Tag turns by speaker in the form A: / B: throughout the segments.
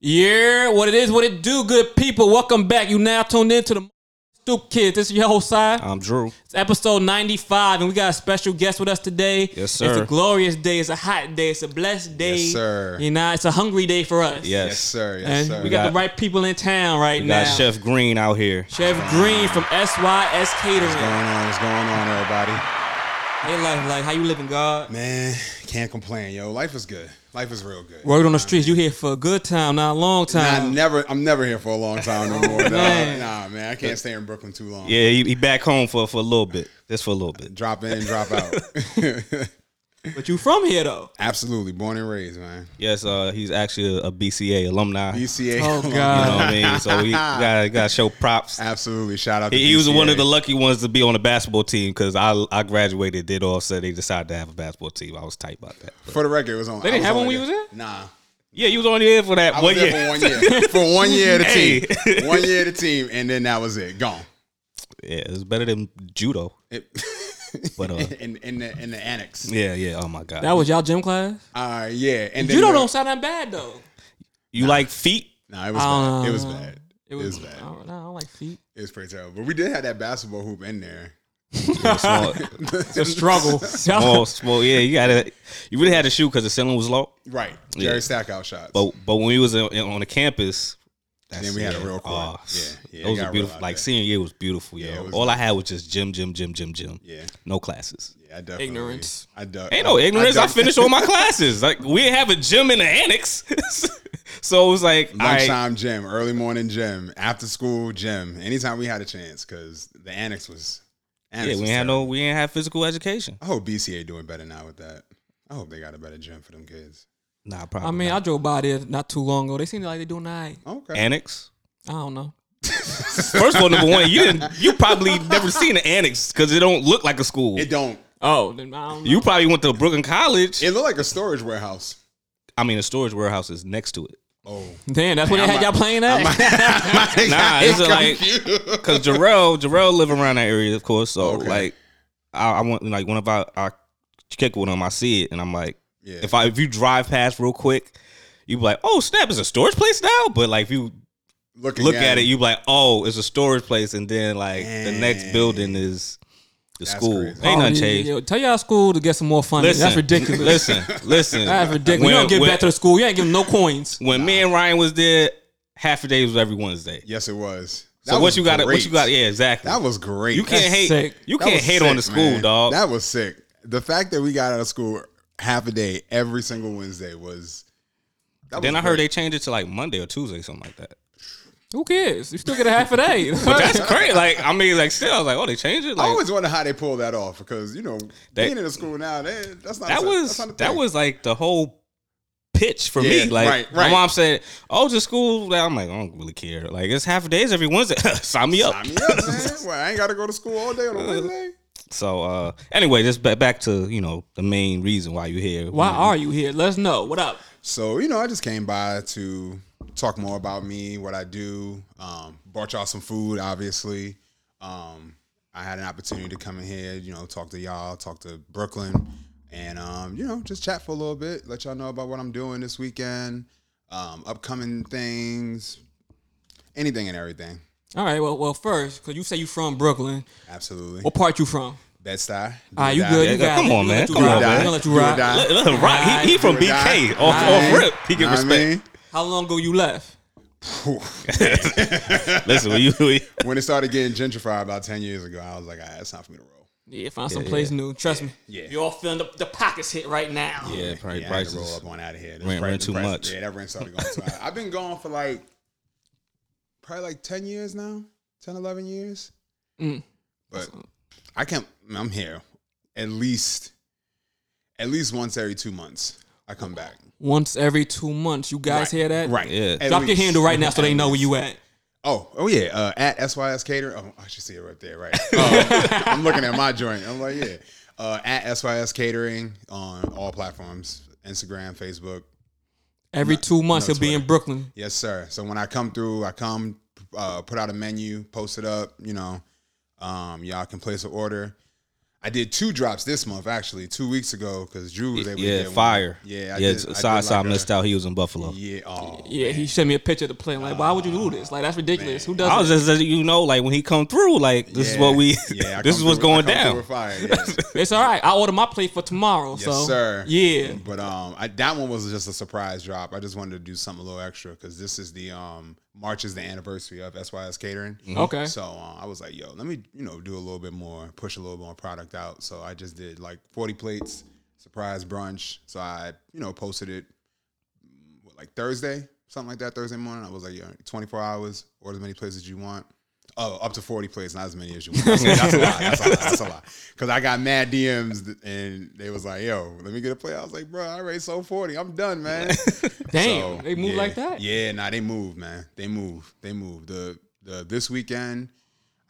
A: Yeah, what it is, what it do, good people. Welcome back. You now tuned in to the Stoop Kids. This is your host, side.
B: I'm Drew.
A: It's episode 95, and we got a special guest with us today.
B: Yes, sir.
A: It's a glorious day. It's a hot day. It's a blessed day.
C: Yes, sir.
A: You know, it's a hungry day for us.
B: Yes.
C: Yes, sir. Yes,
A: And
C: sir.
A: we got,
B: got-
A: the right people in town right
B: We
A: now.
B: got Chef Green out here.
A: Chef Green from SYS
C: what's
A: Catering.
C: going on. What's going on, everybody?
A: Hey, life, like, how you living, God?
C: Man, can't complain, yo. Life is good. Life is real good.
A: Word on the streets, you here for a good time, not a long
C: Nah, I'm
A: time.
C: never. I'm never here for a long time no more. Nah,
A: Man.
C: nah, man. I can't stay in Brooklyn too long.
B: Yeah, he, he back home for, for a little bit. Just for a little bit.
C: Drop in, drop out.
A: But you from here, though.
C: Absolutely, born and raised, man.
B: Yes, uh, he's actually a, a BCA alumni. You
C: BCA.
A: Oh,
C: alum.
B: know what
A: God.
B: I mean? So we got got to show props.
C: Absolutely. Shout out. to
B: He, he was
C: BCA.
B: one of the lucky ones to be on the basketball team because I I graduated, did all, so they decided to have a basketball team. I was tight about that. But-
C: For the record, it was on. They
A: didn't have one
C: one
A: when you was
C: Nah.
B: yeah, you was only there for that
C: I
B: one
C: was
B: year.
C: there for one year. For one year, the
B: Hey.
C: team. One year, the team, and then that was it. Gone.
B: yeah, it was better than judo.
C: It,
B: But uh,
C: in in the in the annex.
B: yeah, yeah. Oh my god,
A: That was y'all gym class?
C: Uh, yeah. And then
A: You don't
C: the-
A: don't sound that bad, though.
B: you like feet?
C: No, it was
A: Oh,
C: bad. It was
A: no.
C: bad. It was, bad.
A: I don't, I don't like feet.
C: It was pretty terrible. But we did have that basketball hoop in there.
B: Yeah, small,
A: It's a struggle. Y'all-
B: small, small. Yeah, you got to. You really had to shoot because the ceiling was low.
C: Right.
B: Yeah.
C: Jerry Stackhouse shots.
B: But but when we was in, on the campus,
C: then we had a real
B: oh,
C: court. yeah, yeah.
B: it was
C: got real
B: beautiful.
C: out
B: Like
C: there.
B: senior year was beautiful. Yo,
C: Yeah, it was
B: all I had was just gym, gym, gym, gym, gym.
C: Yeah.
B: no classes.
C: yeah, I definitely.
A: Ignorance.
C: I duck.
B: Ain't no ignorance. I, finished all my classes. Like we didn't have a gym in the annex, so it was like all right,
C: Lunchtime gym, early morning gym, after school gym. Anytime we had a chance, because the annex was.
B: yeah,
C: Annex
B: we
C: was
B: ain't had no,
C: terrible.
B: we ain't have physical education.
C: I hope BCA doing better now with that. I hope they got a better gym for them kids.
B: Nah, probably.
A: I mean,
B: not.
A: I drove by there not too long ago. They seem like they're doing all right.
C: Okay.
B: annex.
A: I don't know.
B: First of all, number one, you didn't, you probably never seen an annex because it don't look like a school.
C: it don't.
A: Oh, then I don't know.
B: you probably went to Brooklyn College.
C: It looked like a storage warehouse.
B: I mean, a storage warehouse is next to it.
C: Oh.
A: Damn, that's what they
C: I'm
A: had y'all
C: not-
A: playing at?
B: Nah, it's like because Jarrell, Jarrell live around that area, of course. So
C: Okay.
B: like, I, I want like one of our I kick with him, I see it, and I'm like,
C: Yeah.
B: if I if you drive past real quick, you be like, oh snap, it's a storage place now. But like, if you
C: Looking
B: look at it, you be like, oh, it's a storage place, and then like the next
C: Dang.
B: building is the school.
C: crazy.
B: Ain't nothing
A: Oh,
B: changed.
A: yo, tell y'all school to get some more funding.
B: Listen,
A: that's ridiculous.
B: Listen, listen,
A: That's ridiculous. you don't give back to the school. You ain't giving no coins.
B: when me and Ryan was there, half a day was every Wednesday.
C: Yes, it was.
B: So
C: That
B: what
C: was
B: you got? What
C: great.
B: you got? Yeah, exactly.
C: That was great.
B: you can't
A: That's
B: hate.
A: sick.
B: You
C: That
B: can't
C: was
B: hate
C: sick,
B: on the school,
C: man.
B: dog.
C: That was sick. The fact that we got out of school half a day every single Wednesday was. That
B: then I
C: was
B: heard
C: great.
B: they changed it to like Monday or Tuesday, something like that.
A: Who cares? You still get a half a day.
B: That's great. Like I mean, like still, I was like, oh, they changed it.
C: I
B: Like
C: always wonder how they pull that off because you know
B: They-
C: being in a school now that that's not
B: that
C: a-
B: was
C: that's not a
B: that
C: thing.
B: was like the whole pitch for me.
C: Yeah,
B: Like
C: right,
B: my
C: right.
B: mom said, oh, to school. I'm like, I don't really care. Like it's half a days every Wednesday. Sign me up.
C: I mean, yeah, man. Well, I ain't got to go to school all day on a Wednesday.
B: So uh, anyway, just ba- back to you know the main reason why you're here.
A: Why are you here? Let us know. What up?
C: So you know, I just came by to talk more about me, what I do. Um, brought y'all some food, obviously. Um, I had an opportunity to come in here, you know, talk to y'all, talk to Brooklyn, and um, you know, just chat for a little bit, let y'all know about what I'm doing this weekend, um, upcoming things, anything and everything.
A: All right. Well, well, first, because you say you from Brooklyn.
C: Absolutely.
A: What part you from?
C: Bed Stuy.
A: All right, Oh. Ah, you good? You got
B: Yeah, come
A: it.
B: on,
A: We gonna
B: man.
A: let you
B: Come on,
A: ride.
B: man.
A: We gonna let you
C: Do or
A: ride.
C: die.
B: Look, look, Rock, he, he from BK. Off,
A: Right.
B: off rip, he get
C: Know what I
B: respect.
C: mean?
A: How long ago you left?
B: Listen, when you
C: When it started getting gentrified about ten years ago, I was like, all right, it's time for me to roll.
A: Yeah, find some place new. Trust me.
C: Yeah.
A: You all feeling the, the pockets hit right now.
B: yeah, probably
C: yeah, I had to
B: prices.
C: roll up on out of here. This
B: Rent-
C: price-
B: rent
C: the
B: too
C: price-
B: much.
C: Yeah, that rent started going too high. I've been gone for like probably like 10 years now, 10, 11 years.
A: Mm.
C: But I can't, I'm here at least, at least once every two months. I come back.
A: Once every two months. You guys hear that?
C: Right.
B: Yeah.
C: At
A: Drop
C: least.
A: your handle right now so they
C: At
A: know where
C: least.
A: you at.
C: Oh, oh yeah. Uh, at SYS Catering. Oh, I should see it right there, right?
A: Oh.
C: Um, I'm looking at my joint. I'm like, yeah. Uh, at SYS Catering on all platforms Instagram, Facebook,
A: Every two months,
C: no
A: he'll be in Brooklyn.
C: Yes, sir. So when I come through, I come uh, put out a menu, post it up. You know, um, y'all can place an order. I did two drops this month actually, two weeks ago because Drew was able to
B: Yeah,
C: get
B: fire.
C: One. Yeah,
B: yeah.
C: I did- I did
B: Side side
C: like a-
B: missed out. He was in Buffalo.
C: Yeah, oh,
A: Yeah, he sent me a picture of the plane. Like, why would you do this? Like, that's ridiculous. Who does
B: I was
A: it?
B: just letting you know, like when he come through, like this is
C: yeah.
B: what we,
C: Yeah, I
B: this is
C: come
B: what's
C: through
B: going
C: with- I come through
B: down.
C: with Fire, yes.
A: It's all right. I ordered my plate for tomorrow.
C: Yes,
A: so
C: sir.
A: yeah,
C: But um, I, that one was just a surprise drop. I just wanted to do something a little extra because this is the um March is the anniversary of SYS Catering.
A: Mm-hmm. Okay.
C: So uh, I was like, yo, let me you know do a little bit more, push a little more product out. So I just did like forty plates surprise brunch. So I you know posted it mm, what, like Thursday, something like that. Thuorday morning, I was like, yo, twenty four hours, order as many plates as you want. Oh, up to forty plates, not as many as you want. That's, that's a lot. That's a lot. That's a lot. Because I got mad DMs th- and they was like, "Yo, let me get a plate." I was like, "Bro, I already sold forty. I'm done, man."
A: damn,
C: So,
A: they move
C: yeah.
A: like that.
C: Yeah, nah, they move, man. They move. They move. The the this weekend,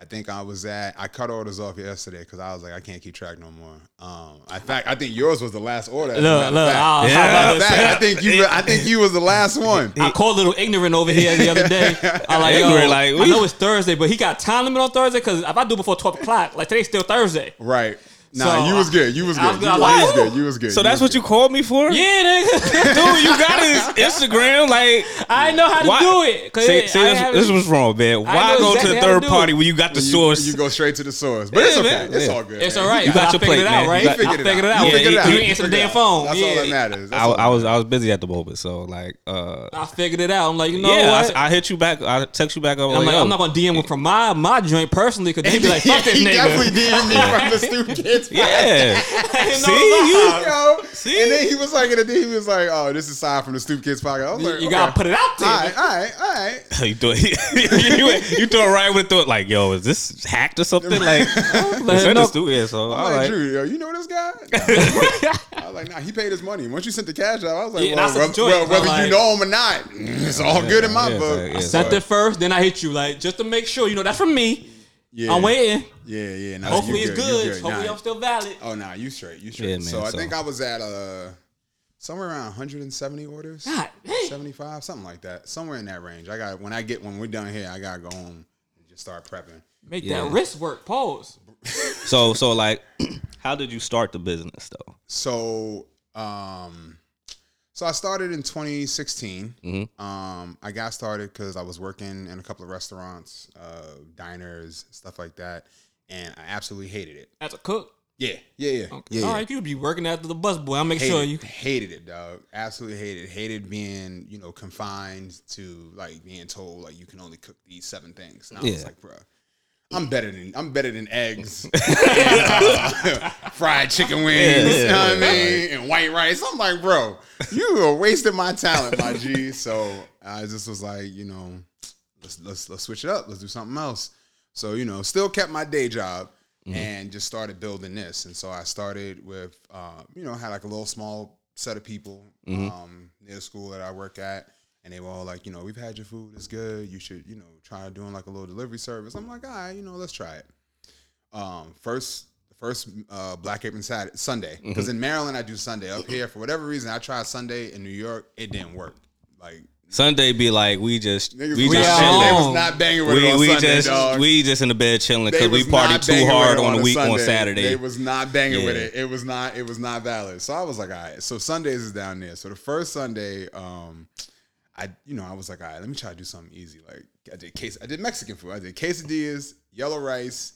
C: I think I was at. I cut orders off yesterday because I was like, I can't keep track no more. Um, in fact, I think yours was the last order. as a matter
A: Look,
C: of
A: look,
C: fact.
A: I'll,
B: Yeah.
A: yeah.
C: Matter of fact, I think you. I think you was the last one.
A: I called little ignorant over here the other day. I like, yo,
B: Ignorant, like,
A: I
B: we-
A: know it's Thursday, but he got time limit on Thursday because if I do before twelve o'clock, like today's still Thursday.
C: Right. Nah,
A: So,
C: you was good. You was
A: I
C: good.
A: was
C: You
A: gonna
C: was- you
A: lie.
C: was good. You was good.
B: So that's
C: was
B: what you called me for,
A: Yeah, nigga.
B: dude. You got his Instagram, like.
A: I didn't know how to
B: Why?
A: do it. 'cause
B: See,
A: it-
B: see
A: I
B: this,
A: haven't-
B: this was wrong, man. Why
A: know
B: go
A: exactly
B: to a
A: how to
B: third
A: do it.
B: party when you got the
C: You-
B: source?
C: You, go straight to the source, but it's
B: Yeah,
C: okay.
B: man.
C: It's
B: Yeah.
C: all good.
A: It's
C: man.
A: all right.
B: You
A: I
B: got your
A: figured
B: plate,
A: it
B: man.
A: out,
B: You
A: right?
B: got-
A: I figured it out.
C: You
B: Yeah,
C: figured
B: you-
C: it out.
B: you
A: didn't answer the
C: Figured
A: damn
C: it out.
A: phone.
C: That's all
A: Yeah.
C: that matters. That's
B: I,
C: all that
B: I was I was busy at the moment, so like, uh,
A: I figured it out. I'm like, you know
B: yeah,
A: what?
B: I, I hit you back. I text you back. I'm,
A: I'm
B: like,
A: like,
B: yo.
A: I'm not gonna DM him from my my joint personally because he'd be like,
C: Yeah,
A: fuck this
C: he
A: nigga.
C: definitely DM'd me from the Stu Kids.
B: yeah.
A: Ain't no
B: See
A: lie.
B: you.
C: Yo.
B: See?
C: And then he was like, and then he was like, oh, this is side from the Stoop Kids podcast. I was
A: You,
C: like,
A: you gotta put it out there.
C: All right, all right, all right.
B: you do it. you, you throw it right with thought, like, yo, is this hacked or something? Like,
A: Let him
B: send
A: know.
B: this to yeah, so all
C: I'm like,
B: right.
C: Drew, yo, you know this guy? I was like, nah, he paid his money. Once you sent the cash out, I was like,
A: Yeah,
C: well,
A: that's a
C: whether,
A: joint,
C: well,
A: but
C: whether
A: like-
C: you know him or not, it's all good in my
B: yeah,
C: book.
B: like, yeah,
C: I
A: Sent
C: saw
A: it first, then I hit you, like just to make sure. You know that's from me.
C: Yeah,
A: I'm waiting.
C: Yeah, yeah. Nah,
A: Hopefully
C: you
A: it's
C: you
A: good. Hopefully
C: Nah,
A: I'm still valid.
C: Oh nah, you straight, you straight.
B: Yeah, man,
C: so I
B: so-
C: think I was at uh somewhere around 170 orders,
A: God, dang.
C: 75, something like that, somewhere in that range. I got when I get when we're done here, I gotta go home and just start prepping.
A: Make
B: Yeah.
A: that wrist work. Pause.
B: So, so like, how did you start the business though?
C: So um, so I started in 2016.
A: Mm-hmm.
C: Um, I got started because I was working in a couple of restaurants, uh, diners, stuff like that, and I absolutely hated it.
A: As a cook.
C: Yeah, yeah, yeah, yeah, yeah.
A: All right, you be working after the bus boy. I'll make
C: hated,
A: sure you.
C: hated it, dog. Absolutely hated. it. Hated being you know confined to like being told like you can only cook these seven things. And I was
B: Yeah.
C: like, bruh, I'm better than I'm better than eggs, and, uh, fried chicken wings.
B: Yeah,
C: you know what I
B: yeah,
C: mean? And white rice. I'm like, bro, you are wasting my talent, my G. So I just was like, you know, let's let's let's switch it up. Let's do something else. So you know, still kept my day job
B: Mm-hmm.
C: and just started building this. And so I started with, uh, you know, had like a little small set of people
B: Mm-hmm.
C: um, near the school that I work at, and they were all like, you know, we've had your food, it's good. You should, you know, try doing like a little delivery service. I'm like, all right, you know, let's try it. Um, first. First uh, Black Apron Saturday, Sunday,
B: Mm-hmm.
C: because in Maryland I do Sunday. Up here, for whatever reason, I tried Sunday in New York. It didn't work. Like
B: Sunday be like, we just,
C: niggas
B: we
C: was,
B: just
A: out.
C: not,
B: chilling.
C: they
A: on.
C: was not banging with it
B: We,
C: on
B: we
C: Sunday,
B: just
C: dog.
B: we just in the bed chilling
C: They
B: because we
C: was not
B: party too
C: banging
B: hard
C: with it
B: on the
C: a
B: week on
C: Sunday.
B: Saturday.
C: They was not banging with
B: Yeah.
C: it. It was not. It was not valid. So I was like, all right. So Sundays is down there. So the first Sunday, um, I you know I was like, all right, let me try to do something easy. Like I did case, I did Mexican food. I did quesadillas, yellow rice,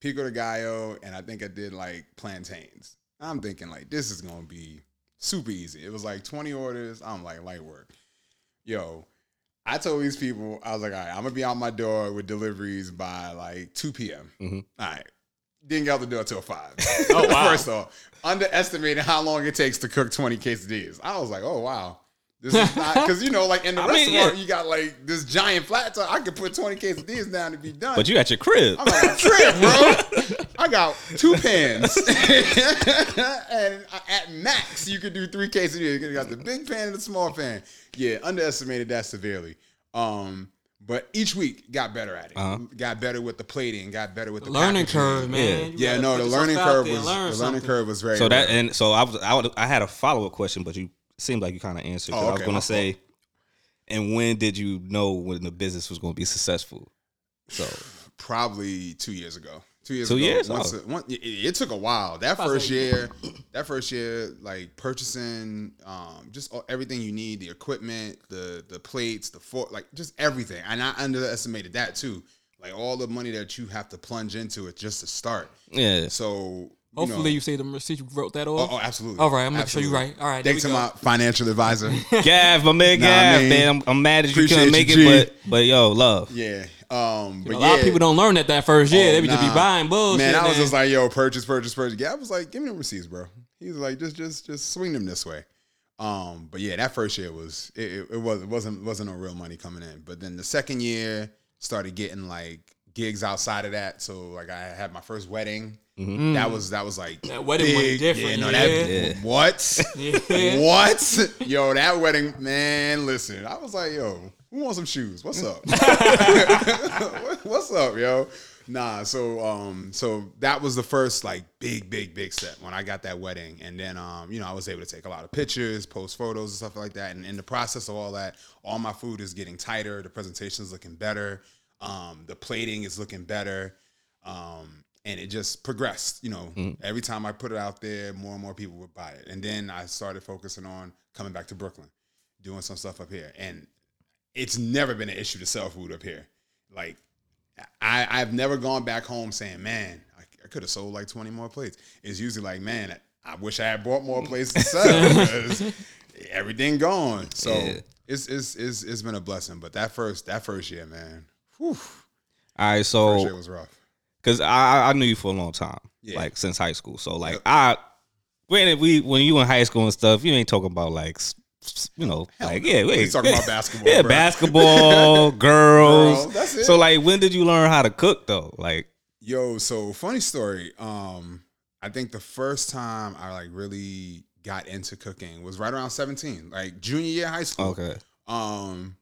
C: pico de gallo, and I think I did like plantains. I'm thinking like this is gonna be super easy. It was like 20 orders. I'm like light work. Yo, I told these people, I was like, all right, I'm gonna be out my door with deliveries by like 2 p.m.
B: Mm-hmm.
C: All right. Didn't get out the door till five. oh wow! First off, underestimated how long it takes to cook twenty quesadillas. I was like, oh wow, this is not because you know, like in the
B: I mean,
C: restaurant,
B: yeah.
C: you got like this giant flat top. I could put twenty quesadillas down to be done.
B: but you at your crib.
C: I'm like, trip, bro. I got two pans, and at max you could do three quesadillas. You got the big pan and the small pan. Yeah, underestimated that severely. Um, but each week got better at it. Got better with the plating. Got better with the
A: Learning
C: packaging.
A: curve, man.
B: Yeah.
A: You
C: Yeah,
A: gotta
C: no,
A: put
C: the
A: yourself
C: learning
A: out
C: curve
A: there and
C: was
A: learn
C: the learning
A: something.
C: curve was very
B: So that
C: rare.
B: and so I was I, would, I had a follow up question, but you seemed like you kind of answered. 'cause
C: Oh,
B: I was
C: okay,
B: going
C: my
B: to say, and when did you know when the business was going to be successful? So
C: probably two years ago. Two years.
B: Two
C: ago,
B: years?
C: Once
B: Oh.
C: a- one- it, it took a while. That
A: was
C: first
A: like-
C: year, that first year, like purchasing, um, just all, everything you need, the equipment, the the plates, the fork, like just everything. And I underestimated that too. Like all the money that you have to plunge into it just to start.
B: Yeah.
C: So you know-
A: Hopefully, you say the receipt you wrote that
C: Oh,
A: off.
C: oh, absolutely.
A: All right, I'm making sure you're
C: Absolutely.
A: right. All right, there
C: Thanks to
A: we
C: my financial advisor.
B: Gav, my man
C: Nah,
B: Gav,
C: man.
B: man. I'm, I'm mad that you
C: Appreciate
B: couldn't make
C: you, G.
B: it, but but yo, love.
C: yeah. Um, but
A: a lot
C: yeah. Oh,
A: of people don't learn that that first year. Oh, they be just be
C: nah.
A: buying bullshit.
C: Man, I was just like, yo, purchase, purchase, purchase. Yeah, I was like, give me the receipts, bro. He was like, just, just, just swing them this way. Um, but yeah, that first year was it, it, it was it wasn't wasn't no real money coming in. But then the second year started getting like gigs outside of that. So like I had my first wedding. That was that was like
A: That wedding was different,
C: that-
B: yeah.
C: what?
A: Yeah.
C: What? Yo, that wedding, man. Listen, I was like, yo, who wants some shoes? What's up? What- What's up, yo? Nah, so um, so that was the first like big, big, big step when I got that wedding, and then um, you know, I was able to take a lot of pictures, post photos and stuff like that, and in the process of all that, all my food is getting tighter, the presentation's looking better, um, the plating is looking better, um, and it just progressed. You know, every time I put it out there, more and more people would buy it, and then I started focusing on coming back to Brooklyn, doing some stuff up here, and it's never been an issue to sell food up here. Like I, I've never gone back home saying, man, I, I could have sold like 20 more plates. It's usually like, man, I wish I had bought more plates to sell because everything gone. So
B: Yeah.
C: it's, it's, it's, it's been a blessing. But that first, that first year, man, whew,
B: All right,
C: first
B: so
C: year was rough.
B: because I I- I knew you for a long time,
C: Yeah.
B: like since high school. So like I, granted, we when you in high school and stuff, you ain't talking about like s- s- you know like yeah,
C: We
B: wait,
C: talking about basketball,
B: yeah,
C: bruh.
B: basketball, girls.
C: Girl, that's it.
B: So like, when did you learn how to cook though? Like,
C: Yo, so funny story. Um, I think the first time I like really got into cooking was right around 17, like junior year of high school.
B: okay,
C: um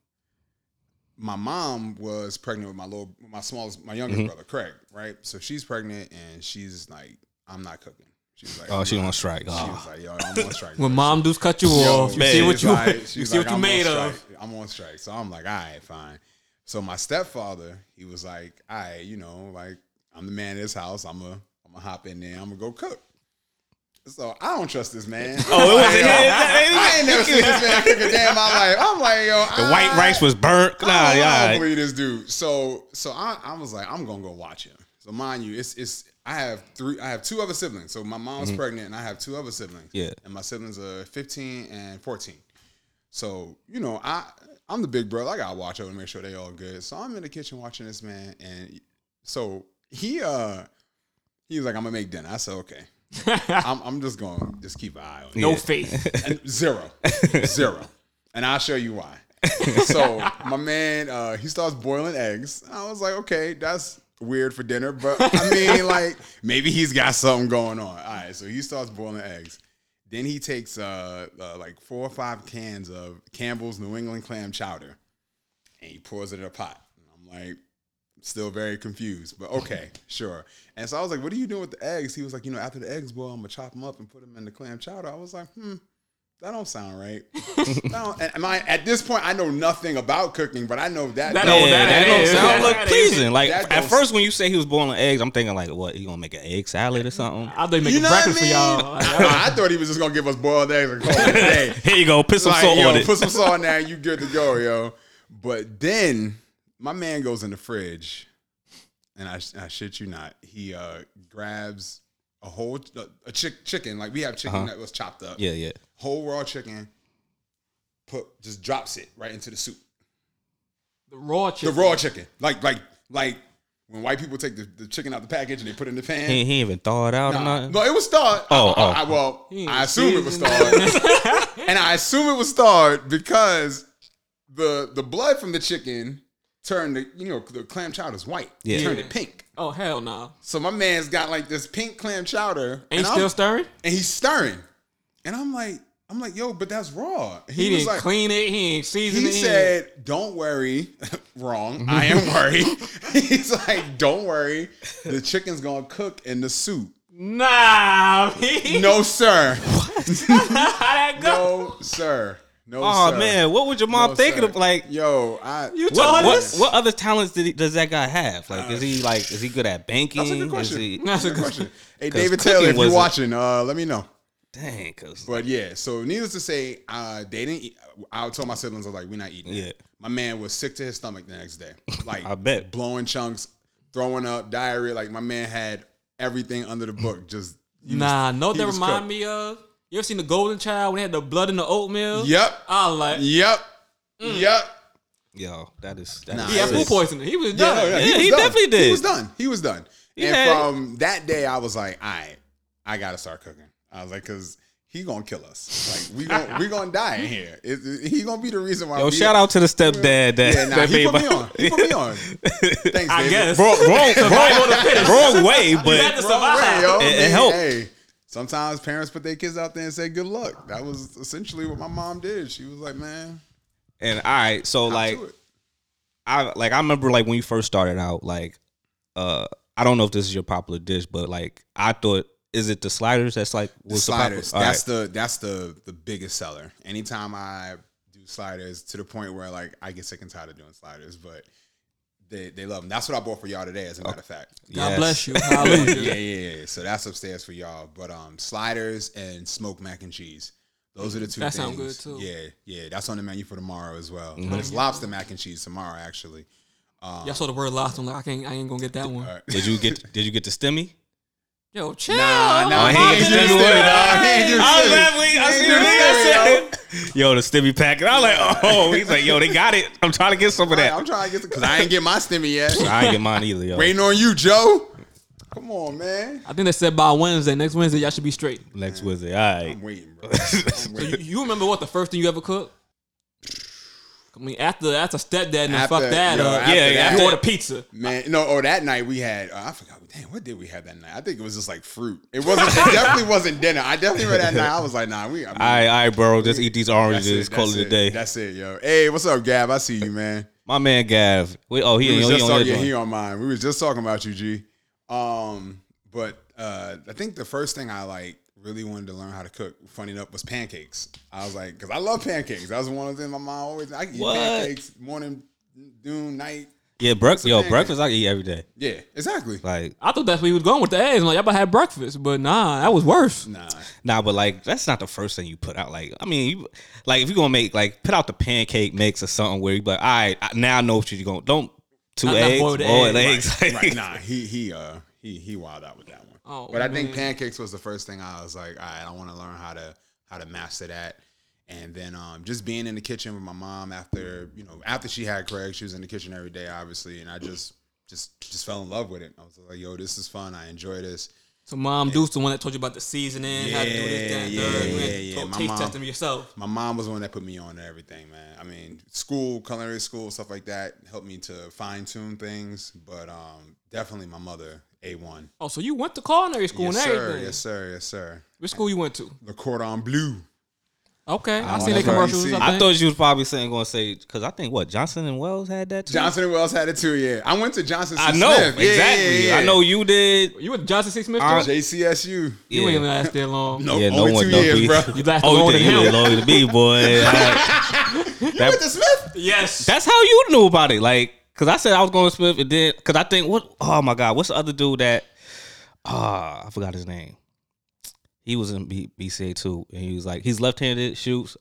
C: my mom was pregnant with my little my smallest my youngest
B: Mm-hmm.
C: brother craig right so she's pregnant and she's like i'm not cooking she's like
B: oh,
C: I'm
B: she
C: not-
B: on strike.
C: she
B: Oh.
C: was like yo i'm on strike
A: when mom dudes cut you off, you
B: man,
A: see what
C: she's
A: you
C: like-
A: you
C: she's
A: see
C: like,
A: what you
C: "I'm on
A: made of.
C: strike. i'm on strike so i'm like all right fine so my stepfather he was like all right you know like i'm the man of this house i'm a i'm gonna hop in there i'm gonna go cook so I don't trust this man.
B: Oh, it wasn't him.
C: I ain't never seen this man cook a day in my life. I'm like, yo,
B: The white
C: I-
B: rice was burnt. Nah,
C: I don't, I don't
B: yeah,
C: believe this dude. So so I, I was like, I'm gonna go watch him. So mind you, it's it's I have three I have two other siblings. So my mom's
A: Mm-hmm.
C: pregnant and I have two other siblings.
B: Yeah.
C: And my siblings are 15 and 14. So, you know, I I'm the big brother. I gotta watch over and make sure they all good. So I'm in the kitchen watching this man and so he uh he was like, I'm gonna make dinner. I said, okay. I'm, I'm just gonna just keep an eye on it.
A: No faith.
C: And zero, zero, And I'll show you why. so my man, uh, he starts boiling eggs. I was like, okay, that's weird for dinner, but I mean, like, maybe he's got something going on. All right, so he starts boiling eggs. Then he takes uh, uh, like four or five cans of Campbell's New England clam chowder, and he pours it in a pot. And I'm like, still very confused, but okay, sure. And so I was like, "What are you doing with the eggs?" He was like, "You know, after the eggs boil, I'm gonna chop them up and put them in the clam chowder." I was like, "Hmm, that don't sound right." no, and and I at this point I know nothing about cooking, but I know that.
A: That
B: yeah,
A: don't-
B: that,
A: that
B: don't
A: is-
B: sound
A: that
B: look
A: is-
B: pleasing. Like
C: that
B: at
C: don't-
B: first, when you say he was boiling eggs, I'm thinking like, what? He gonna make an egg salad or something?
A: I'll do make
C: you know what I
A: breakfast
C: mean?
A: for y'all. Like,
C: I, I thought he was just gonna give us boiled eggs and call it a day.
B: Here you go, put some
C: Like,
B: salt
C: yo,
B: on it.
C: Put some salt on there, you good to go, yo. But then my man goes in the fridge, and I, I shit you not, he uh, grabs a whole a chick, chicken. Like we have chicken that was chopped up,
B: Uh-huh. yeah, yeah.
C: whole raw chicken. Put just drops it right into the soup.
A: the raw
C: The
A: chicken.
C: raw chicken, like like like when white people take the, the chicken out the package and they put it in the pan.
B: He, he ain't even thaw it out or nothing.
C: No, it was thawed.
B: Oh,
C: I, I,
B: oh.
C: I- well,
A: ain't
C: I assume it was
A: seasoned.
C: thawed, and I assume it was thawed because the the blood from the chicken turned the you know the clam chowder's white.
B: Yeah.
C: It turned
A: Yeah.
C: it pink.
A: Oh hell no!
C: So my man's got like this pink clam chowder, and,
A: Ain't
C: I'm-
A: still stirring.
C: and he's stirring, and I'm like, I'm like, yo, but that's raw.
A: He,
C: was
A: didn't
C: like-
A: clean it. He ain't season
C: he
A: it.
C: said, "Don't worry." Wrong. I am worried. He's like, "Don't worry. The chicken's gonna cook in the soup."
A: "Nah, he,
C: No, sir.
A: how that go?"
C: No, sir. No,
B: Oh
C: sir.
B: man, what was your mom
C: No,
B: thinking
C: sir.
B: of? Like,
C: yo, I
A: You told
B: what,
A: her
B: what,
A: this?
B: what other talents did he, does that guy have? Like, is he like is he good at banking?
C: That's a good
B: Is
C: question.
B: he,
A: That's a
C: Good question. Hey,
B: 'Cause
C: David
B: cooking
C: Taylor, if you're
B: wasn't-
C: watching, uh, let me know.
B: dang, cause
C: But yeah, so needless to say, uh, they didn't. Eat. I told my siblings, I was like, "We're not eating." that."
B: Yeah.
C: My man was sick to his stomach the next day. Like
B: I bet.
C: blowing chunks, throwing up, diarrhea. Like my man had everything under the book. Just he
A: Nah, no,
C: he
A: that
C: was
A: remind
C: cooked.
A: me of. You ever seen the Golden Child when they had the blood in the oatmeal?
C: Yep.
A: I like. Yeah,
C: Yep.
B: Mm.
C: Yep.
B: yo, that is that
C: Nah,
B: is
A: he had
B: sick.
A: food poisoning. He was done.
C: no,
B: Yeah, he
C: was done.
B: definitely did.
C: He was done. He was done.
B: He
C: and
B: had-
C: from that day, I was like, "All right, I gotta start cooking." I was like, "Cause." He gonna kill us. Like we gonna we gonna die in here. It, it- he gonna be the reason why.
B: Yo,
C: we-
B: shout out to the stepdad that,
C: Yeah, nah,
B: that
C: he
B: made
C: put
B: my,
C: me on. He put me on. Thanks,
A: I
C: baby.
A: guess.
B: wrong, wrong, wrong, wrong way,
A: you had to
B: but
A: survive.
C: yo.
B: It- it
C: I mean,
B: helped.
C: Hey, sometimes parents put their kids out there and say good luck. That was essentially what my mom did. She was like, man,
B: and all right, so
C: I'll
B: like
C: do it.
B: I like I remember like when you first started out, like uh I don't know if this is your popular dish, but like I thought is it the sliders that's like
C: The
B: was
C: sliders.
B: The popular,
C: that's the that's the the biggest seller. Anytime I do sliders, to the point where like I get sick and tired of doing sliders, but they they love them. That's what I bought for y'all today. As a matter of fact.
A: God
B: Yes.
A: bless you. Hallelujah.
C: yeah, yeah, yeah. So that's upstairs for y'all. But um, sliders and smoked mac and cheese. Those are the two
A: That
C: things.
A: sound good, too.
C: Yeah, yeah. That's on the menu for tomorrow as well.
B: Mm-hmm.
C: But it's lobster mac and cheese tomorrow, actually. Um,
A: Y'all saw the word lost. I'm like, I can't. I ain't gonna get that one.
C: right.
B: did you get did you get the stemmy?
A: Yo, chill.
C: Nah, nah,
A: I'm
B: he
A: about
B: ain't
A: to
B: doing
A: do
B: it,
A: that. I
C: dog. He ain't doing
A: was
C: it.
A: laughing.
B: I
C: Hey,
B: see the
C: dude,
B: nigga said that. Yo, the stimmy packet. I was like, oh, he's like, yo, they got it. I'm trying to get some of
C: All right, I'm
B: that.
C: trying to get because I ain't get my stimmy yet.
B: I ain't get mine either, yo.
C: Waiting on you, Joe. Come on, man.
A: I think they said by Wednesday. Next Wednesday, y'all should be straight.
B: Next Wednesday. All right.
C: I'm waiting, bro. I'm
A: You,
C: waiting.
A: you remember what the first thing you ever cooked? I mean, after after stepdad and then fuck
C: After-
A: that
C: yo,
A: up.
C: after
B: Yeah, that-
A: you order pizza.
C: Man, no, oh, that night we had, uh, I forgot, damn, what did we have that night? I think it was just like fruit. It wasn't, it definitely wasn't dinner. I definitely remember that night. I was like, nah, we, I mean,
B: All right, all right, bro. Just eat these
C: That's
B: oranges. Call
C: that's
B: it a day.
C: That's it, yo. Hey, what's up, Gab? I see you, man.
B: My man Gav. Wait, oh, he,
C: We
B: he,
C: was
B: he,
C: just
B: on
C: talking,
B: his
C: yeah,
B: one.
C: he on mine. We was just talking about you, G. Um, but uh, I think the first thing I like really wanted to learn how to cook, funny enough, was pancakes. I was like, because I love pancakes. That was one of the things my mom always. I can eat
B: What?
C: pancakes morning, noon, night.
B: Yeah, breakfast. Yo,
C: pancake.
B: breakfast I can eat every day.
C: Yeah, exactly.
B: Like,
A: I thought that's where he was going with the eggs. I'm like, y'all about to have breakfast, but nah, that was worse.
C: Nah,
B: Nah, but like that's not the first thing you put out. Like, I mean, you, like if you're gonna make like put out the pancake mix or something where you but all right, I, now I know what you're gonna don't two
A: Not- not
B: eggs,
A: boiled
B: boiled
A: eggs.
B: eggs. like-
C: right. Nah, he he uh he he wild out with that one.
A: Oh,
C: but I think
A: man.
C: pancakes was the first thing I was like, all right, I want to learn how to how to master that. And then um, just being in the kitchen with my mom after you know after she had Craig, she was in the kitchen every day, obviously, and I just just just fell in love with it. I was like, yo, this is fun. I enjoy this.
A: So mom Deuce, the one that told you about the seasoning, how to do this, that,
C: Yeah,
A: yeah, third.
C: yeah,
A: You had to
C: yeah,
A: go
C: my
A: taste
C: mom-
A: test them yourself.
C: My mom was the one that put me on to everything, man. I mean, school, culinary school, stuff like that helped me to fine tune things. But um, definitely my mother, a one.
A: Oh, so you went to culinary school
C: Yes
A: and
C: sir,
A: everything.
C: yes sir, yes sir.
A: Which school you went to?
C: The cordon bleu.
A: Okay, I,
B: Oh,
A: seen the
B: that's right.
A: commercials.
C: I
A: I,
B: I
A: think.
B: thought you was probably saying gonna say because I think what Johnson and Wells had that. Too?
C: Johnson and Wells had it too. Yeah, I went to Johnson. C.
B: I know
C: Smith. Yeah, yeah,
B: exactly.
C: yeah, yeah.
B: I know you did.
A: you went to Johnson C. Smith.
B: Uh,
A: too?
C: JCSU.
A: you
B: yeah.
A: ain't last that long.
C: No,
B: Yeah, no
C: only
B: one-
C: two
B: no
C: years,
B: three-
C: bro.
A: You lasted
B: Oh,
A: longer
B: you
A: than
B: did, you
A: him.
B: did longer than me, boy. That-
C: Went to Smith.
A: Yes.
B: that's how you knew about it, like because I said I was going to Smith and then because I think what? Oh my God, what's the other dude that? Ah, I forgot his name. He was in B- BCA too, and he was like he's left-handed, shoots.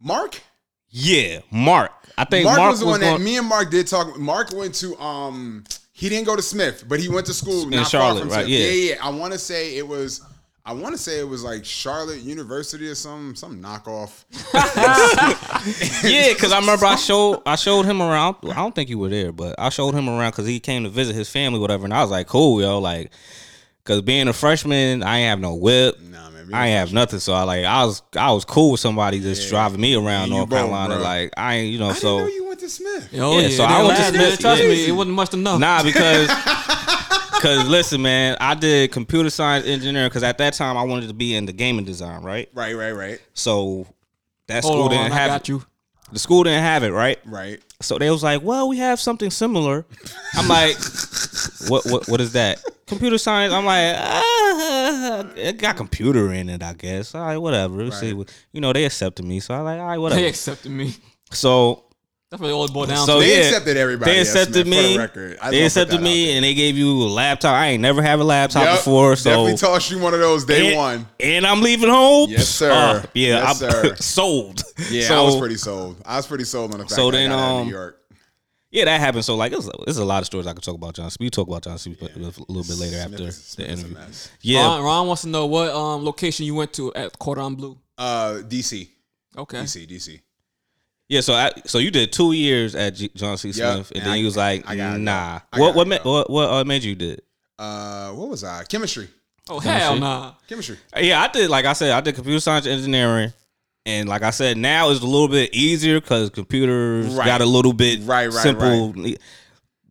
C: Mark.
B: Yeah, Mark. I think
C: Mark,
B: Mark,
C: was the one that
B: going,
C: me and Mark did talk. Mark went to um. He didn't go to Smith, but he went to school not
B: Charlotte,
C: far from
B: right,
C: Smith.
B: yeah.
C: yeah, yeah. I want to say it was. I want to say it was like Charlotte University or some some knockoff.
B: yeah, because I remember I showed I showed him around. I don't think you were there, but I showed him around because he came to visit his family, whatever. And I was like, cool, yo, like, because being a freshman, I ain't have no whip.
C: Nah, man.
B: I ain't have nothing, so I like I was I was cool with somebody just driving me around
C: You
B: North
C: broke,
B: Carolina,
C: bro.
B: like I ain't you know
C: I
B: so
C: didn't know you went to Smith.
A: Oh
B: Yeah,
A: yeah.
B: so
A: it
B: I
A: didn't
B: went to
A: last,
B: Smith-
A: man. Trust
B: yeah.
A: me, it wasn't much enough.
B: Nah, because because listen, man, I did computer science engineering because at that time I wanted to be in the gaming design, right?
C: Right, right, right,
B: So that school
A: Hold on,
B: didn't
A: I
B: have
A: got
B: it.
A: you.
B: The school didn't have it, right?
C: right.
B: So they was like, "Well, we have something similar." I'm like, "What? What? What is that?" Computer science. I'm like, ah, it got computer in it, I guess. All right, whatever. We'll See, what- you know, they accepted me, so I like, all right,
A: They
B: whatever.
A: accepted me.
B: so
A: That's really all it boiled down
B: So-
A: to.
C: They
B: Oh, yeah,
C: accepted everybody.
B: they
C: else,
B: accepted
C: man, for
B: me.
C: the record. I just wanna
B: they
C: put
B: accepted
C: that out
B: me,
C: there.
B: and they gave you a laptop. I ain't never have a laptop
C: Yep,
B: before, so
C: definitely tossed you one of those day
B: and,
C: one.
B: And I'm leaving home.
C: Yes, sir.
B: Uh, yeah,
C: Yes,
B: I'm
C: sir.
B: sold.
C: Yeah,
B: so,
C: I was pretty sold. I was pretty sold on the fact
B: So
C: that
B: then,
C: I got out of
B: um,
C: New York.
B: Yeah, that happened. So like, there's there's a lot of stories I could talk about John Smith. We talk about John Smith a little a little bit later after
C: Smith-
B: the
C: Smith is a
B: interview.
C: mess.
B: Yeah,
A: Ron, Ron wants to know what um, location you went to at Cordon Bleu.
C: Uh, DC,
A: Okay.
C: DC, DC.
B: yeah. So I, so you did two years at G- John C.
C: Yep,
B: Smith, and,
C: and
B: then
C: I-
B: you was like,
C: I gotta go.
B: nah.
C: I
B: What
C: gotta
B: what, ma-
C: go.
B: what what uh, made you did?
C: Uh, what was I? Chemistry,
A: Oh hell nah.
C: chemistry.
B: Yeah, I did. Like I said, I did computer science engineering, and like I said, now it's a little bit easier because computers
C: Right.
B: got a little bit
C: Right, right,
B: simple.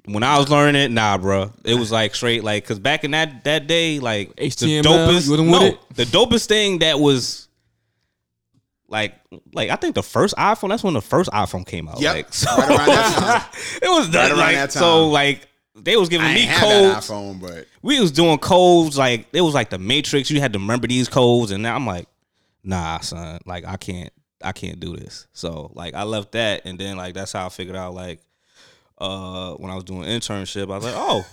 B: When I was learning it, nah, bro, it was like straight like because back in that that day, like
A: HTML,
B: the dopest,
A: you wasn't with
B: no,
A: it?
B: the dopest thing that was. Like, like I think the first iPhone. That's when the first iPhone came out.
C: Yep.
B: Like, so
C: Right around that
B: it was done.
C: around
B: like,
C: that
B: So,
C: time.
B: like they was giving
C: I
B: me
C: didn't have
B: codes
C: that iPhone, but
B: we was doing codes like it was like the Matrix. You had to remember these codes, and now I'm like, nah, son, like I can't, I can't do this. So like I left that, and then like that's how I figured out like uh when I was doing internship, I was like, oh.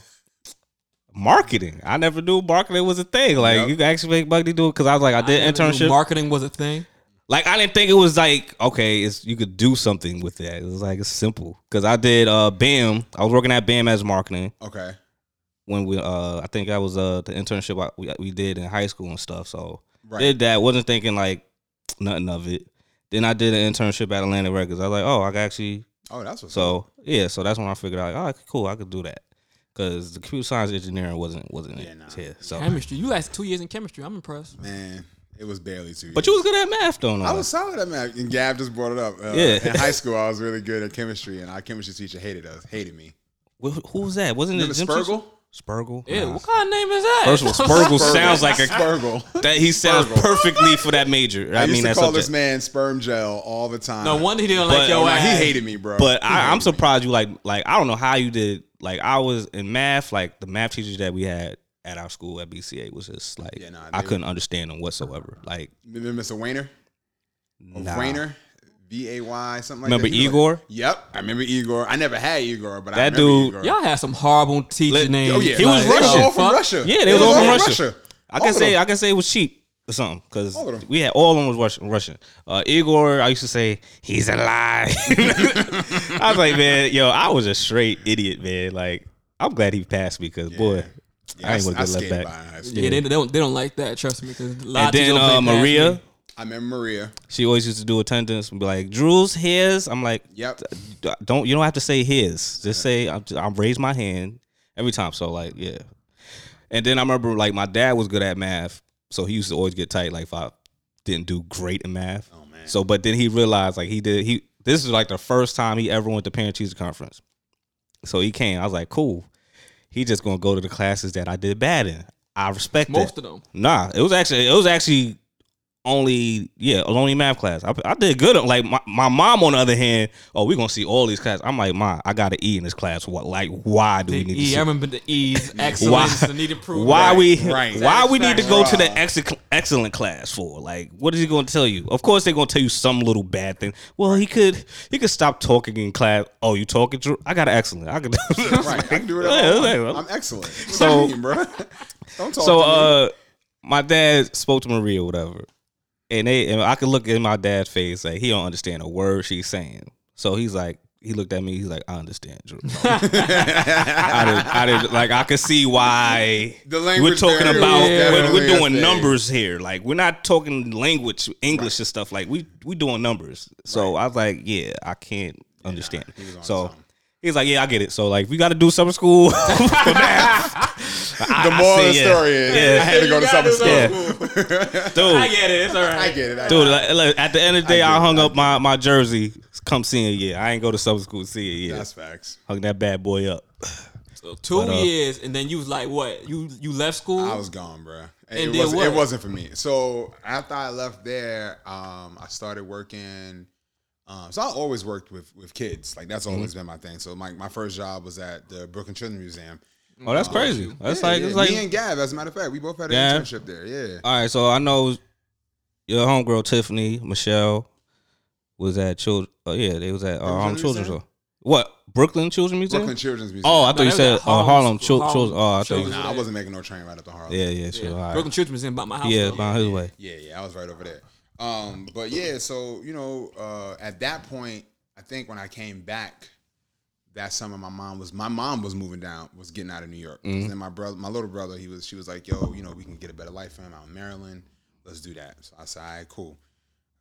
B: Marketing. I never knew marketing was a thing. Like
C: Yep.
B: you could actually make money do it because I was like I did
A: Never knew
B: internship.
A: Marketing was a thing.
B: like I didn't think it was like okay, it's you could do something with that. It was like it's simple because I did uh BAM. I was working at BAM as marketing,
C: okay.
B: when we uh I think that was uh the internship I, we we did in high school and stuff. So
C: Right.
B: did that. Wasn't thinking like nothing of it. Then I did an internship at Atlantic Records. I was like, oh, I can actually.
C: Oh, that's what's up.
B: So yeah, so that's when I figured out, like, oh, cool, I could do that because the computer science engineering wasn't wasn't
C: Yeah,
B: it
C: nah.
B: here. So,
A: Chemistry. You lasted two years in chemistry. I'm impressed.
C: Man, it was barely two.
B: but
C: years.
B: you was good at math though. no?
C: I was solid at math, and Gab just brought it up. Uh,
B: Yeah.
C: In high school, I was really good at chemistry, and our chemistry teacher hated us, hated me.
B: Wh- who was that? Wasn't it
C: Remember
B: Jim
C: Spurgle?
B: Spurgle.
A: Yeah,
B: Nah.
A: what kind of name is that?
B: First of all, Spurgle sounds like a
C: Spurgle.
B: that he sounds
C: Spurgle.
B: perfectly for that major. I,
C: I, used
B: mean,
C: to
B: that
C: call
B: subject.
C: this man sperm gel all the time.
A: no wonder he didn't
B: But- oh,
A: like your
B: Nah,
A: ass.
C: he hated me, bro.
B: But
C: He
B: I, I'm
C: hated me.
B: surprised you like like I don't know how you did like I was in math like the math teachers that we had at our school at BCA was just like
C: Yeah, nah,
B: I
C: they-
B: couldn't understand them whatsoever. Like
C: Remember Mr. Wayner?
B: nah.
C: Wayner? V A Y, something like
B: Remember
C: that. He was like-
B: Igor?
C: yep. I remember Igor. I never had Igor, but I
B: That
C: remember
B: dude-
C: Igor.
A: Y'all had some horrible teacher
B: Let-
A: names.
C: Oh, yeah.
B: He was
C: They were
B: Russian.
C: all from
A: fuck.
C: Russia.
B: Yeah, they was all from Russia. I
C: All
B: can
C: of
B: say
C: them.
B: I can say it was cheap or something because
C: All of them.
B: we had all of them was Russian. Russian. Uh, Igor, I used to say he's alive. I was like, man, yo, I was a straight idiot, man. Like I'm glad he passed me because boy,
C: Yeah,
B: I ain't
C: I,
B: gonna get
C: I
B: left
C: skated
B: back.
C: by in high school.
A: Yeah, they, they don't they don't like that. Trust me, because
B: And then uh, Maria.
C: I remember Maria.
B: She always used to do attendance and be like, "Drew's his." I'm like,
C: Yep.
B: "D- "Don't you don't have to say his. Just say I'm, I'm raise my hand every time." So like, yeah. And then I remember like my dad was good at math, so he used to always get tight. Like if I didn't do great in math,
C: Oh, man.
B: so but then he realized like he did he. This is like the first time he ever went to parent teacher conference. So he came. I was like, cool. He just gonna go to the classes that I did bad in. I respect that.
A: most of them.
B: Nah, it was actually it was actually only yeah it was only math class. I, I did good. Like my, my mom on the other hand, oh we gonna see all these classes. I'm like, ma, I got to E in this class. What like why do we
A: The
B: need
A: E, I
B: to? See?
A: remember the E's, excellence, the need to prove.
B: Why
A: right.
B: we
C: right.
B: why we need to go to the
C: Bruh.
B: ex- excellent class for? Like, what is he going to tell you? Of course, they're going to tell you some little bad thing. Well, he could he could stop talking in class. Oh, you talking? Drew? I got an excellent. I could.
C: Right. I can do it.
B: Yeah,
C: all.
B: yeah,
C: I'm,
B: well.
C: I'm excellent. What
B: So-
C: so, you mean, bro? Don't talk
B: so
C: to me.
B: uh my dad spoke to Maria or whatever. And they and I could look in my dad's face like he don't understand a word she's saying. So he's like he looked at me, he's like, I understand, Drew. I did, I did, like I could see why
C: The
B: we're
C: language
B: talking
C: barrier
B: about
C: is
B: we're,
C: definitely
B: we're
C: a
B: doing
C: thing.
B: numbers here. Like we're not talking language, English and stuff. Like we we doing numbers. So I was like, yeah, I can't understand.
C: he was on
B: so
C: something.
B: he's like, yeah, I get it. So like, we got to do summer school.
C: the moral of the
B: say, yeah.
C: story is
B: Yeah.
C: I had to go to
A: You gotta
C: summer school.
B: Dude,
A: I get it. It's all
C: I
A: right.
C: get it. I
B: Dude, like, look, at the end of the day,
C: I
B: I,
C: get it,
B: hung
C: I
B: up my, my jersey. Come senior year, I ain't go to summer school senior year.
C: That's facts.
B: hung that bad boy up.
A: So two
B: But, uh,
A: years, and then you was like, what? You you left school?
C: I was gone, bro.
A: And
C: It,
A: did
C: wasn't,
A: what?
C: it wasn't for me. So after I left there, um, I started working. Um, so I always
B: Mm-hmm.
C: worked with with kids. Like that's always been my thing. So my, my first job was at the Brooklyn Children's Museum. Um,
B: Oh, that's crazy. That's
C: Yeah,
B: like
C: yeah.
B: it's like
C: me and Gav. As a matter of fact, we both had an
B: Yeah.
C: internship there. Yeah,
B: All right, so I know your homegirl Tiffany Michelle was at children. Uh, yeah, they was at uh,
C: was
B: Harlem
C: at
B: Children's.
C: Museum?
B: Hall. What Brooklyn Children's Museum?
C: Brooklyn Children's Museum.
B: Oh, I thought
A: No,
B: you
A: they
B: said
A: was at
B: uh,
A: Harlem-
B: Harlem Chil-
A: Harlem
B: Children's. Oh, I thought.
A: Children's.
B: you-
C: nah, I wasn't making no train right up to Harlem.
B: Yeah, yeah, sure. All
A: Brooklyn
B: right.
A: Children's in by my house.
B: Yeah,
A: though.
B: about his way.
C: Yeah, yeah, I was right over there. Um, but yeah, so you know, uh, at that point, I think when I came back that summer, my mom was my mom was moving down, was getting out of New York. And then my brother, my little brother, he was she was like, "Yo, you know, we can get a better life for him out in Maryland. Let's do that." So I said, "All right, cool."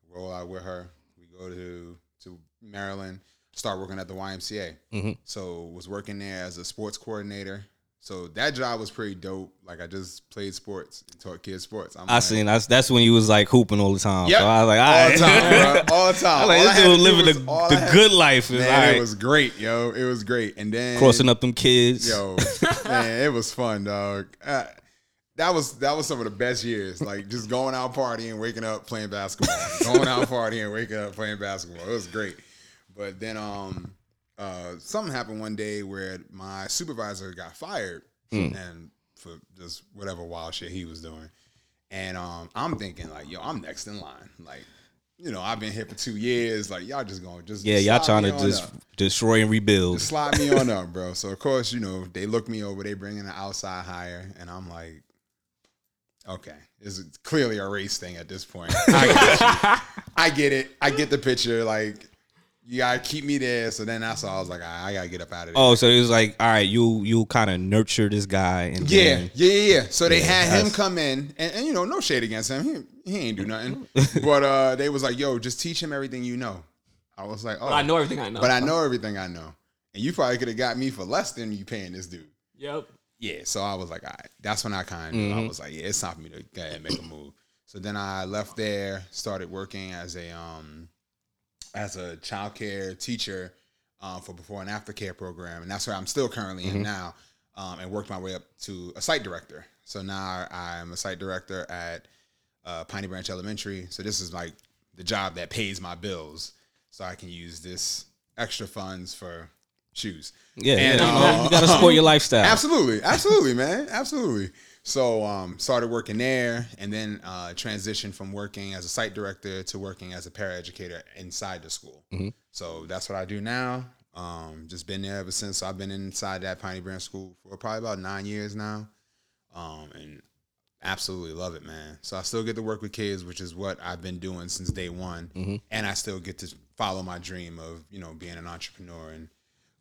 C: Roll out with her. We go to to Maryland. Start working at the YMCA. So was working there as a sports coordinator. So that job was pretty dope. Like I just played sports, taught kids sports. I'm
B: I
C: like-
B: seen that's that's when you was like hooping all the time.
C: Yep.
B: So I was like, all
C: all
B: right.
C: time, bro. all
B: I was
C: time.
B: like,
C: All I
B: this
C: had
B: dude
C: to do
B: living
C: was-
B: the,
C: all I
B: the
C: had-
B: good life. Is
C: Man,
B: all
C: it
B: right.
C: was great, yo. It was great, and then
B: crossing up them kids.
C: yo, man, it was fun, dog. Uh, that was that was some of the best years. Like just going out partying, waking up playing basketball, going out partying, waking up playing basketball. It was great, but then um, uh, something happened one day where my supervisor got fired,
B: Hmm.
C: and for just whatever wild shit he was doing, and um, I'm thinking like, yo, I'm next in line, like. You know, I've been here for two years. Like y'all just gonna just
B: yeah, y'all
C: slide
B: trying
C: me
B: to
C: on
B: just
C: up.
B: destroy and rebuild.
C: Just slide me on up, bro. So of course, you know, they look me over, they bring in an outside hire, and I'm like, okay, this is clearly a race thing at this point. I get, you. I get it. I get the picture. Like, you gotta keep me there. So then that's all I was like, I, I gotta get up out of there.
B: Oh, so it was like, all right, you you kind of nurture this guy, and
C: Yeah,
B: then-
C: yeah, yeah. yeah. So they
B: Yeah,
C: had him
B: that's-
C: come in, and, and you know, no shade against him. He, he ain't do nothing. but uh, they was like, yo, just teach him everything you know. I was like, oh,
A: But I know everything I know.
C: but I know everything I know. And you probably could have got me for less than you paying this dude.
A: Yep.
C: Yeah, so I was like, all right, that's when I kind of knew. I was like, yeah, it's time for me to go ahead and make a move. So then I left there, started working as a um as a child care teacher um, for before and after care program, and that's where I'm still currently in now, um, and worked my way up to a site director. So now I'm a site director at uh, Piney Branch Elementary. So this is like the job that pays my bills, so I can use this extra funds for shoes.
B: yeah,
C: And,
B: yeah.
C: uh,
B: you got to support your lifestyle.
C: Absolutely, absolutely, man, absolutely. So, um, started working there, and then uh, transitioned from working as a site director to working as a paraeducator inside the school. So that's what I do now. Um, just been there ever since. So I've been inside that Piney Branch School for probably about nine years now, um, and absolutely love it, man. So I still get to work with kids, which is what I've been doing since day one, and I still get to follow my dream of you know being an entrepreneur and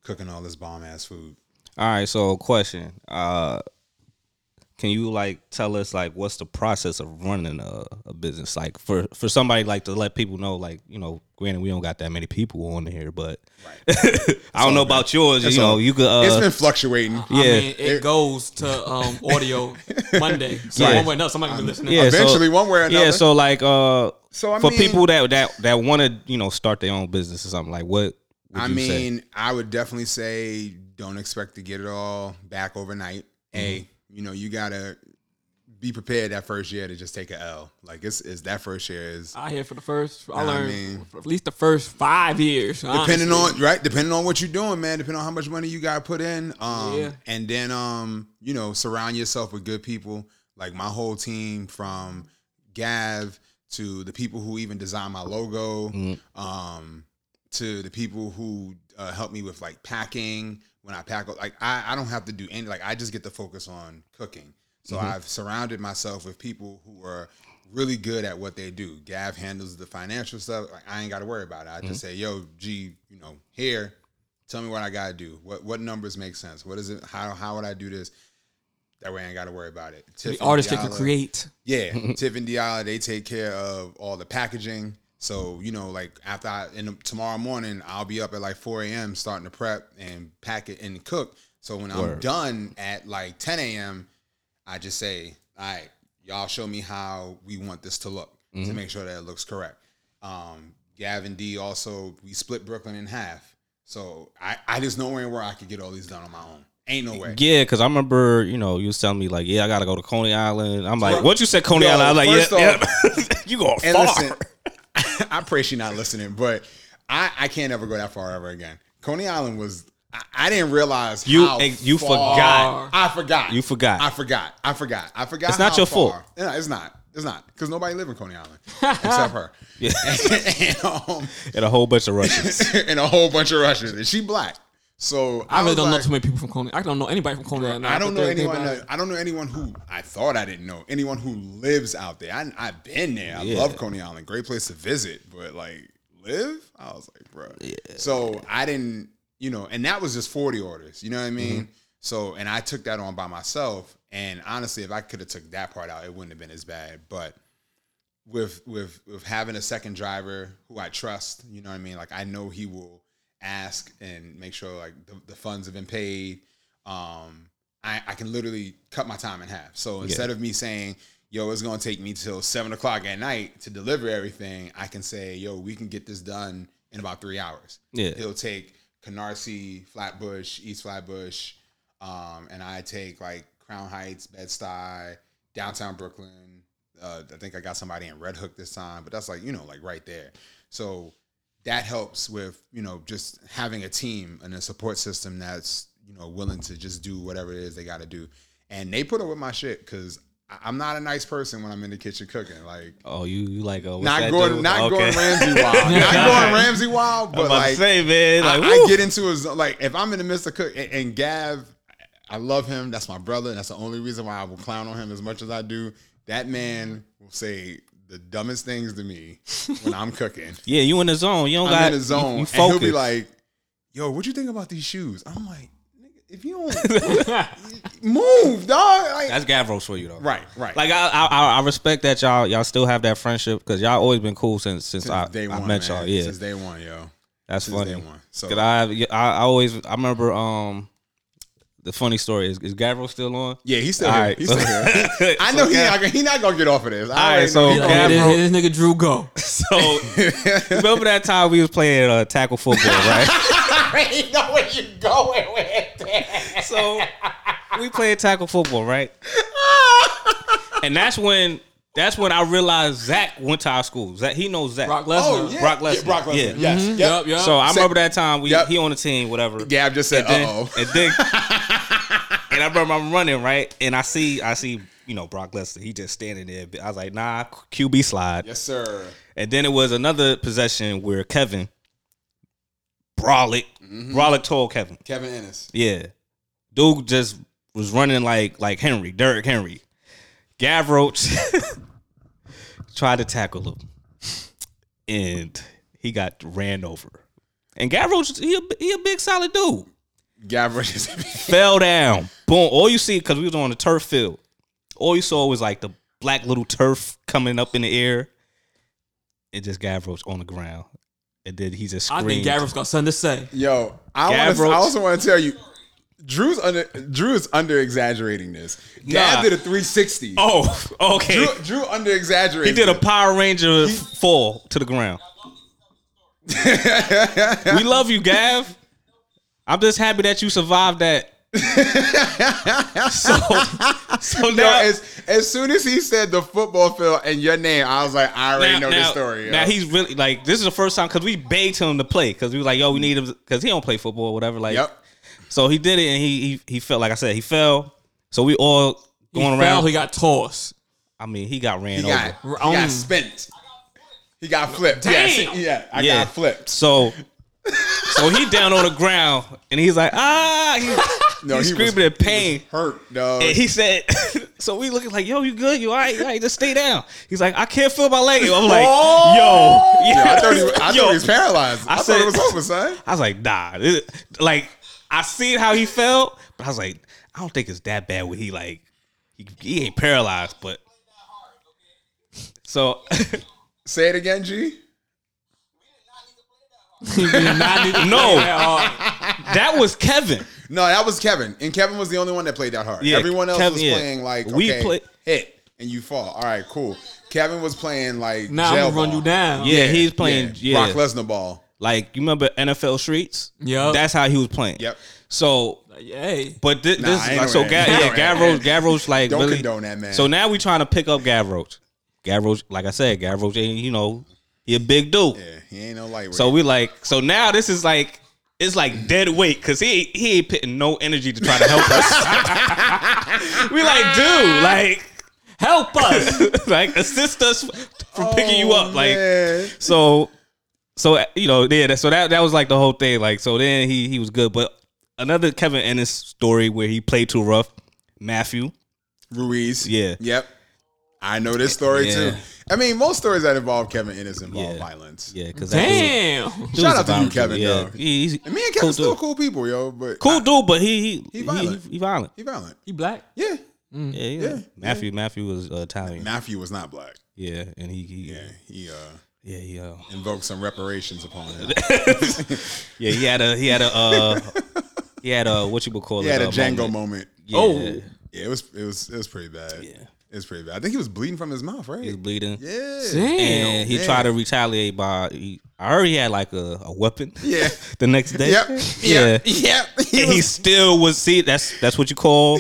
C: cooking all this bomb ass food.
B: All right, so question. Uh can you like tell us like what's the process of running a, a business like for for somebody like to let people know like you know granted we don't got that many people on here but I don't know about yours
C: It's
B: you know
C: all-
B: you could uh,
C: it's been fluctuating.
A: I
B: Yeah.
A: mean, it goes to um, audio Monday. So
B: Yeah.
A: one way or another, somebody can be listening.
B: yeah, so-
C: Eventually, one way or another.
B: yeah so like uh
C: So, I
B: for
C: mean-
B: people that that that want to you know start their own business or something like what would
C: I
B: you say?
C: mean, I would definitely say don't expect to get it all back overnight.
B: Mm-hmm.
C: A, you know, you gotta be prepared that first year to just take a L. Like it's, it's that first year is
A: I here for the first. I
C: I
A: learned
C: mean-
A: for at least the first five years.
C: depending
A: honestly.
C: on right depending on what you're doing man depending on how much money you got to put in um
A: Yeah.
C: and then um you know surround yourself with good people like my whole team from gav to the people who even designed my logo um to the people who uh, help me with like packing when i pack like I, I don't have to do any like i just get to focus on cooking so
A: Mm-hmm.
C: i've surrounded myself with people who are really good at what they do. Gav handles the financial stuff. Like I ain't got to worry about it. I
A: Mm-hmm.
C: just say, "Yo, G, you know, here, tell me what I got to do. What what numbers make sense? What is it? How how would I do this? That way, I ain't got to worry about it."
A: the
C: Tiffany
A: artist that can
C: Diallo-
A: create.
C: yeah, Tiff and Diala, they take care of all the packaging. So you know, like after I, in the, tomorrow morning, I'll be up at like 4 a.m. starting to prep and pack it and cook. So when I'm
B: Word.
C: done at like 10 a.m., I just say, "All right, y'all show me how we want this to look to make sure that it looks correct." Um, Gavin D also we split Brooklyn in half. So I I just know where I could get all these done on my own. Ain't no way.
B: yeah, because I remember, you know, you was telling me like, yeah, I gotta go to Coney Island. I'm like,
C: Well,
B: what you said, Coney
C: yo,
B: Island? I was
C: first
B: like, yeah, yeah. you going
C: And
B: far?
C: listen, I pray she not listening, but I, I can't ever go that far ever again. Coney Island was I, I didn't realize
B: You-
C: how
B: eh, you
C: far-
B: forgot.
C: I forgot.
B: You forgot.
C: I forgot. I forgot. I forgot.
B: It's not
C: how
B: your
C: far-
B: fault.
C: No, it's not. It's not because nobody live in Coney Island except her. and, um,
B: and a whole bunch of Russians.
C: and a whole bunch of Russians, and she black. So
A: I really
C: was
A: don't know
C: like-
A: too many people from Coney. I don't know anybody from Coney. Island.
C: I don't know
A: They- they
C: anyone.
A: about-
C: That, I don't know anyone who I thought I didn't know. Anyone who lives out there. I, I've been there. I love Coney Island. Great place to visit. But like live, I was like, bro. So I didn't, you know, and that was just forty orders. You know what I mean? So and I took that on by myself. And honestly, if I could have took that part out, it wouldn't have been as bad. But with with with having a second driver who I trust, you know what I mean? Like I know he will ask and make sure like the, the funds have been paid. Um I, I can literally cut my time in half. So instead of me saying, yo, it's gonna take me till seven o'clock at night to deliver everything, I can say, yo, we can get this done in about three hours.
B: Yeah.
C: He'll take Canarsie, Flatbush, East Flatbush, um, and I take like Crown Heights, Bed Stuy, downtown Brooklyn. Uh, I think I got somebody in Red Hook this time, but that's like you know, like right there. So that helps with you know just having a team and a support system that's you know willing to just do whatever it is they got to do. And they put up with my shit because I'm not a nice person when I'm in the kitchen cooking. Like
B: Oh, you you like oh, what's
C: not
B: that
C: going,
B: dude?
C: not
B: Okay.
C: going Ramsey wild, not going Ramsey wild,
B: I'm
C: but
B: about
C: like
B: to say, man,
C: I,
B: like,
C: I
B: woo.
C: get into his like if I'm in the midst of cook and, and Gav, I love him. That's my brother. And that's the only reason why I will clown on him as much as I do. That man will say the dumbest things to me when I'm cooking.
B: yeah, you in the zone. You don't
C: I'm
B: got
C: in the zone,
B: You, you
C: and he'll
B: focus.
C: be like, "Yo, what you think about these shoes?" I'm like, "Nigga, "If you don't move, dog, like,
B: That's Gavros for you though.
C: right, right,
B: Like I, I I- I respect that y'all y'all still have that friendship because y'all always been cool since since,
C: Since
B: I,
C: day
B: I
C: one,
B: met
C: man.
B: y'all. Yeah,
C: since day one, yo,
B: that's
C: since
B: funny.
C: day one. So
B: Cause I, I I always I remember um the funny story is is Gavro still on?
C: yeah, he's still
B: All
C: here.
B: right.
C: He's still here. I
B: So
C: know he
B: Gav-
C: not, gonna- he not gonna get off of this. I
B: right,
C: already
B: so
C: know he
A: He's
C: not
A: like,
C: gonna-
A: "Here
B: Gav-
A: this, here this nigga Drew go.
B: So remember that time we was playing uh, tackle football, right?
C: already know where you going with that.
B: so we played tackle football, right? And that's when that's when I realized Zach went to our school. Zach he knows Zach.
A: Brock Lesnar.
C: Oh, yeah.
B: Brock Lesnar.
C: Yeah, Brock Lesnar.
B: Yeah. Mm-hmm.
C: Yes. Yep.
A: Yup, yup.
B: So I
C: Sa-
B: remember that time we
C: Yep.
B: he on the team, whatever.
C: Gab just said,
B: then-
C: uh oh.
B: And then, and I remember I'm running right, and I see, I see, you know, Brock Lesnar. He just standing there. I was like, nah, QB slide.
C: Yes, sir.
B: And then it was another possession where Kevin Brawlick, Brawlick told Kevin,
C: Kevin Ennis.
B: yeah, dude just was running like like Henry, Derrick Henry, Gavroach tried to tackle him, and he got ran over. And Gavroach, he a, he a big solid dude
C: Gab just
B: fell down. Boom. All you see, because we was on the turf field, all you saw was like the black little turf coming up in the air. It just Gavroche on the ground. And then he just
A: I
B: screamed.
A: think Gavro's got something to say.
C: Yo, I want
B: Gav wrote-
C: I also want to tell you, Drew's under Drew is under exaggerating this. Gab
B: Nah.
C: did a 360.
B: Oh, okay.
C: Drew, Drew under
B: he
C: exaggerated.
B: did a Power Ranger fall to the ground. we love you, Gav. I'm just happy that you survived that. so, so
C: Yo,
B: now,
C: as, as soon as he said the football field and your name, I was like, I already know this story. yo.
B: Now he's really like this is the first time because we begged him to play because we was like, yo, we need him because he don't play football or whatever. Like,
C: Yep.
B: so he did it and he he, he fell. Like I said, he fell. So we all
A: He
B: going
A: fell,
B: around.
A: he got tossed.
B: I mean, he got ran
C: He
B: over.
C: got, he
A: Own.
C: got spent. He got flipped. Yes,
A: Damn.
C: yeah, I got flipped.
B: So. So he down on the ground and he's like, ah, he,
C: No,
B: he's
C: he was-
B: screaming in pain.
C: Hurt, dog.
B: And he said, so we looking like, yo, you good? You all right? You all right? Just stay down. He's like, I can't feel my leg. I'm like, yo.
C: Oh! Yo, I thought he was, I
B: Yo.
C: thought he was paralyzed. I,
B: I
C: thought
B: said-
C: it was over, son.
B: I was like, nah. this- like, I seen how he felt, but I was like, I don't think it's that bad when he like he, he ain't paralyzed, but so
C: Say it again, G.
B: no, that was Kevin.
C: No, that was Kevin, and Kevin was the only one that played that hard.
B: Yeah,
C: Everyone else
B: Kevin-
C: was
B: yeah.
C: playing like
B: We
C: okay,
B: play-
C: hit and you fall. All right, cool. Kevin was playing like
A: Now I'm
C: jail
A: gonna run
C: ball.
A: you down.
B: Yeah, he's playing. Yeah,
C: Brock Lesnar ball.
B: like you remember NFL Streets?
A: Yup.
B: that's how he was playing.
C: Yep.
B: So
A: Hey.
B: But thi- this,
C: Nah, I
B: is
C: ain't
B: like, so
C: no
B: Ga-
C: man.
B: yeah, Gavroche, Gavroche, like
C: Don't
B: really,
C: condone that, man.
B: So now we trying to pick up Gavroche. Gavroche, like I said, Gavroche, ain't, you know, he a big dude.
C: Yeah, he ain't no lightweight.
B: So we like, so now this is like It's like dead weight because he he ain't putting no energy to try to help us. we like, dude, like,
A: Help us.
B: like assist us from picking you up, like.
C: Oh, man.
B: so so you know yeah that- so that that was like the whole thing like so then he he was good but another kevin ennis story where he played too rough matthew
C: Ruiz.
B: Yeah.
C: Yep. I know this story
B: Yeah.
C: too. I mean, most stories that involve Kevin Ennis involve
B: Yeah.
C: violence.
B: yeah because
A: Damn.
C: Shout out to you, Kevin, though.
B: he's
C: And me and Kevin
B: cool
C: still
B: dude.
C: cool people, yo. But
B: cool dude but he he he
C: violent.
B: violent, he, violent.
C: he violent.
A: You black?
C: Yeah.
B: Yeah, yeah
C: Yeah,
B: matthew matthew was uh, italian
C: Matthew was not black.
B: yeah and he, he
C: Yeah.
B: yeah
C: He uh,
B: yeah he, uh,
C: invoked some reparations upon him.
B: yeah he had a he had a uh he had a what you would call
C: he
B: it
C: had a
B: uh,
C: Django
B: moment.
C: moment.
B: Yeah.
A: Oh.
C: Yeah, it was it was it was pretty bad.
B: Yeah.
C: It was pretty bad. I think he was bleeding from his mouth, right?
B: he was bleeding
C: yeah.
A: Damn.
B: and he
C: yeah.
B: tried to retaliate by he, I heard he had like a, a weapon.
C: Yeah.
B: the next day.
C: Yep.
B: Yeah.
C: Yep. Yep. He
B: And he
C: was-
B: still was see that's that's what you call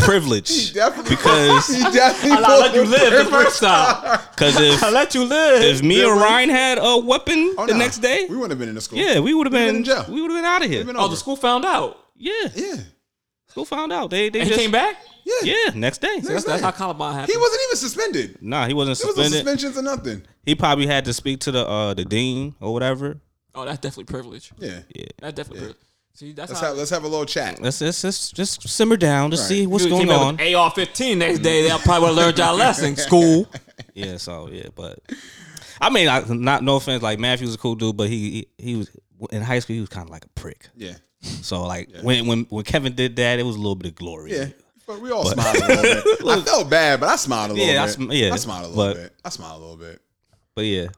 B: privilege.
C: definitely
B: Because
C: he definitely
A: I let you
C: was
A: live the
C: privileged.
A: first time.
B: cause if
A: I let you live.
B: if me or Ryan had a weapon
C: Oh,
B: the
C: nah.
B: next day,
C: We wouldn't have been in the school.
B: yeah, we would have
C: would've
B: been,
C: been in jail.
B: We would have been out of here.
C: We've been
A: oh,
C: over.
A: the school found out.
B: yeah,
C: Yeah.
B: school found out. They they
A: And he
B: just
A: came back?
C: Yeah.
B: yeah next day.
A: That's, that's how Columbine happened.
C: He wasn't even suspended.
B: Nah, he wasn't
C: There was no
B: suspended.
C: suspensions or nothing.
B: he probably had to speak to the uh the dean or whatever.
A: oh, that's definitely privilege.
C: Yeah.
B: Yeah,
A: That's definitely privilege. See, that's
C: Let's
A: how.
C: have let's have a little chat.
B: let's just just, just simmer down to see what's
A: Dude, came
B: going
A: back
B: on.
A: With AR-15 next day, they probably would have learned y'all lesson. School.
B: Yeah, so yeah, but I mean, I, not no offense, like Matthew's a cool dude, but he he, he was in high school he was kind of like a prick.
C: Yeah.
B: So like when when when Kevin did that, it was a little bit of glory.
C: Yeah. But we all smiled a little bit. I felt bad, but I smiled a little
B: Yeah, I
C: bit.
B: sm- yeah,
C: I smiled a little
B: but-
C: bit. I smiled a little bit.
B: but yeah,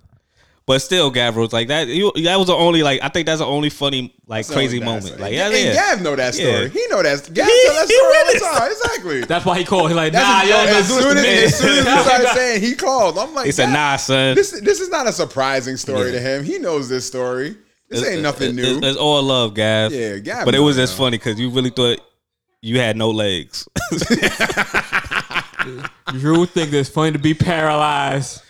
B: but still, Gavro's like that. You, that was the only like I think that's the only funny like crazy
C: So,
B: moment.
C: that's-
B: Like yeah,
C: and
B: yeah.
C: Gav know that story.
B: Yeah.
C: He know that. Gav
B: He-
C: tell that
B: he
C: story all the
B: witnessed.
C: time. Exactly.
A: That's why he called. He like, nah,
C: That's
A: yo,
C: as,
A: that's
C: soon as, as soon as he
A: man.
C: started saying he called, I'm like,
B: He said,
C: "Gav,
B: "Nah, son,
C: This this is not a surprising story to him. He knows this story. This ain't nothing
B: It's,
C: new.
B: it's all love, Gav."
C: Yeah, Gav
B: But it
C: knows
B: was just
C: now.
B: funny because you really thought you had no legs.
A: You think it's funny to be paralyzed?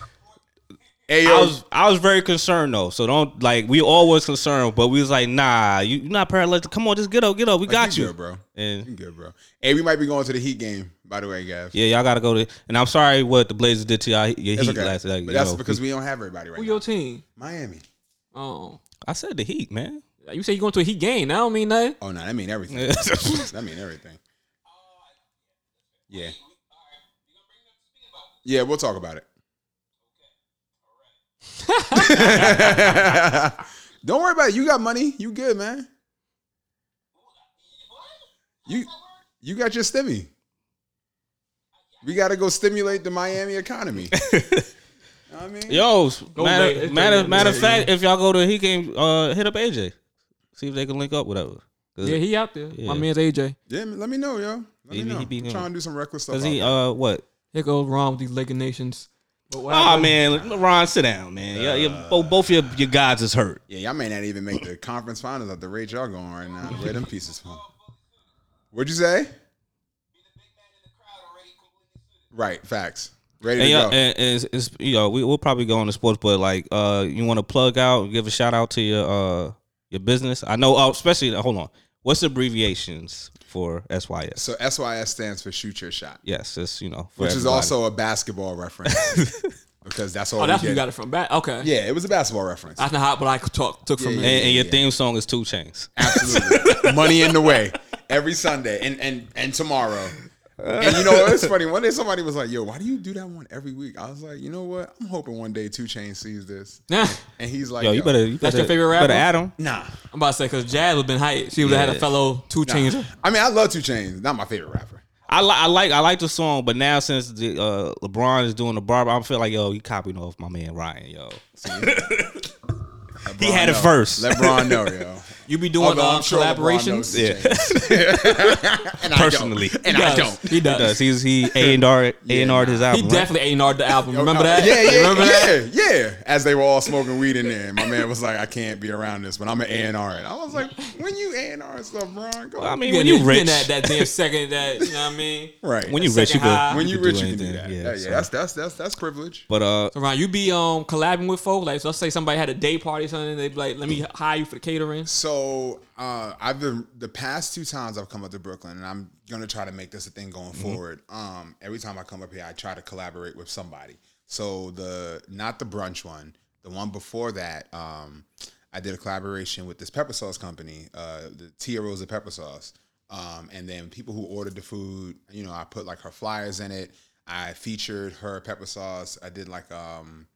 C: Hey,
B: I
C: yo,
B: was I was very concerned though. So don't like we all was concerned, but we was like, nah, you you not paralyzed. Come on, just get up, get up. We got
C: you
B: you,
C: good, bro.
B: And
C: You good, bro. Hey, we might be going to the Heat game, by the way, Gav.
B: yeah, y'all gotta go to. And I'm sorry what the Blazers did to y'all. Your
C: It's
B: Heat
C: okay.
B: last like,
C: but that's
B: yo,
C: because we don't have everybody right
A: Who
C: now.
A: your team?
C: Miami.
A: Oh,
B: I said the Heat, man.
A: you say you going to a heat game? That don't mean nothing.
C: Oh no, that mean everything. that mean everything. Yeah. Yeah, we'll talk about it. Don't worry about it. You got money. You good, man. You you got your stimmy. We got to go stimulate the Miami economy. Know what I mean,
B: Yo,
A: late.
B: matter
A: It's
B: matter,
A: late.
B: matter of
A: Yeah,
B: fact, if y'all go to the Heat game, uh, hit up AJ, see if they can link up, whatever. Cause,
A: Yeah, he out there.
B: Yeah.
A: My man's AJ.
C: yeah, let me know, yo. Let me
B: He-
C: know.
B: he be
C: I'm
B: going.
C: trying to do some reckless stuff.
B: 'cause
C: out
B: he
C: there.
B: uh what?
A: It goes wrong with these Laker nations. But what
B: Oh
A: happened-
B: man, Ron, sit down, man. Yeah, yeah, both both your your guys is hurt.
C: Yeah, y'all may not even make the conference finals at the rate y'all going right now. Where them pieces from? What'd you say? Right, facts. Ready
B: And,
C: to
B: yeah,
C: go.
B: and, and it's, it's, you know we, we'll probably go on to sports, but like uh, you want to plug out, give a shout out to your uh, your business. I know, oh, especially hold on, what's the abbreviations for SYS?
C: so SYS stands for shoot your shot,
B: Yes, it's you know, for
C: which is
B: everybody.
C: also a basketball reference because that's all.
A: Oh,
C: we
A: that's where
C: did.
A: you got it from. Back. Okay.
C: Yeah, it was a basketball reference.
A: That's not how, but I could talk took from
C: Yeah,
A: it.
B: and,
C: yeah,
B: and your
C: yeah.
B: theme song is Two Chains.
C: Absolutely, money in the way every Sunday and and and tomorrow. And you know what? It's funny. One day somebody was like, "Yo, why do you do that one every week?" I was like, "You know what? I'm hoping one day Two Chain sees this."
A: Nah,
C: And he's like,
B: Yo, you better, you
A: That's
B: better-
A: your favorite
B: you Better
A: rapper?
B: add 'em.
C: nah."
A: I'm about to say because Jazz would been hyped. She would have had
B: Yeah.
A: a fellow two changer.
C: I mean, I love Two Chains. Not my favorite rapper.
B: I, li- I like I like the song, but now since the uh, LeBron is doing the barber, I feel like yo, you copied off my man Ryan, yo.
C: LeBron
B: had it
C: know.
B: first.
C: LeBron know, yo.
A: You be doing
C: Although
A: um,
C: I'm sure LeBron knows
A: collaborations.
C: the James. and
B: Personally.
C: I don't. and I
A: does.
C: don't.
A: He does.
B: Does he's he A and R A and R his
A: He
B: album? right?
A: definitely A&R'd the album. Remember that?
C: Yeah, yeah,
A: Remember that?
C: yeah, yeah. As they were all smoking weed in there, my man was like, "I can't be around this," but I'm an A and R. And I was like, "When you A and R stuff, Bron, go
B: I mean,
A: Yeah,
B: when you rich,
A: that, that damn second, that, you know what I mean?
C: right
B: when you rich,
A: second
B: you
A: high.
B: could
C: when you
B: could
C: rich, you can do that.
B: anything,
C: Yeah, yeah,
B: so.
C: that's that's that's that's privilege.
B: But uh,
A: So, Ron, you be um collabing with folks. Like, let's say somebody had a day party or something. They be like, let me hire you for the catering.
C: So uh, I've been the past two times I've come up to Brooklyn, and I'm gonna try to make this a thing going forward. Um, every time I come up here, I try to collaborate with somebody. So the not the brunch one, the one before that, um, I did a collaboration with this pepper sauce company, uh, the Tia Rosa pepper sauce. Um, and then people who ordered the food, you know, I put like her flyers in it. I featured her pepper sauce. I did like um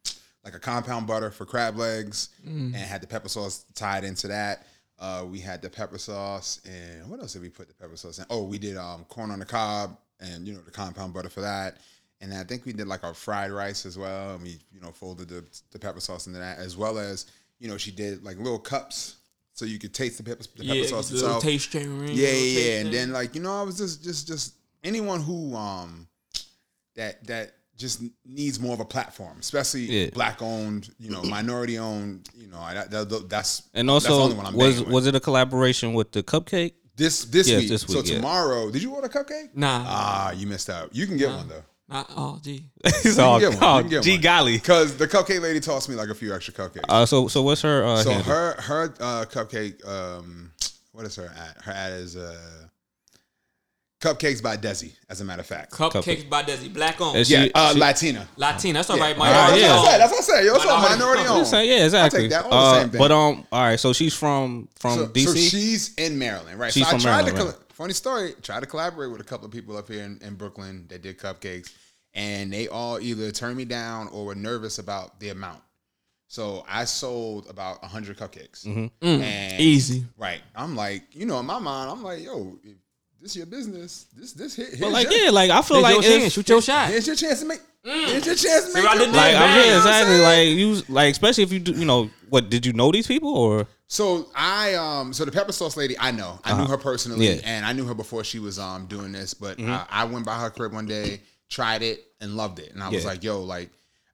C: like a compound butter for crab legs
A: Mm.
C: and had the pepper sauce tied into that. Uh, we had the pepper sauce and what else did we put the pepper sauce in? Oh, we did um, corn on the cob and you know the compound butter for that. And I think we did like our fried rice as well. And we you know folded the, the pepper sauce into that as well as you know she did like little cups so you could taste the pepper, the pepper
A: Yeah,
C: sauce
A: little
C: itself.
A: taste sharing.
C: Yeah,
A: little
C: yeah,
A: taste
C: yeah. And
A: thing.
C: then like you know, I was just just just anyone who um that that just needs more of a platform, especially
B: Yeah.
C: black owned, you know, minority owned. You know, I, that, that, that's
B: and
C: that's the
B: also
C: only one I'm
B: was
C: banging with.
B: was it a collaboration with the cupcake?
C: this this,
B: Yes,
C: week.
B: this
C: So
B: week, yeah.
C: tomorrow, did you order cupcake?
A: Nah.
C: Ah, you missed out. You can get one though.
A: not, oh, gee.
B: He's
C: can
B: all
C: get one, you
B: oh,
C: can get
B: gee
C: one.
B: golly.
C: Because the cupcake lady tossed me like a few extra cupcakes.
B: Uh, so so what's her uh,
C: so
B: handle?
C: her her uh, cupcake, um, what is her ad? Her ad is uh, cupcakes by Desi. As a matter of fact,
A: Cupcakes by Desi. Black on.
B: Is she-
C: yeah, uh,
B: she-
C: Latina.
A: Latina. That's all right.
C: Yeah,
A: Minority
B: yeah.
C: that's, what I
A: owned.
C: said, that's what I said. Yo, it's all
A: Minority
C: minority
A: owned.
C: owned.
B: So, yeah, exactly.
C: that one, the
B: Uh,
C: same thing.
B: But um, all right. So she's from from
C: So,
B: DC.
C: so she's in Maryland, right?
B: She's
C: so
B: from
C: I tried
B: Maryland,
C: to colla-
B: right.
C: funny story. Tried to collaborate with a couple of people up here in, in Brooklyn that did cupcakes, and they all either turned me down or were nervous about the amount. So I sold about hundred cupcakes. And-
A: Easy.
C: Right. I'm like, you know, in my mind, I'm like, yo, if this your business. This this hit.
B: but
C: Here's
B: like
C: your,
B: yeah, like I feel
A: Shoot
B: like
A: your chance.
B: if,
A: Shoot your shot.
C: Here's your chance to make. Here's your chance to make.
A: what I
C: your
A: did there?
C: money,
B: like I'm
A: Man,
B: yeah,
A: you know what I'm
B: exactly.
C: saying?
B: Like you like especially if you do you know what did you know these people
C: Uh,
B: or
C: So I um so the pepper sauce lady I know I knew her personally
B: Uh-huh. Yeah. Mm-hmm.
C: and I knew her before she was um doing this but I, I went by her crib one day tried it and loved it and I was
B: Yeah.
C: like yo like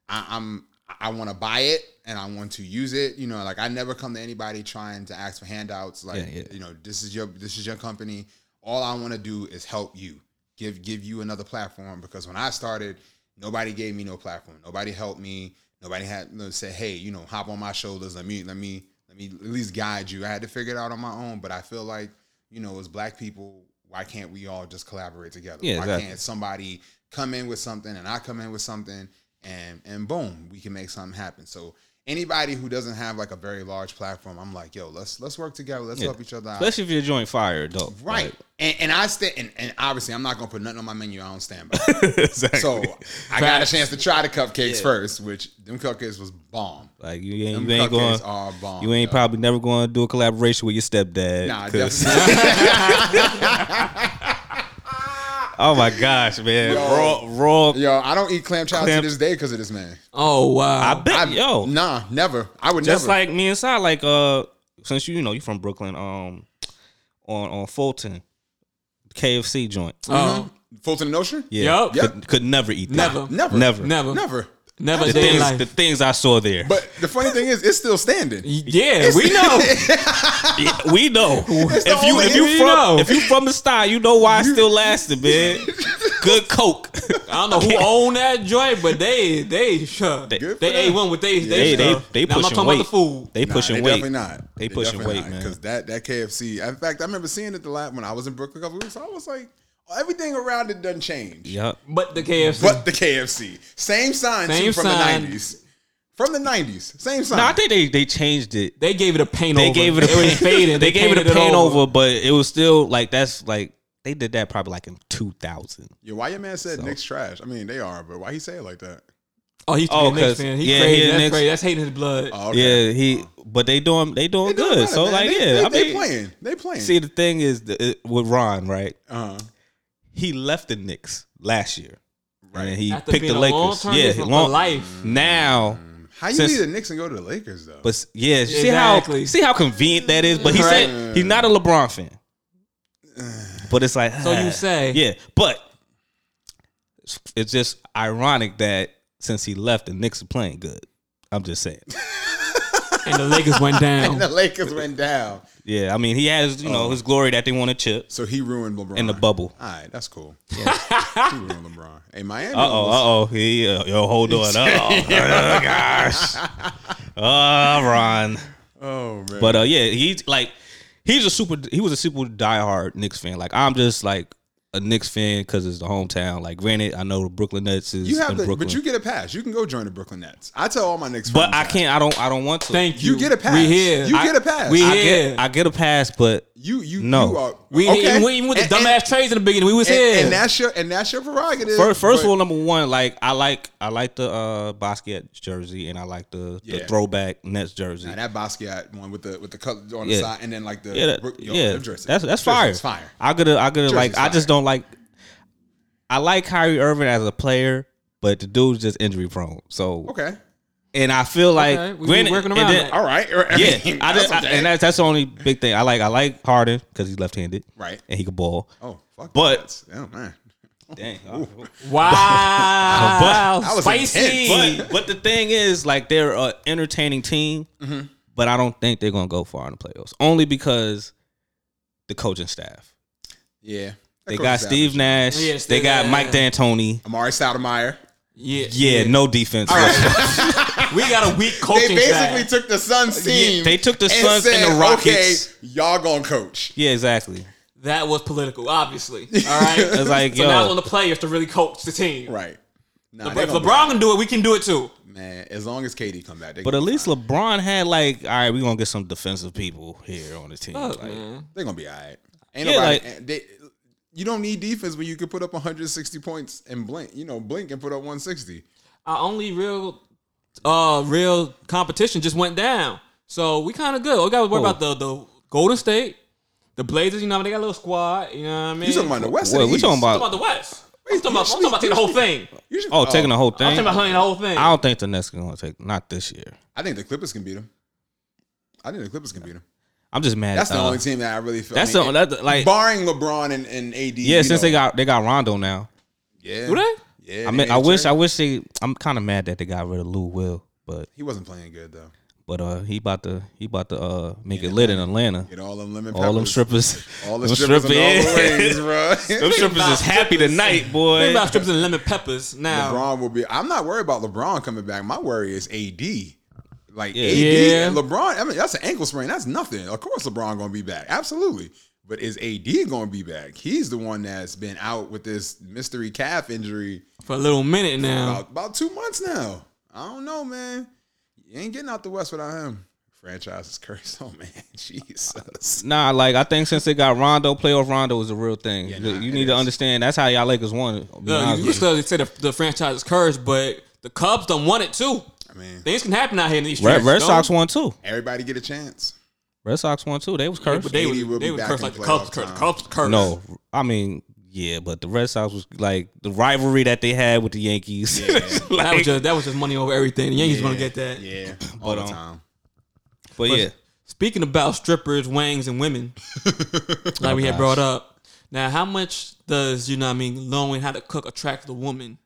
C: I, I'm I want to buy it and I want to use it you know like I never come to anybody trying to ask for handouts like
B: Yeah, yeah.
C: you know this is your this is your company all I want to do is help you give give you another platform because when I started nobody gave me no platform nobody helped me nobody had no said hey you know hop on my shoulders let me let me let me at least guide you I had to figure it out on my own but I feel like you know as black people why can't we all just collaborate together
B: Yeah,
C: why
B: exactly.
C: can't somebody come in with something and I come in with something and and boom we can make something happen so anybody who doesn't have like a very large platform I'm like yo let's let's work together let's help each other out
B: especially if you're joint fire though.
C: Right.
B: Like,
C: and, and I stand, and, and obviously, I'm not going to put nothing on my menu I don't stand by.
B: exactly.
C: so I got a
A: Facts.
C: chance to try the cupcakes first, which them cupcakes was bomb.
B: like you ain't
C: Them
B: you ain't
C: cupcakes
B: going
C: are bomb.
B: you ain't
C: yo.
B: probably never going to do a collaboration with your stepdad.
C: Nah,
B: 'cause-
C: definitely.
B: oh my gosh, man.
C: Yo.
B: Raw raw.
C: yo, I don't eat clam chowder
B: Clam-
C: to this day because of this man.
A: Oh,
B: I
A: wow.
B: bet
C: I,
B: yo.
C: Nah, never. I would
B: Just
C: never.
B: like me inside, like uh, since you, you know you from Brooklyn, um, on on Fulton, KFC joint.
C: mm-hmm.
A: Oh.
C: Fulton and Ocean?
B: Yeah,
A: Yup.
B: Could, could never eat that.
A: Never.
C: Never.
B: Never.
A: Never.
C: Never.
A: Never
B: The
A: a day in
B: things,
A: life.
B: the things I saw there,
C: But the funny thing is, it's still standing.
A: yeah, we know.
B: Yeah, we know. if you
C: only-
B: if you
A: we
B: from
A: know.
B: if you from the style, you know why it still lasted, man. Good Coke.
A: I don't know who owned that joint, but they they sure they,
C: Good for
A: they ate
C: them.
A: one with they they
B: They they
A: stuff. Now,
B: they
A: I'm not
B: pushing
A: talking
B: weight.
A: about the food.
B: They
C: Nah,
B: pushing
C: they
B: weight.
C: Definitely not.
B: They pushing weight, man.
C: Because that that KFC. In fact, I remember seeing it the last when I was in Brooklyn a couple weeks. I was like, everything around it doesn't change.
B: Yup.
A: But the KFC.
C: But the KFC, same sign too,
A: Same
C: from
A: sign.
C: the nineties, from the nineties, same sign.
B: No, I think they they changed it.
A: they gave it a paint
B: They
A: over.
B: gave it a
A: was
B: paint.
A: faded.
B: They, gave it
A: painted
B: a paint over. but it was still like that's like they did that probably like in two thousand.
C: yeah, why your man said Nick's trash? I mean, they are, but why he say it like that?
A: Oh, he's
B: Oh,
A: oh, a Knicks
B: 'cause-
A: fan. He
B: yeah, he
A: crazy.
B: a
A: That's
B: Knicks-
A: crazy. That's hating his blood.
C: Oh, okay.
B: Yeah, he. But they doing they doing
C: It don't
B: good.
C: matter,
B: so
C: man.
B: like
C: they,
B: yeah,
C: they,
B: I
C: they
B: mean,
C: playing, they playing.
B: see the thing is the, it, with Ron right.
C: uh-huh.
B: He left the Knicks last year. Right. And he
A: After
B: picked
A: being
B: the
A: a
B: Lakers.
A: long-term
B: yeah,
A: difference for life.
B: Now
C: How you
B: Since-
C: leave the Knicks and go to the Lakers though?
B: But s- yeah,
A: Exactly.
B: see how see how convenient that is. But he said
C: Right.
B: he's not a LeBron fan. But it's like ah,
A: So you say.
B: yeah. But it's- it's just ironic that since he left, the Knicks are playing good. I'm just saying.
A: and the Lakers went down.
C: the Lakers went down,
B: Yeah, I mean he has you know his glory that they want to chip.
C: so he ruined LeBron
B: In the bubble.
C: All right, that's cool. he ruined LeBron. Hey, Miami.
B: Uh oh,
C: was-
B: uh oh. He, uh, yo, hold on. Uh-oh. oh, gosh. Uh, Ron.
C: oh man.
B: But uh, yeah, he's like, he's a super, he was a super diehard Knicks fan. Like, I'm just like a Knicks fan because it's the hometown. Like, granted, I know the Brooklyn Nets is
C: you have
B: in
C: the,
B: Brooklyn.
C: but you get a pass. You can go join the Brooklyn Nets. I tell all my Knicks.
B: But
C: friends
B: I
C: that.
B: can't, I don't, I don't want to.
A: Thank you.
C: You get a pass.
A: We here.
C: You
A: I-
C: get a pass.
A: We
B: I
A: here.
B: get, I get a pass, but
C: You you
B: No.
C: You are,
A: we
C: okay.
A: even, even with the
C: And- and-
A: dumbass trades in the beginning, we was
C: and,
A: here.
C: and that's your and that's your prerogative.
B: first, first
C: but-
B: of all, number one, like, I like, I like the uh, Basquiat jersey and I like the, the
C: Yeah.
B: throwback Nets jersey.
C: Now, that Basquiat one with the with the color on
B: Yeah.
C: the side, and then like the
B: yeah, that,
C: Brook- yo,
B: yeah.
C: them jerseys.
B: That's that's
C: Jerseys,
B: fire.
C: It's fire.
B: I gotta, I gotta like.
C: Jersey's
B: I just
C: fire.
B: don't like. I like Kyrie Irving as a player, but the dude's just injury prone. So,
C: Okay.
B: and I feel like
A: Okay, we- we
B: granted-
A: working
B: and
A: around
B: then-
A: that.
C: All right. I
B: Yeah,
C: mean,
B: I
C: that's
B: just, I-
C: okay.
B: and that's that's the only big thing. I like I like Harden because he's left handed,
C: Right.
B: And he can ball.
C: oh fuck.
B: but-
C: that's- oh man.
B: Dang.
C: oh.
A: wow.
C: That was
A: spicy.
C: intense.
B: But but the thing is, like they're an entertaining team,
C: Mm-hmm.
B: but I don't think they're gonna go far in the playoffs only because the coaching staff.
C: Yeah.
B: They got Steve Nash.
A: Yeah,
B: they
A: Steve
B: got
A: Nash.
B: Mike D'Antoni.
C: Amari Stoudemire.
A: yeah,
B: Yeah, no defense.
A: We got a weak
C: They
A: coaching
C: basically
A: staff.
C: took the Suns team.
B: they took the
C: and
B: Suns and
C: said,
B: the Rockets.
C: Okay, y'all gonna coach.
B: Yeah, exactly.
A: That was political, obviously. All right.
B: It's like,
A: so
B: yo.
A: now it's on the players to really coach the team.
C: Right. Nah,
A: But
C: they
A: if
C: gonna be-
A: LeBron can do it, we can do it too.
C: man, as long as KD come back, they
B: But uh, at least LeBron had like, all right, we're gonna get some defensive people here on the team.
A: Fuck,
B: Like,
A: man.
C: they're gonna be all right. Ain't
B: Yeah,
C: nobody.
B: like-
C: they, you don't need defense when you could put up 160 points and blink. You know, blink and put up 160.
A: Our only real, uh, real competition just went down. So we kind of good. All We got to worry
B: Who?
A: about the the Golden State, the Blazers. You know, they got a little squad. You know what I mean?
C: You talking about the West? or
B: What
C: the
B: we
C: East?
B: talking
A: I'm
B: about?
A: talking about the West. I'm talking
C: you
A: about, I'm
C: speak-
A: talking about taking the whole thing.
C: You should-
B: Oh, taking the whole
A: I'm
B: thing.
A: talking about taking the whole thing.
B: I don't think the Nets gonna take not this year.
C: I think the Clippers can beat them. I think the Clippers can beat them.
B: I'm just mad.
C: That's the
B: uh,
C: only team that I really feel.
B: That's
C: I mean,
B: the that's, like
C: barring LeBron and, and AD.
B: yeah.
C: you
B: Since
C: know,
B: they got they got Rondo now.
C: yeah,
A: Do they?
C: yeah.
B: I
C: they
B: mean,
C: made
B: I
C: a
B: wish
C: trade.
B: I wish they. I'm kind of mad that they got rid of Lou Will, but
C: he wasn't playing good though.
B: but uh, he about to he about to uh make it lit in Atlanta.
C: Get all them lemon peppers,
B: All them strippers,
C: all the
B: them
C: strippers, and all the
B: strippers-
C: wings, bro.
B: Them strippers is happy tonight,
A: Think
B: boy.
A: about strips and lemon peppers now.
C: LeBron will be. I'm not worried about LeBron coming back. My worry is AD. Like
B: Yeah.
C: AD
A: Yeah.
C: and LeBron. I mean, that's an ankle sprain. That's nothing. Of course, LeBron gonna be back. Absolutely. But is AD gonna be back? He's the one that's been out with this mystery calf injury
A: for a little minute now.
C: about, about two months now. I don't know, man. You ain't getting out the West without him. Franchise is cursed. Oh man, Jesus.
B: Nah, like I think since they got Rondo, playoff Rondo is a real thing.
C: nah,
B: you
C: it
B: need to
C: is.
B: understand that's how y'all Lakers won. it. I'll be
A: Look,
B: honest
A: you
B: with
A: still
B: you.
A: say the, the franchise is cursed, but the Cubs don't want it too.
C: I mean,
A: Things can happen out here in these
B: Red,
A: streets.
B: Red Sox won too.
C: everybody get a chance.
B: Red Sox won too. They was cursed.
A: but they
C: Katie
A: were
C: will
A: they
C: be
A: were
C: back
A: cursed
C: in
A: like the Cubs
C: playoff
A: cursed.
C: time.
A: Cubs cursed.
B: no, I mean yeah, but the Red Sox was like the rivalry that they had with the Yankees. Like,
A: that was just that was just money over everything. The Yankees gonna
C: Yeah,
A: get that.
C: Yeah, all the
B: um,
C: time.
B: but yeah,
A: Speaking about strippers, wangs, and women, like we had
B: gosh.
A: brought up. Now, how much does you know? what I mean, knowing how to cook attract the woman.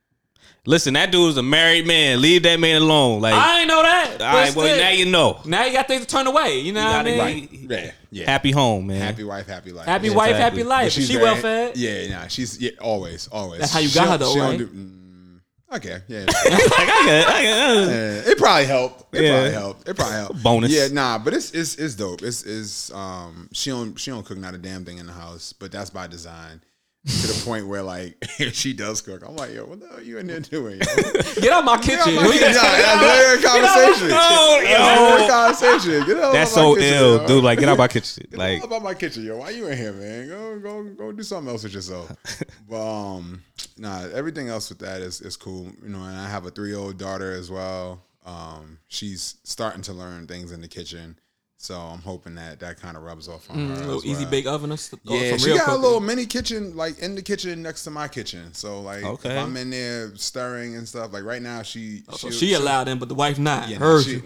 B: listen, that dude was a married man. Leave that man alone. Like, all
A: I ain't know that.
B: right, well now
A: you
B: you know.
A: now you got things to turn away. You know what I
B: Gotta
A: mean?
B: be
C: Yeah, yeah.
B: happy home, man.
C: Happy wife, happy life.
A: Happy
C: Yeah.
A: wife,
B: Exactly.
A: happy life.
C: But she's
A: She
C: very-
A: well fed.
C: Yeah, nah, she's yeah, always, always.
A: That's how you got her, though,
C: she don't
A: right?
C: do- mm, okay, yeah. yeah.
B: Like, I got- I got-
C: Yeah, It probably helped. It
B: Yeah.
C: probably helped. It probably helped.
B: Bonus.
C: Yeah, nah, but it's it's it's dope. It's is um she don't she don't cook not a damn thing in the house, but that's by design. to the point where like if she does cook, I'm like, yo, what the hell you in there doing? yo?
A: Get out my kitchen.
C: Get out my kitchen. Nah, that's layer of conversation.
B: No,
C: That's layer of
B: yo.
C: conversation. Get out
B: That's
C: of my
B: so
C: kitchen,
B: ill,
C: yo.
B: dude. Like, get out my kitchen.
C: It's all
B: Like,
C: about my kitchen, yo. Why you in here, man? Go, go, go, do something else with yourself. but um, nah, everything else with that is is cool, you know. And I have a three year old daughter as well. Um, she's starting to learn things in the kitchen. So I'm hoping that that kind of rubs off on her.
A: Mm, little
C: as
A: easy
C: well.
A: bake oh, oven. Us
C: Yeah, she got a little mini kitchen, like in the kitchen next to my kitchen. So like,
B: Okay.
C: if I'm in there stirring and stuff. Like right now, she
A: Oh, So
C: she'll-
A: she allowed in, but the wife not.
C: Yeah, nah,
A: Hers.
C: she,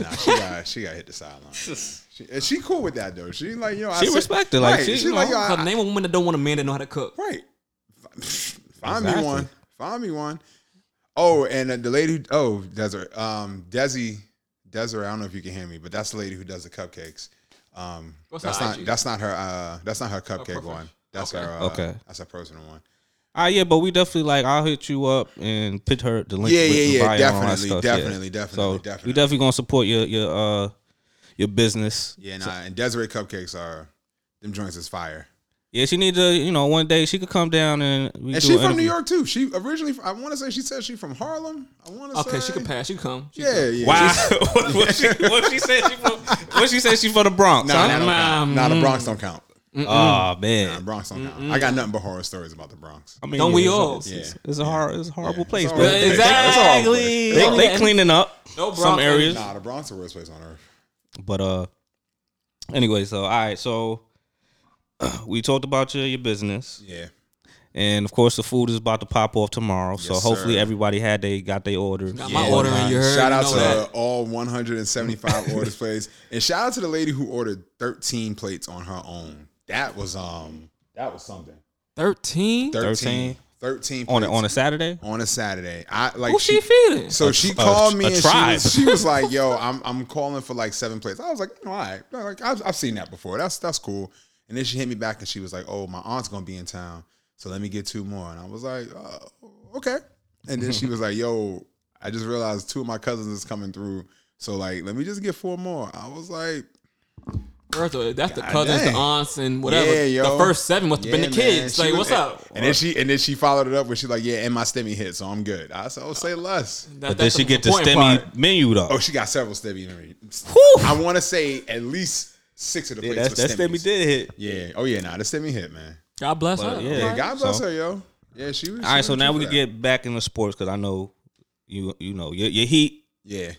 C: nah, yeah, nah, she got she got hit the sideline. She, and she cool with that though. She like yo, I
B: She
C: said-
B: respect it, like,
C: right,
B: she-
C: she like yo, I,
A: Cause name a woman that don't want a man that know how to cook.
C: Right. Find
B: Exactly.
C: me one. Find me one. Oh, and the lady who oh Desiree, um, Desi, Desiree. I don't know if you can hear me, but that's the lady who does the cupcakes. Um,
A: What's
C: that's
A: her
C: not
A: IG?
C: that's not her. Uh, that's not her cupcake
A: professional.
C: one. That's
A: Okay.
C: her. Uh,
B: Okay.
C: That's her personal one.
B: Ah, yeah, but we definitely like. I'll hit you up and pitch her the link.
C: Yeah,
B: with
C: yeah,
B: the
C: yeah,
B: bio and all that
C: definitely,
B: stuff,
C: definitely, definitely,
B: So
C: definitely.
B: we definitely gonna support your your uh your business.
C: Yeah, nah, and Desiree cupcakes are them joints is fire.
B: Yeah, she need to. You know, one day she could come down and we
C: And
B: do
C: she
B: an
C: from New
B: interview.
C: York too. She originally, I want to say she said she from Harlem. I want to
A: Okay,
C: say
A: she can pass. She can come. She
C: Yeah, yeah.
B: Wow, what, what she, what she said? She from, what she said? She from the Bronx?
C: Nah,
B: huh?
C: nah, nah,
A: Um,
C: nah, the Bronx don't count.
B: Oh
C: Nah,
B: man,
C: Bronx don't count. I got nothing but horror stories about the Bronx.
B: I mean,
A: Don't we
B: it's a-
A: all?
B: It's, it's, a
C: Yeah.
B: hor- it's a horrible
C: Yeah.
B: place,
C: It's
B: but
C: horrible.
B: they-
A: Exactly.
B: They, they, cleaning up
A: No
B: some
A: Bronx
B: areas,
C: Nah, the Bronx the worst place on earth.
B: but uh, anyway, so all right, so we talked about your your business.
C: Yeah.
B: And of course, the food is about to pop off tomorrow. so
C: Yes,
B: hopefully,
C: sir.
B: everybody had they got their order.
A: Got
C: Yeah,
A: my order
C: man.
A: in your
C: Shout out
A: you know
C: to
A: that.
C: all 175 orders placed, and shout out to the lady who ordered 13 plates on her own. That was um, that was something.
A: 13?
C: 13,
B: 13?
C: 13
B: on a,
C: plates
B: on a Saturday.
C: on a Saturday. I like
A: Who she feeding?
C: So
B: A-
C: she
B: a-
C: called me
B: a
C: and she
B: tribe.
C: was, she was like, "Yo, I'm I'm calling for like seven plates." I was like, "All right, like I've, I've seen that before. That's that's cool." And then she hit me back and she was like, "Oh, my aunt's gonna be in town, so let me get two more." And I was like, uh, "Okay." And then she was like, "Yo, I just realized two of my cousins is coming through, so like let me just get four more." I was like,
A: First of all, that's the
C: God
A: cousins,
C: dang.
A: the aunts, and whatever.
C: Yeah, yo.
A: The first seven must have been
C: Yeah,
A: the
C: man.
A: kids.
C: She
A: Like,
C: was-
A: what's up?
C: And then she and then she followed it up with she's like, "Yeah, and my stimmy hit, so I'm good." I said, "Oh, say less."
A: That-
B: But did
A: that's
B: she get the
A: important
B: STEMI
A: part.
B: menu though?
C: Oh, she got several stimmy.
B: Whew.
C: I want to say at least six of the
B: Yeah,
C: plates.
B: that's,
C: were
B: that STEMI
C: stimmies.
B: did hit.
C: Yeah. Oh yeah. Nah, the stimmy hit, man.
A: God bless her.
B: yeah.
C: Yeah.
B: Right.
C: God bless
B: So-
C: her, yo. Yeah, she was.
B: All right, so now we can get back into sports because I know you you know your, your Heat
C: Yeah.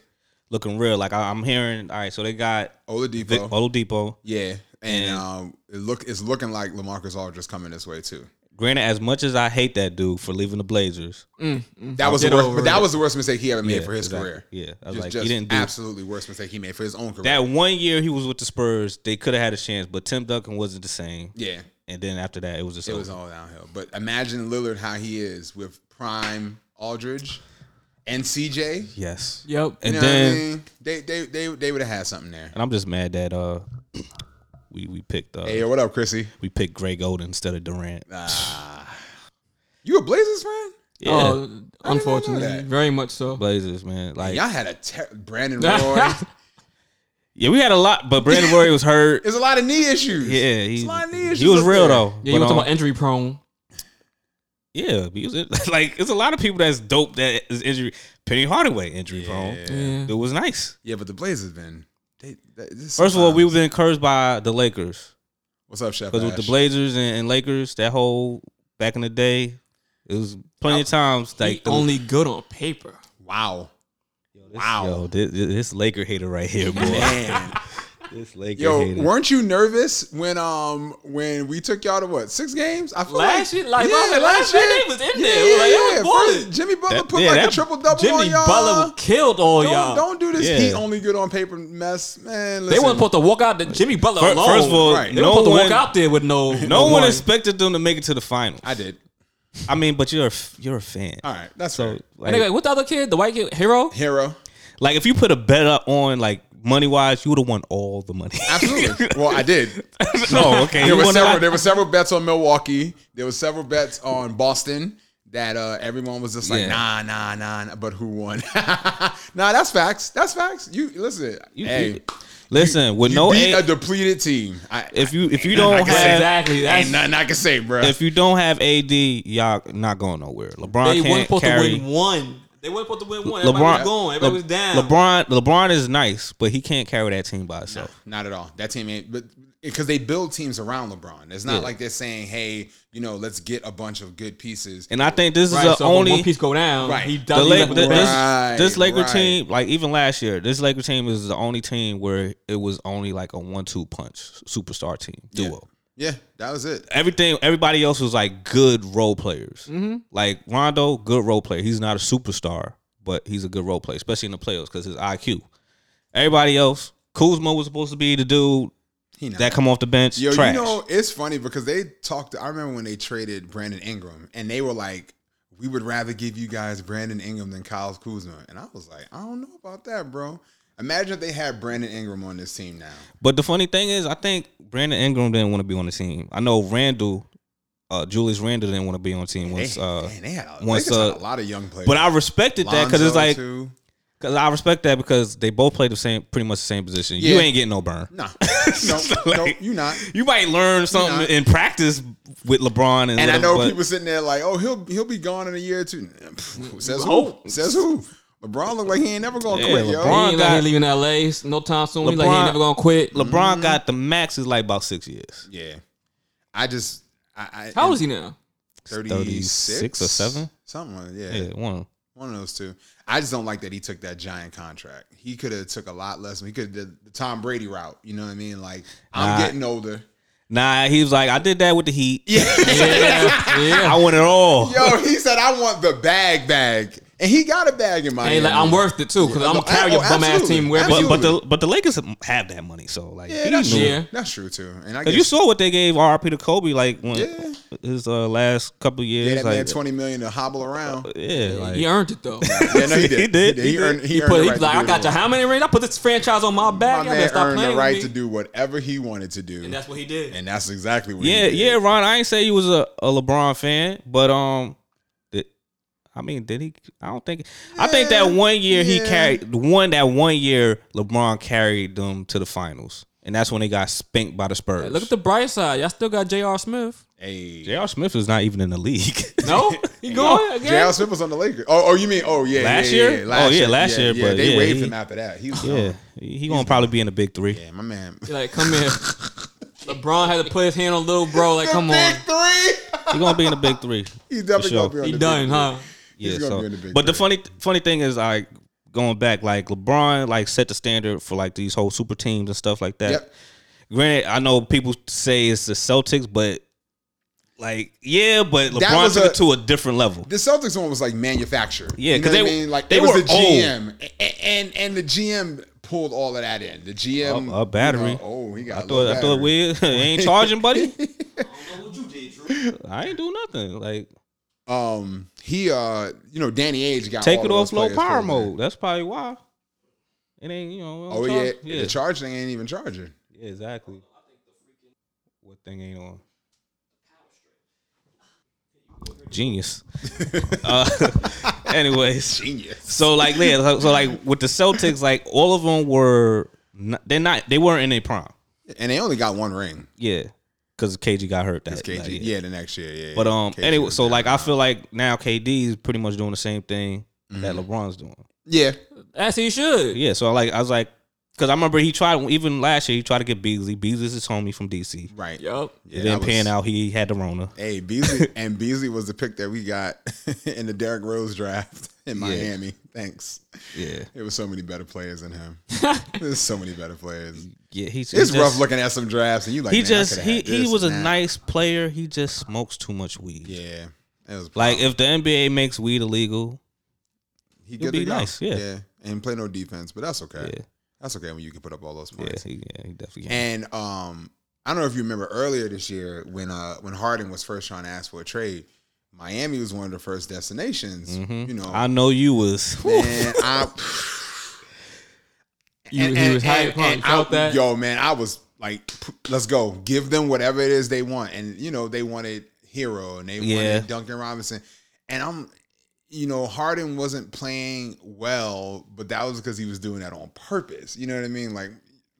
B: looking real. Like I, I'm hearing. All right, so they got
C: Oladipo.
B: Vic Oladipo.
C: yeah. And
B: And-
C: um, it look it's looking like Lamarcus Aldridge coming this way too.
B: Granted, as much as I hate that dude for leaving the Blazers, Mm-hmm.
C: That was the
A: Get
C: worst,
A: over
C: but that
A: it.
C: was the worst mistake he ever made
B: Yeah,
C: for his
B: exactly.
C: career.
B: Yeah, I was
C: just,
B: like,
C: just
B: he didn't do-
C: absolutely worst mistake he made for his own career.
B: that one year he was with the Spurs, they could have had a chance, but Tim Duncan wasn't the same.
C: yeah,
B: And then after that, it was just
C: it
B: over.
C: was all downhill. But imagine Lillard how he is with prime Aldridge and CJ.
B: yes.
A: Yep.
B: And
C: You know
B: then.
C: what I mean? They they they they would have had something there.
B: And I'm just mad that uh we we picked uh
C: Hey, yo, what up, Chrissy?
B: we picked Greg Oden instead of Durant.
C: You a Blazers fan?
B: Yeah.
A: Oh,
C: that.
A: unfortunately, very much so.
B: Blazers, man. Like
C: Y'all had a ter- Brandon Roy.
B: yeah, we had a lot, but Brandon Roy was hurt.
C: There's a lot of knee issues.
B: Yeah,
C: It's
B: he,
C: a lot of knee issues
B: he was
C: up
B: real
C: there.
B: though.
A: yeah, you were
B: But,
A: talking
B: um,
A: about injury prone.
B: yeah, he was like it's a lot of people that's dope that is injury. Penny Hardaway injury prone.
A: Yeah.
B: It was nice.
C: Yeah, but the Blazers been. They, they, this
B: First of all, we
C: sometimes-
B: were encouraged by the Lakers
C: What's up, Chef?
B: because with the
C: Ash?
B: Blazers and, and Lakers, that whole back in the day, it was plenty of times
A: Like
B: like the,
A: only good on paper.
C: Wow.
B: this,
C: Wow.
B: yo, this, this Laker hater right here, boy.
C: Man.
B: this Laker
C: Yo,
B: hater.
C: weren't you nervous when um when we took y'all to what six games? I feel
A: Last year, like, last- last year they was in there.
C: Yeah,
A: Like, they was
C: yeah,
A: balling.
C: first, Jimmy Butler
B: That-
C: put
B: yeah,
C: like a
B: that-
C: triple double on
A: Jimmy
C: y'all.
A: Butler killed all
C: don't,
A: y'all.
C: don't do this.
B: Yeah.
C: He only good on paper mess, man.
A: they
C: Listen,
A: weren't supposed to walk out. The Jimmy Butler
B: Fir-
A: alone.
B: first of all,
C: Right.
A: they were
B: no
A: supposed to
B: one,
A: walk out there with no.
B: no one
A: warning.
B: expected them to make it to the finals.
C: I did. Uh,
B: I mean, but you're a, f- you're a fan.
C: All right, that's
B: So
C: right.
A: And
B: like,
A: they like, what the other kid, the white kid, hero?
C: Hero.
B: like, if you put a bet up on like money wise, you would have won all the money.
C: Absolutely. well, I did.
B: no, okay.
C: There
B: you
C: were
B: won a
C: several.
B: lot.
C: There were several bets on Milwaukee. There were several bets on Boston that uh, everyone was just like,
B: Yeah.
C: nah, nah, nah, nah. But who won? nah, that's facts. That's facts. You listen.
B: You-
C: hey,
B: you- listen, with
C: you
B: no
C: beat
B: A,
C: a depleted team. I,
B: if you if you
C: I
B: don't
C: can say
B: have
A: Exactly.
C: ain't
A: That's
C: nothing I can say, bro.
B: if you don't have AD, y'all not going nowhere. LeBron
A: they weren't
B: can't
A: supposed
B: carry.
A: to win one. They weren't supposed to win one. Everybody
B: LeBron
A: was going. Everybody
B: Le-
A: was down.
B: LeBron LeBron is nice, but he can't carry that team by itself.
C: Not at all. That team ain't, but because they build teams around LeBron. It's not like they're saying, hey, you know, let's get a bunch of good pieces.
B: And I think this is
A: Right,
B: the
A: so only
B: only
A: one piece go down.
C: Right.
A: He
C: The
B: the
A: does.
B: La-
A: he left
B: the-
A: with the
B: this,
A: best.
C: Right,
B: this Laker
C: right.
B: team, like even last year, this Laker team is the only team where it was only like a one-two punch superstar team duo.
C: yeah, that was it.
B: Everything, everybody else was like good role players.
C: Mm-hmm.
B: Like Rondo, good role player. He's not a superstar, but he's a good role player, especially in the playoffs because his IQ. Everybody else, Kuzma was supposed to be the dude
C: He not.
B: that come off the bench.
C: Yo,
B: trash.
C: you know, it's funny because they talked. I remember when they traded Brandon Ingram, and they were like, "We would rather give you guys Brandon Ingram than Kyle Kuzma." And I was like, "I don't know about that, bro." Imagine if they had Brandon Ingram on this team now.
B: But the funny thing is, I think Brandon Ingram didn't want to be on the team. I know Randall, uh, Julius Randall didn't want to be on the team
C: They,
B: once. Uh,
C: man, they had a,
B: once,
C: Lakers had
B: uh,
C: a lot of young players,
B: but I respected that because it's
C: Lonzo,
B: like
C: too.
B: because I respect that because they both play the same, pretty much the same position. You
C: Yeah.
B: ain't getting no burn.
C: nah, no, no,
B: Like-
C: you not.
B: You might learn something
C: not.
B: in practice with LeBron, and,
C: And I
B: whatever,
C: know
B: but
C: people sitting there like, "Oh, he'll he'll be gone in a year or two. Pfft, Says who?
A: Hope.
C: Says who? LeBron look like he ain't never gonna
B: Yeah,
C: quit, yo.
A: He
B: LeBron
A: ain't like he
B: got-
A: ain't leaving LA no time soon. He's like he
B: LeBron-
A: ain't never gonna quit.
B: LeBron
C: Mm-hmm.
B: got the max is like about six years,
C: Yeah, I just. I, I,
A: How old is he now?
C: 36,
B: 36 or 7?
C: something like yeah,
B: yeah, one.
C: one of those two i just don't like that he took that giant contract he could have took a lot less he could have did the tom brady route you know what i mean like i'm
B: Nah.
C: getting older
B: Nah, he was like, I did that with the Heat.
A: Yeah, yeah.
B: I want it all.
C: yo he said i want the bag bag and he got a bag in my
A: Hey, like, I'm worth it too because I'm gonna carry a
C: oh,
A: bum ass
C: absolutely.
A: team wherever.
B: but
A: But,
B: but the but the Lakers have that money, so like
C: yeah
B: he
C: that's
B: knew.
C: true
A: Yeah.
C: that's true too and i
B: Cause
C: guess
B: you saw what they gave RP to Kobe like when
C: Yeah.
B: his uh, last couple years.
C: yeah, that man
B: like,
C: 20 million to hobble around
B: yeah, like,
A: he earned it though.
C: yeah, no, he, did.
B: He did, he did.
C: earned, he
A: He
C: earned
A: put
C: the
A: he
C: right
A: like
C: to
A: I
C: do
A: got
C: what-
A: you how many rings? I put this franchise on my back. Y'all
C: my
A: better
C: man
A: stop
C: earned
A: playing
C: the
A: with
C: right
A: me.
C: to do whatever he wanted to do
A: And that's what he did.
C: and that's exactly what
B: yeah,
C: he did.
B: yeah, Ron. I ain't say you was a, a LeBron fan, but um, did, I mean, did he? I don't think. I think that one year he
C: yeah.
B: carried the one that one year LeBron carried them to the finals, and that's when they got spanked by the Spurs.
A: Look at the bright side. Y'all still got J.R. Smith.
C: hey
B: J.R. Smith is not even in the league.
A: No, he going again.
C: J.R. Smith was on the Lakers. Oh, oh, you mean oh yeah,
B: Last
C: yeah, yeah,
B: year? Oh, yeah, last year, but
C: they
B: yeah,
C: waived
B: he-
C: him after that. He was
B: yeah,
C: yeah,
B: he he gonna probably be in the big three.
C: yeah, my man.
A: He like, come here. LeBron had to put his hand on little bro. Like, come on,
C: Big three.
B: He gonna be in the big three.
C: He's definitely
B: sure.
C: gonna be on
A: he
C: the
A: done,
C: big
A: huh?
B: Yeah,
C: He's gonna
B: so-
C: be in the big
B: but the
C: three.
B: funny funny thing is like going back, like LeBron like set the standard for like these whole super teams and stuff like that.
C: Yep.
B: Granted, I know people say it's the Celtics, but like yeah, but
C: That
B: LeBron
C: was
B: took
C: a-
B: it to a different level.
C: The Celtics one was like manufactured.
B: Yeah,
C: you know
B: 'cause
C: what I
B: they-
C: mean? like
B: they
C: it was
B: were
C: the GM A- a- and, and the GM pulled all of that in. The GM
B: A- a battery.
C: you know, oh, he got.
B: I thought I thought we ain't charging, buddy.
A: What you did, Drew?
B: I ain't do nothing. Like
C: Um, he uh, you know, Danny Age got
B: take
C: all
B: it
C: of
B: off
C: those
B: low
C: players
B: power
C: pulled in.
B: mode. That's probably why. It ain't you know. we don't
C: Oh yeah,
B: charge-
C: the charge thing ain't even charging.
B: Yeah, exactly. What thing ain't on? Genius. uh, anyways,
C: Genius.
B: so like, yeah, so, so, like with the Celtics, like all of them were not, they're not they weren't in a prime.
C: And they only got one ring.
B: Yeah, because KG got hurt. That
C: KG.
B: that year.
C: yeah. the next year. Yeah.
B: But um,
C: KG
B: anyway,
C: was
B: so
C: down.
B: like I feel like now KD is pretty much doing the same thing that
C: Mm-hmm.
B: LeBron's doing.
C: yeah,
A: As he should.
B: Yeah, so like I was like, because I remember he tried even last year he tried to get Beasley. Beasley's his homie from DC.
C: right.
A: Yup.
B: It
C: Yeah,
B: didn't
C: that
B: pan
C: was-
B: out. He had the Rona.
C: Hey, Beasley and Beasley was the pick that we got in the Derrick Rose draft in Miami. Thanks.
B: Yeah,
C: There was so many better players than him. There's so many better players.
B: yeah. He's
C: It's
B: he
C: rough
B: just-
C: looking at some drafts and you like
B: He
C: "Man, I
B: just
C: coulda
B: he
C: had
B: he
C: this
B: was a
C: and that."
B: nice player. He just smokes too much weed.
C: yeah. It was
B: Like if the NBA makes weed illegal,
C: he
B: it'd
C: good
B: be
C: to go.
B: nice, yeah.
C: yeah, and play no defense, but that's okay.
B: Yeah.
C: That's okay when you can put up all those
B: yeah,
C: points.
B: he, yeah, he definitely. Can.
C: And um, I don't know if you remember earlier this year when uh when Harden was first trying to ask for a trade, Miami was one of the first destinations.
A: Mm-hmm.
C: You know,
B: Mm-hmm. I know you was.
C: man, I
A: You, he was hyped. huh? You felt
C: I,
A: that.
C: Yo, man, I was like, p- let's go. Give them whatever it is they want. And, you know, they wanted Hero and they
B: Yeah.
C: wanted Duncan Robinson. And I'm, you know, Harden wasn't playing well, but that was because he was doing that on purpose. You know what I mean? Like,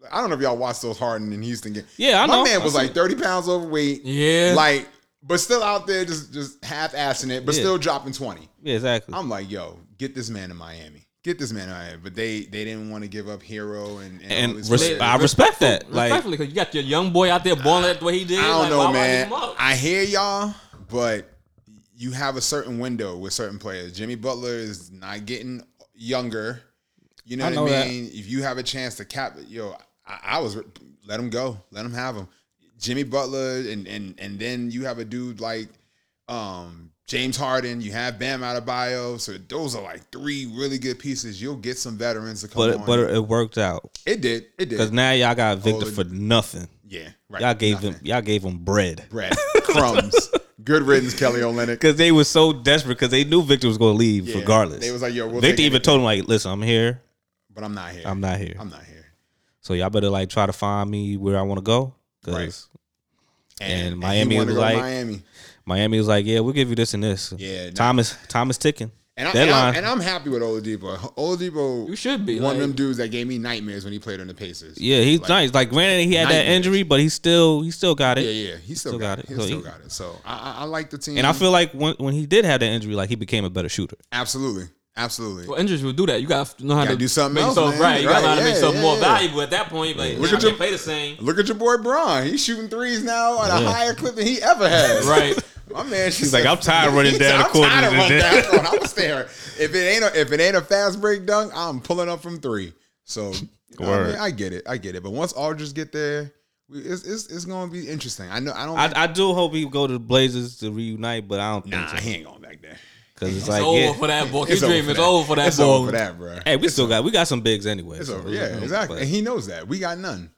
C: I don't know if y'all watched those Harden and Houston games.
B: Yeah, I
C: My
B: know.
C: man was
B: I see
C: like 30 pounds overweight.
A: Yeah.
C: Like, but still out there just just half assing it, but
B: Yeah.
C: still dropping twenty.
B: Yeah, exactly.
C: I'm like, yo, get this man in Miami. Get this man in Miami. But they they didn't want to give up Hero and and, all
B: and
C: these
B: res-
C: players.
B: I respect that. Like,
A: Respectfully, because you got your young boy out there balling at the way he did.
C: I don't
A: Like,
C: know,
A: why would I
C: man.
A: give him up?
C: I hear y'all, but you have a certain window with certain players. Jimmy Butler is not getting younger. You know,
B: I know
C: what I
B: that.
C: mean? If you have a chance to cap it, yo, I, I was let him go, let him have him. Jimmy Butler, and and and then you have a dude like um James Harden. You have Bam Adebayo. So those are like three really good pieces. You'll get some veterans to come
B: but
C: on.
B: but it worked out
C: it did, it
B: because
C: did.
B: now y'all got Victor
C: Oh,
B: for nothing.
C: yeah, right.
B: Y'all gave
C: Nothing.
B: him y'all gave him bread
C: bread crumbs. Good riddance, Kelly Olynyk.
B: because they were so desperate because they knew Victor was going to leave
C: Yeah.
B: regardless.
C: They was like, yo, we'll
B: Victor
C: take
B: even
C: it,
B: told him like, listen, I'm here.
C: but I'm not here.
B: I'm not here.
C: I'm not here.
B: so y'all better like try to find me where I want to go. Because And
C: he
B: Miami was
C: wanted to go to
B: like-
C: Miami.
B: Miami was like, yeah, we'll give you this and this.
C: Yeah, no.
B: time is time is ticking.
C: And, I, and,
B: Deadline.
C: I'm, and I'm happy with Oladipo. Oladipo,
A: You should be,
C: one
A: like-
C: of them dudes that gave me nightmares when he played on the Pacers.
B: yeah, he's nice. Like granted, he had that
C: nightmares.
B: injury, but he still he still got it.
C: yeah, yeah. He still, got, it. He
B: So
C: still
B: he-
C: got it. So I, I, I like the team.
B: And I feel like when when he did have that injury, like he becbecame a better shooter.
C: absolutely, absolutely.
A: Well, injuries will do that. You got to know how
C: Gotta
A: to
C: do something
A: make
C: else,
A: yourself
C: man.
A: right. You got to know
C: Right,
A: how to make
C: yeah,
A: yourself more
C: yeah.
A: valuable at that point. Like,
C: Look
A: nah,
C: at
A: I can
C: your-
A: play the same.
C: Look at your boy Braun. He's shooting threes now at a higher clip than he ever had.
A: Right.
C: My man, she's
B: like, "I'm tired of running down the court
C: I'm tired of
B: and
C: running
B: then-
C: down the court. I'm staring. If it ain't a, if it ain't a fast break dunk, I'm pulling up from three. So you know what I,
B: Word.
C: mean? I get it, I get it. But once Aldridge get there, we, it's, it's it's gonna be interesting. I know I don't.
B: I, I do hope he go to the Blazers to reunite, but I don't think so.
C: he ain't going back there.
B: Because it's,
A: It's
B: like,
A: over
B: yeah.
A: for that boy. His
C: It's
A: dream
C: over
A: is
C: for that.
A: over for that
C: It's over
A: boy.
C: for that, bro.
B: hey, we still got we got some bigs anyway.
C: It's
B: so,
C: over.
B: you
C: Yeah,
B: know,
C: exactly.
B: but-
C: And he knows that. We got none.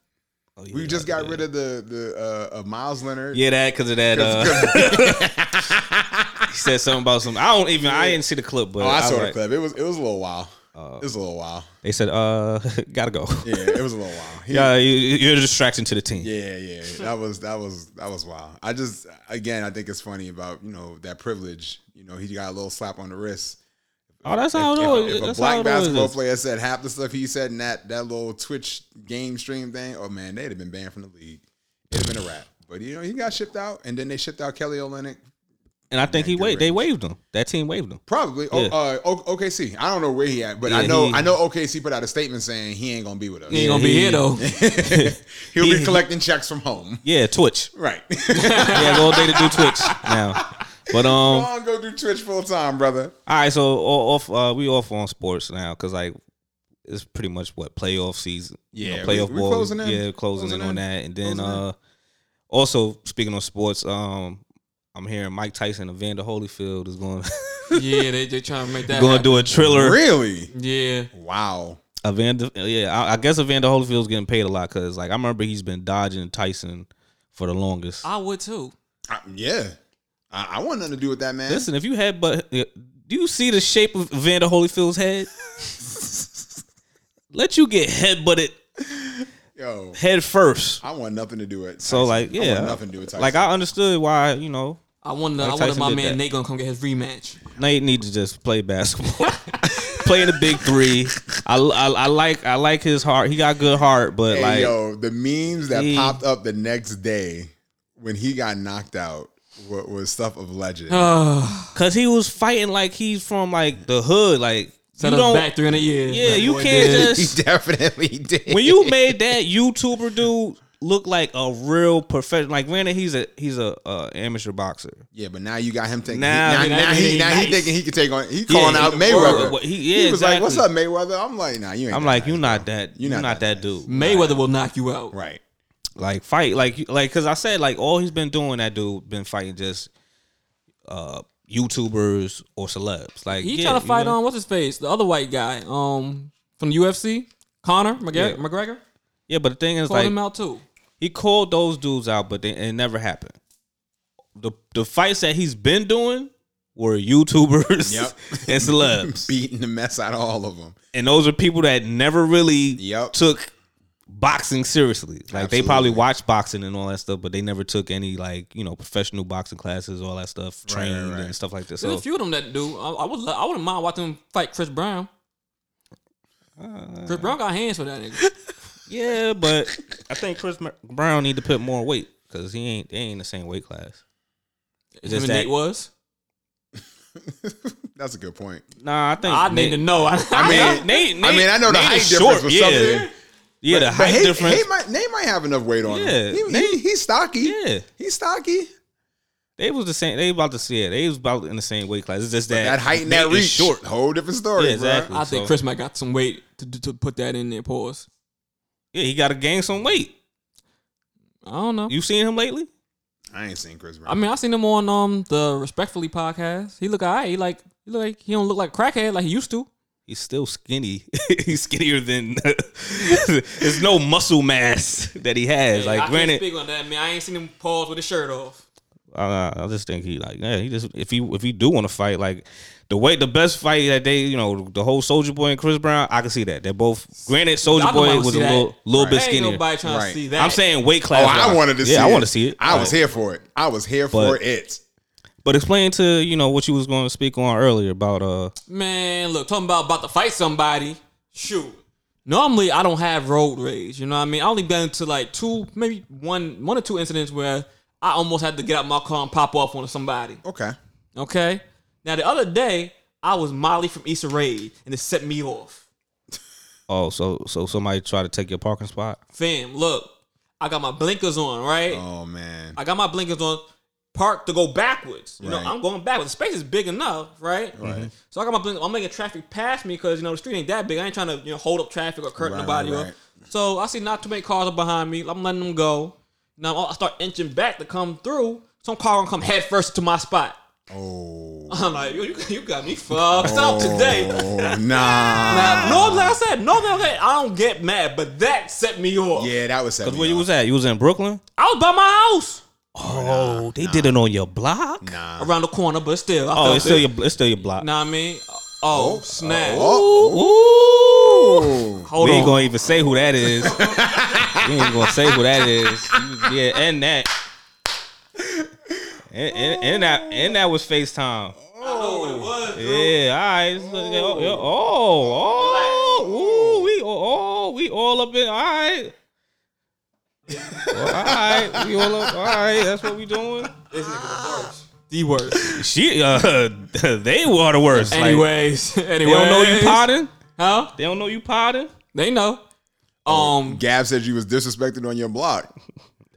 B: oh, yeah,
C: We just got
B: yeah.
C: rid of the the uh, uh, Miles Leonard.
B: Yeah, that because of that. Uh, he said something about some. I don't even. I didn't see the clip, but
C: Oh, I
B: was
C: saw the
B: like- Oh.
C: clip. It was it was a little while. it was a little while.
B: They said, "Uh, gotta go."
C: Yeah, it was a little while. He-
B: Yeah, you, you're a distraction to the team.
C: Yeah, yeah, that was that was that was wild. I just again, I think it's funny about you know that privilege. You know, he got a little slap on the wrist.
B: Oh, that's how it
C: If,
B: always.
C: if a
B: that's how
C: black
B: it always
C: basketball
B: is.
C: player said half the stuff he said in that that little Twitch game stream thing, oh man, they'd have been banned from the league. It'd have been a wrap. But you know, he got shipped out, and then they shipped out Kelly Olynyk.
B: and I think he
C: Good
B: waved. They
C: riddance.
B: waved him. That team waved him.
C: Probably oh,
B: Yeah.
C: uh, O- OKC. I don't know where he at, but I
B: Yeah,
C: know
B: he-
C: I know OKC put out a statement saying he ain't gonna be with us.
A: He ain't going to be
B: he-
A: here, though.
C: He'll
B: He-
C: be collecting checks from home.
B: Yeah, Twitch.
C: Right.
B: he has all day to do Twitch now. But um, all
C: Long go do Twitch full time, brother.
B: right. So o- off. Uh, we off on sports now because like it's pretty much what playoff season. you know,
C: Yeah, we-
B: playoff
C: we
B: ball.
C: closing in.
B: Yeah, closing,
C: Closing
B: in on
C: in.
B: that. And then
C: Closing in.
B: uh, also speaking of sports, um, I'm hearing Mike Tyson and Vander Holyfield is going
A: yeah, they, they trying to make that
B: going to
A: happen.
B: do a thriller.
C: Really?
A: Yeah.
C: Wow.
B: Evander, yeah, I, I guess Evander Holyfield's getting paid a lot because, like, I remember he's been dodging Tyson for the longest.
A: I would, too.
C: I, yeah. I, I want nothing to do with that man.
B: Listen, if you had, but uh, do you see the shape of Evander Holyfield's head? Let you get headbutted
C: Yo,
B: head first.
C: I want nothing to do with.
B: So,
C: Tyson.
B: like,
C: I
B: yeah,
C: want nothing to do with. Tyson.
B: like I understood why you know
A: I wonder, I
B: Mike
A: wonder
B: Tyson
A: my
B: did
A: man
B: that.
A: Nate going to come get his rematch.
B: Nate needs to just play basketball, play in the big three. I, I, I like I like his heart. He got good heart, but
C: hey,
B: like
C: yo, the memes that
B: he-
C: popped up the next day when he got knocked out was, was stuff of legend.
A: Uh,
B: Cause he was fighting like he's from like the hood. Like
A: set
B: you
A: us
B: don't.
A: back 300 years.
B: yeah,
A: That
B: you
A: boy
B: can't
A: did.
B: just
C: he definitely did.
B: when you made that YouTuber dude look like a real professional. Like granted, he's a he's a uh, amateur boxer.
C: yeah, but now you got him thinking.
B: Now-
C: Now,
B: I
C: he,
A: mean,
C: now,
A: that
C: now
A: mean
C: he
A: he
C: now
A: nice.
C: he thinking he could take on. He calling
B: he
C: out
B: the
C: Mayweather.
B: world. He- yeah,
C: was like, "What's up,
B: exactly.
C: Mayweather?" I'm like, "Nah, you ain't."
B: I'm
C: that
B: like,
C: nice,
B: you're not
C: bro.
B: that.
C: You're
B: You're not,
C: not
B: that,
C: that nice.
B: dude.
A: Mayweather will knock you out.
C: Right.
B: Like fight, like like, cause I said like all he's been doing that dude been fighting just uh YouTubers or celebs. Like
A: He
B: yeah,
A: trying to
B: you
A: fight
B: know?
A: on what's his face, the other white guy, um, from the UFC, Connor McGregor.
B: Yeah.
A: McGregor?
B: Yeah, but the thing is
A: Called
B: like
A: him out too.
B: he called those dudes out, but they, it never happened. The the fights that he's been doing were YouTubers
C: Yep.
B: and celebs,
C: Beating the mess out of all of them.
B: and those are people that never really
C: Yep.
B: took boxing seriously. Like they probably
C: Absolutely.
B: watched boxing and all that stuff, but they never took any like you know professional boxing classes, all that stuff, trained
C: right.
B: and stuff like that.
A: There's
B: So
A: a few of them that do. I, I would. lo- I wouldn't mind watching him fight Chris Brown. Chris Brown got hands for that nigga.
B: yeah, but I think Chris Brown need to put more weight because he ain't they ain't the same weight class.
A: Him
B: Just
A: and
B: that-
A: Nate was.
C: That's a good point.
B: Nah, I think
A: I need to know. I,
B: I
C: mean-
B: mean, Nate, Nate,
C: I mean, I know the
B: Nate
C: height
B: is
C: difference was
B: yeah.
C: something.
B: Yeah, the
C: But
B: height
C: hey,
B: difference.
C: Hey, might, Nate might have enough weight on
B: Yeah,
C: him. He, he,
B: Nate-
C: he's stocky.
B: Yeah.
C: He's stocky.
B: they was the same. They about to see it. They was about in the same weight class. It's just that
C: That height and
B: Nate
C: that
B: is
C: reach.
B: short.
C: Whole different story,
B: Yeah,
C: yeah,
B: exactly.
A: I think
B: so-
A: Chris might got some weight to, to to put that in there. Pause.
B: Yeah, he got to gain some weight.
A: I don't know.
B: You seen him lately?
C: I ain't seen Chris Brown.
A: I mean, I seen him on um the Respectfully podcast. He look alright. He like he look like he don't look like a crackhead like he used to.
B: He's still skinny. He's skinnier than. There's no muscle mass that he has.
A: I
B: like,
A: can't
B: granted,
A: speak on that man. I ain't seen him pause with his shirt off.
B: I, I just think he like yeah he just if he if he do want to fight like the way the best fight that they you know the whole Soldier Boy and Chris Brown I can see that they're both granted Soldier
A: Nobody
B: Boy
A: wanna
B: was a
A: see that.
B: little little bit
A: Ain't
B: skinnier
A: nobody trying
C: Right.
A: to see that.
B: I'm saying weight
C: oh,
B: class
C: I
B: wise.
C: wanted to
B: yeah,
C: see it.
B: I want to see it
C: I was
B: Like,
C: here for it. I was here for
B: But-
C: it.
B: but explain to you know what you was going to speak on earlier about uh
A: Man, look, talking about about to fight somebody. Shoot. Normally, I don't have road rage. You know what I mean? I only been to like two, maybe one, one or two incidents where I almost had to get out my car and pop off on somebody.
C: Okay.
A: Okay. Now the other day, I was Molly from Issa Rae, and it set me off.
B: oh so so somebody try to take your parking spot
A: Fam, look, I got my blinkers on, right?
C: Oh man.
A: I got my blinkers on, parked to go backwards. You
C: Right.
A: know, I'm going backwards. The space is big enough, right? Right. So I got my blinkers. I'm making traffic pass me because you know the street ain't that big. I ain't trying to you know hold up traffic or curtain
C: Right,
A: nobody
C: right,
A: up.
C: right.
A: So I see not too many cars are behind me. I'm letting them go. Now I start inching back to come through. Some car gonna come head first to my spot.
C: Oh.
A: I'm like, yo, you, you got me fucked up today.
C: Oh nah.
A: Now, normally, like I said, normally okay, I don't get mad, but that set me off.
C: Yeah, that was
B: because where you was at you was in Brooklyn
A: I was by my house
B: oh they did it on your block
C: Nah.
A: around the corner, but still, I
B: oh
A: felt
B: it's still
A: it.
B: your it's still your block
A: Know what I mean? Oh,
C: Oh,
A: snap.
C: Oh. Ooh.
A: Hold
B: we
A: on.
B: ain't gonna even say who that is. we ain't gonna say who that is. You- yeah, and that. And, and, and that and that was
A: I
B: FaceTime.
A: know what it was. bro.
B: Yeah, all right. It's- Oh, yeah, oh, oh, ooh, we, oh, we all up in. All right, all right, we all up. All right, that's what we doing.
A: This nigga the worst. The worst.
B: She, uh, they were the worst. Like,
A: anyways,
B: they
A: anyways.
B: don't know you potting.
A: Huh?
B: They don't know you potting.
A: They know. Um,
C: Gab said you was disrespected on your block.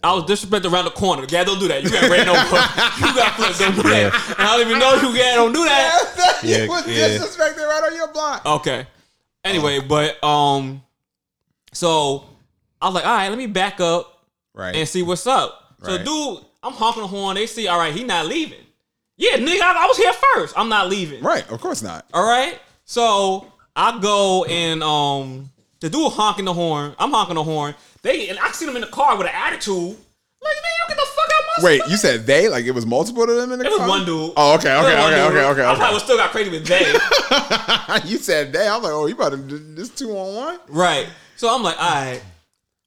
A: I was disrespected around the corner. Gad, don't do that. You got ran over. you got flipped. Don't do that. And I don't even know you, Gad. Don't do that.
B: Yeah, Oh,
C: you was
B: yeah.
C: disrespected right on your block.
A: Okay.
C: Oh.
A: Anyway, but um, so I was like, all right, let me back up.
C: Right.
A: and see what's up. So,
C: Right.
A: dude, I'm honking the horn. They see, all right, he not leaving. Yeah, nigga, I, I was here first. I'm not leaving.
C: right. Of course not.
A: All right. So I go and um, the dude honking the horn. I'm honking the horn. They and I see them in the car with an attitude. Like, man, you get the fuck out my
C: Wait,
A: spot.
C: you said they? Like it was multiple of them in the
A: It was
C: car?
A: one dude.
C: Oh, okay,
A: It was
C: okay,
A: one
C: okay,
A: dude.
C: okay, okay,
A: I probably
C: okay.
A: was still got crazy with they.
C: you said they. I'm like, oh, you about to do this two on one?
A: Right. So I'm like, all right.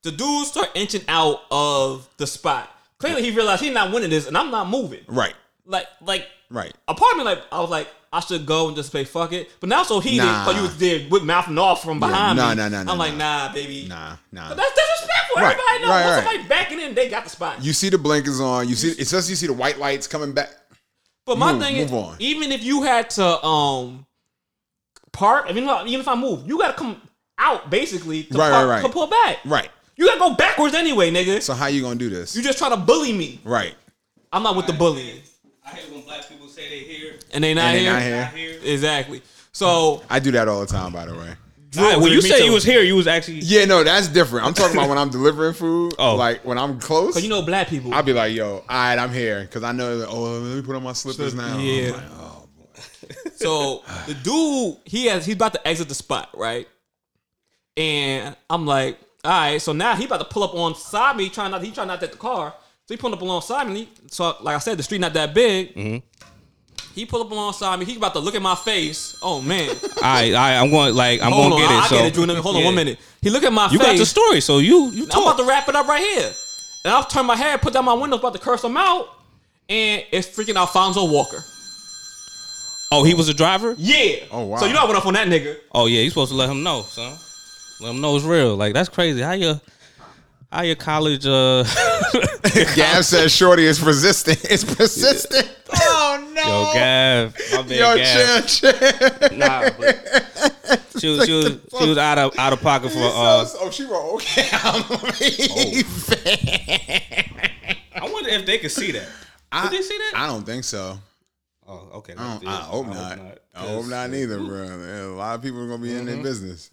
A: The dudes start inching out of the spot. Clearly, he realized he's not winning this, and I'm not moving.
C: Right.
A: Like, like,
C: Right.
A: a part of me like I was like I should go and just say fuck it, but now so heated
C: Nah.
A: because you was there with mouthing off from behind
C: nah,
A: me.
C: nah, nah, nah,
A: I'm like
C: nah.
A: nah, baby.
C: Nah, nah.
A: But that's disrespectful.
C: Right,
A: Everybody knows
C: right,
A: once
C: right.
A: somebody backing in, they got the spot.
C: You see the blinkers on. You see. It's just you see the white lights coming back.
A: but my
C: move-
A: thing is,
C: move on.
A: even if you had to um park, even if, even if I move, you got to come out basically to,
C: Right,
A: park,
C: right, right.
A: to pull back.
C: Right.
A: You got to go backwards anyway, nigga.
C: So how you gonna do this?
A: you just trying to bully me.
C: right.
A: I'm not with the bullying,
B: I hate when black people say they here.
A: and they not,
C: And they
A: here.
C: not here.
A: Exactly. So
C: I do that all the time, by the way.
B: when you
A: Me
B: say
A: too.
B: you was here, you was actually
C: Yeah, no, that's different. I'm talking about when I'm delivering food.
B: Oh.
C: Like when I'm close.
A: Cause you know black people.
C: I'll be like, yo, all right, I'm here. Because I know, that, oh, let me put on my slippers now.
A: Yeah.
C: I'm like, oh, boy.
A: So the dude, he has he's about to exit the spot, right? And I'm like, all right. So now he about to pull up on side me, trying not he trying not to hit the car. So he pulling up alongside me. So like I said, the street not that big.
B: Mm-hmm.
A: He pull up alongside me. He about to look at my face. Oh man,
B: I, I, I'm going like I'm
A: hold on,
B: gonna get
A: I,
B: it.
A: I
B: so
A: get it, Drew. Nigga. Hold on
B: Yeah.
A: one minute. He look at my
B: You
A: face.
B: got the story, so you you
A: I'm about
B: talk.
A: to wrap it up right here. And I'll turn my head, put down my window, about to curse him out. And it's freaking Alfonso Walker.
B: oh, he was a driver.
A: Yeah.
C: Oh, wow.
A: So you know I went off on that nigga.
B: Oh yeah, you supposed to let him know, son. Let him know it's real. Like that's crazy. How you? How your college? Uh,
C: Gav says Shorty is persistent. It's persistent. Oh
B: yo, Gav, my bad,
C: Yo,
B: Gav.
C: chill, chill.
B: Nah, but she was she was she was out of out of pocket for. Uh,
C: oh, she wrote okay. Oh,
B: I wonder if they could see that.
C: I,
B: Did they see that?
C: I don't think so.
B: oh, okay.
C: I, don't, I hope not. Mm-hmm. I hope not either, bro. A lot of people are gonna be in their business.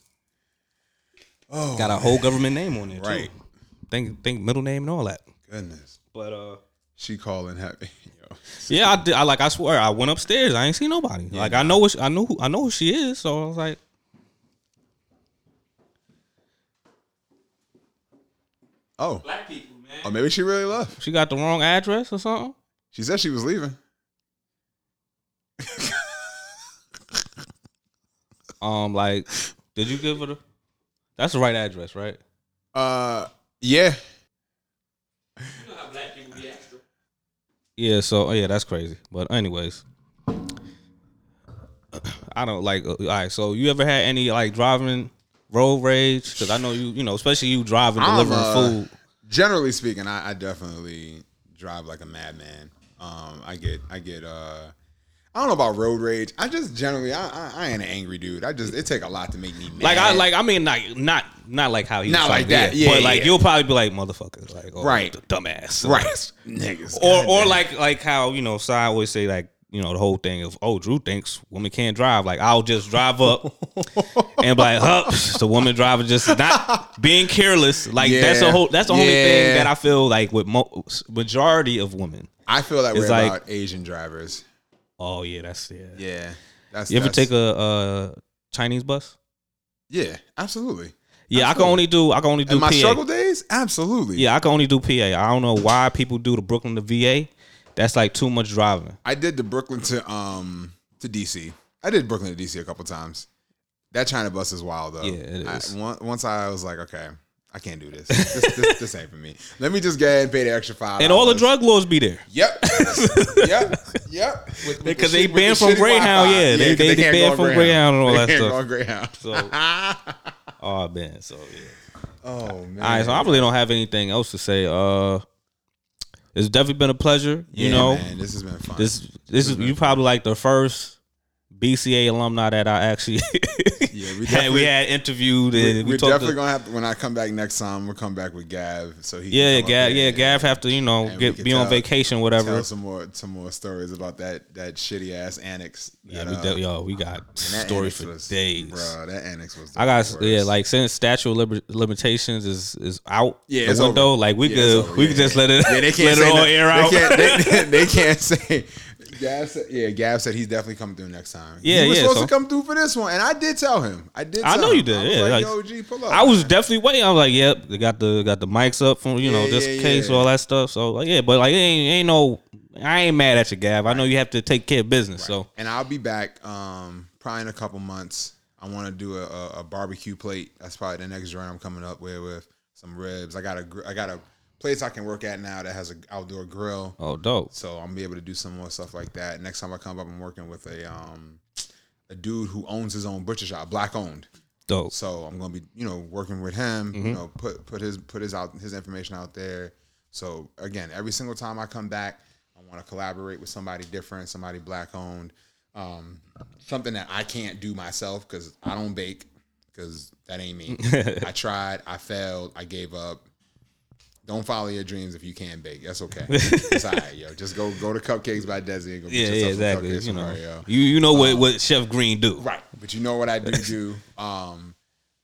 C: Oh,
B: Got a whole government name on it,
C: Right.
B: right? Think think middle name and all that.
C: goodness.
B: But uh.
C: She calling happy. Yo.
B: Yeah, I did. I like. I swear, I went upstairs. I ain't seen nobody. like, I know what she, I know. Who, I know who she is. So I was like,
C: Oh,
A: Black people, man.
C: oh, maybe she really left.
B: she got the wrong address or something.
C: She said she was leaving.
B: Um, like, did you give her the? That's the right address, right?
C: Uh, yeah.
A: You know how black people be extra.
B: Yeah. So oh, yeah, that's crazy. But anyways, I don't like. uh, All right. So you ever had any like driving road rage? Because I know you. You know, especially you driving,
C: I'm,
B: delivering
C: uh,
B: food.
C: Generally speaking, I, I definitely drive like a madman. Um, I get, I get. Uh, I don't know about road rage. I just generally, I, I, I ain't an angry dude. I just, it take a lot to make me mad.
B: Like I like. I mean, like not not like how he was
C: Not
B: trying
C: like
B: to be,
C: that. Yeah,
B: but
C: yeah,
B: like
C: yeah.
B: you'll probably be like motherfucker, like oh,
C: Right.
B: dumbass,
C: right, niggas,
B: or or
C: goddamn.
B: like like how you know Si always say like you know the whole thing of oh Drew thinks women can't drive like I'll just drive up and be like huh the woman driver just not being careless like that's
C: Yeah.
B: a whole that's the only
C: Yeah.
B: thing that I feel like with mo- majority of women
C: I feel that way
B: it's like-
C: about Asian drivers.
B: oh yeah that's yeah,
C: Yeah, that's
B: you ever
C: that's-
B: take a uh, Chinese bus
C: Yeah, absolutely.
B: yeah I can
C: Absolutely.
B: only do I can only do
C: In my
B: PA.
C: struggle days, absolutely.
B: yeah I can only do PA I don't know why people do the Brooklyn to VA that's like too much driving
C: I did the Brooklyn to um to DC. I did Brooklyn to DC a couple times. That China bus is wild though.
B: Yeah, it is.
C: I, on- once I was like, okay, I can't do this. This, this, this ain't for me. Let me just go ahead and pay the extra five.
B: and all the
C: dollars.
B: drug lords be there.
C: Yep. yep. Yep. With- with the
B: Because they
C: shit- with
B: banned
C: the
B: from
C: shitty
B: Greyhound,
C: Wi-Fi.
B: yeah. They-
C: 'cause
B: they- they
C: can't go
B: banned
C: on
B: from Greyhound and all that
C: They can't
B: stuff.
C: go on Greyhound.
B: So, oh man, so yeah.
C: Oh man.
B: All right, so I really don't have anything else to say. Uh, it's definitely been a pleasure. You
C: Yeah,
B: know,
C: man, this has been fun.
B: this this is you probably like the first BCA alumni that I actually
C: yeah, we
B: had, we
C: definitely-
B: had interviewed and we
C: We're
B: talked.
C: definitely
B: To,
C: gonna have to, when I come back next time. We'll come back with Gav, so he can
B: yeah,
C: come up
B: Gav,
C: here
B: yeah,
C: and
B: Gav have to you know
C: we
B: get
C: could
B: be on
C: tell-
B: vacation,
C: Tell
B: whatever.
C: some more some more stories about that that shitty ass annex.
B: Yeah,
C: that,
B: we
C: uh,
B: de- yo, we got
C: that
B: stories
C: annex
B: for
C: was-
B: days.
C: Bro, that annex was. the
B: I got
C: worst.
B: yeah, like since statute of liber- limitations is is out
C: Yeah, it's
B: the window,
C: over.
B: like we
C: Yeah, it's over.
B: could we
C: Yeah,
B: could
C: yeah.
B: just let it
C: yeah, they
B: let
C: can't
B: it
C: say
B: all
C: no-
B: air
C: they
B: out.
C: Can't, they, they can't say. Gav said, yeah, Gav said he's definitely coming through next time.
B: Yeah,
C: he was
B: yeah,
C: supposed
B: so-
C: to come through for this one, and I did tell him. I did.
B: I
C: tell
B: know
C: him.
B: you did,
C: I was
B: yeah,
C: like,
B: like-
C: Yo, G, pull up.
B: I was
C: man."
B: definitely waiting. I was like, yep, they got the got the mics up from you know
C: Yeah,
B: this
C: yeah,
B: case,
C: yeah.
B: all that stuff. So like, yeah, but like it ain't ain't no, I ain't mad at you, Gav. I know you have to take care of business. So
C: and I'll be back um, probably in a couple months. I want to do a, a, a barbecue plate. That's probably the next joint I'm coming up with with some ribs. I got a gr- I got a place I can work at now that has an outdoor grill,
B: oh dope.
C: so I'm be able to do some more stuff like that. Next time I come up, I'm working with a um, a dude who owns his own butcher shop, black owned.
B: Dope. Mm-hmm.
C: So I'm gonna be, you know, working with him. You know, put put his put his out his information out there. So again, every single time I come back, I want to collaborate with somebody different, somebody black owned, um, something that I can't do myself because I don't bake because that ain't me. I tried, I failed, I gave up. Don't follow your dreams if you can bake. That's okay. it's all right, yo. Just go go to Cupcakes by Desi and go
B: Yeah,
C: get
B: yeah,
C: yourself some
B: exactly.
C: cupcakes
B: You
C: from
B: know,
C: Mario.
B: you you know what what Chef Green do.
C: Um, Right. But you know what I do do. Um,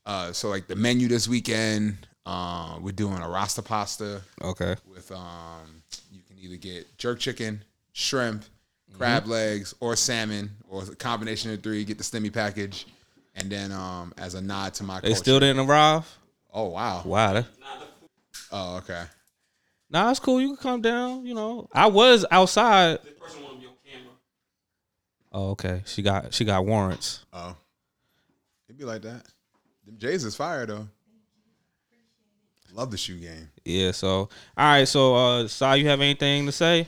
C: uh, so like the menu this weekend, uh, we're doing a rasta pasta
B: Okay.
C: with um, you can either get jerk chicken, shrimp,
B: Mm-hmm.
C: crab legs, or salmon, or a combination of three. Get the stemmy package, and then um, as a nod to my
B: They
C: culture.
B: still didn't arrive.
C: oh wow.
B: Wow. That,
C: Oh okay.
B: nah, it's cool. You can come down. You know, I was outside.
A: This person want to be on camera.
B: Oh, okay. She got she got warrants.
C: Oh, it'd be like that. Them Jays is fire though. Love the shoe game.
B: Yeah. So all right. So uh, Si, you have anything to say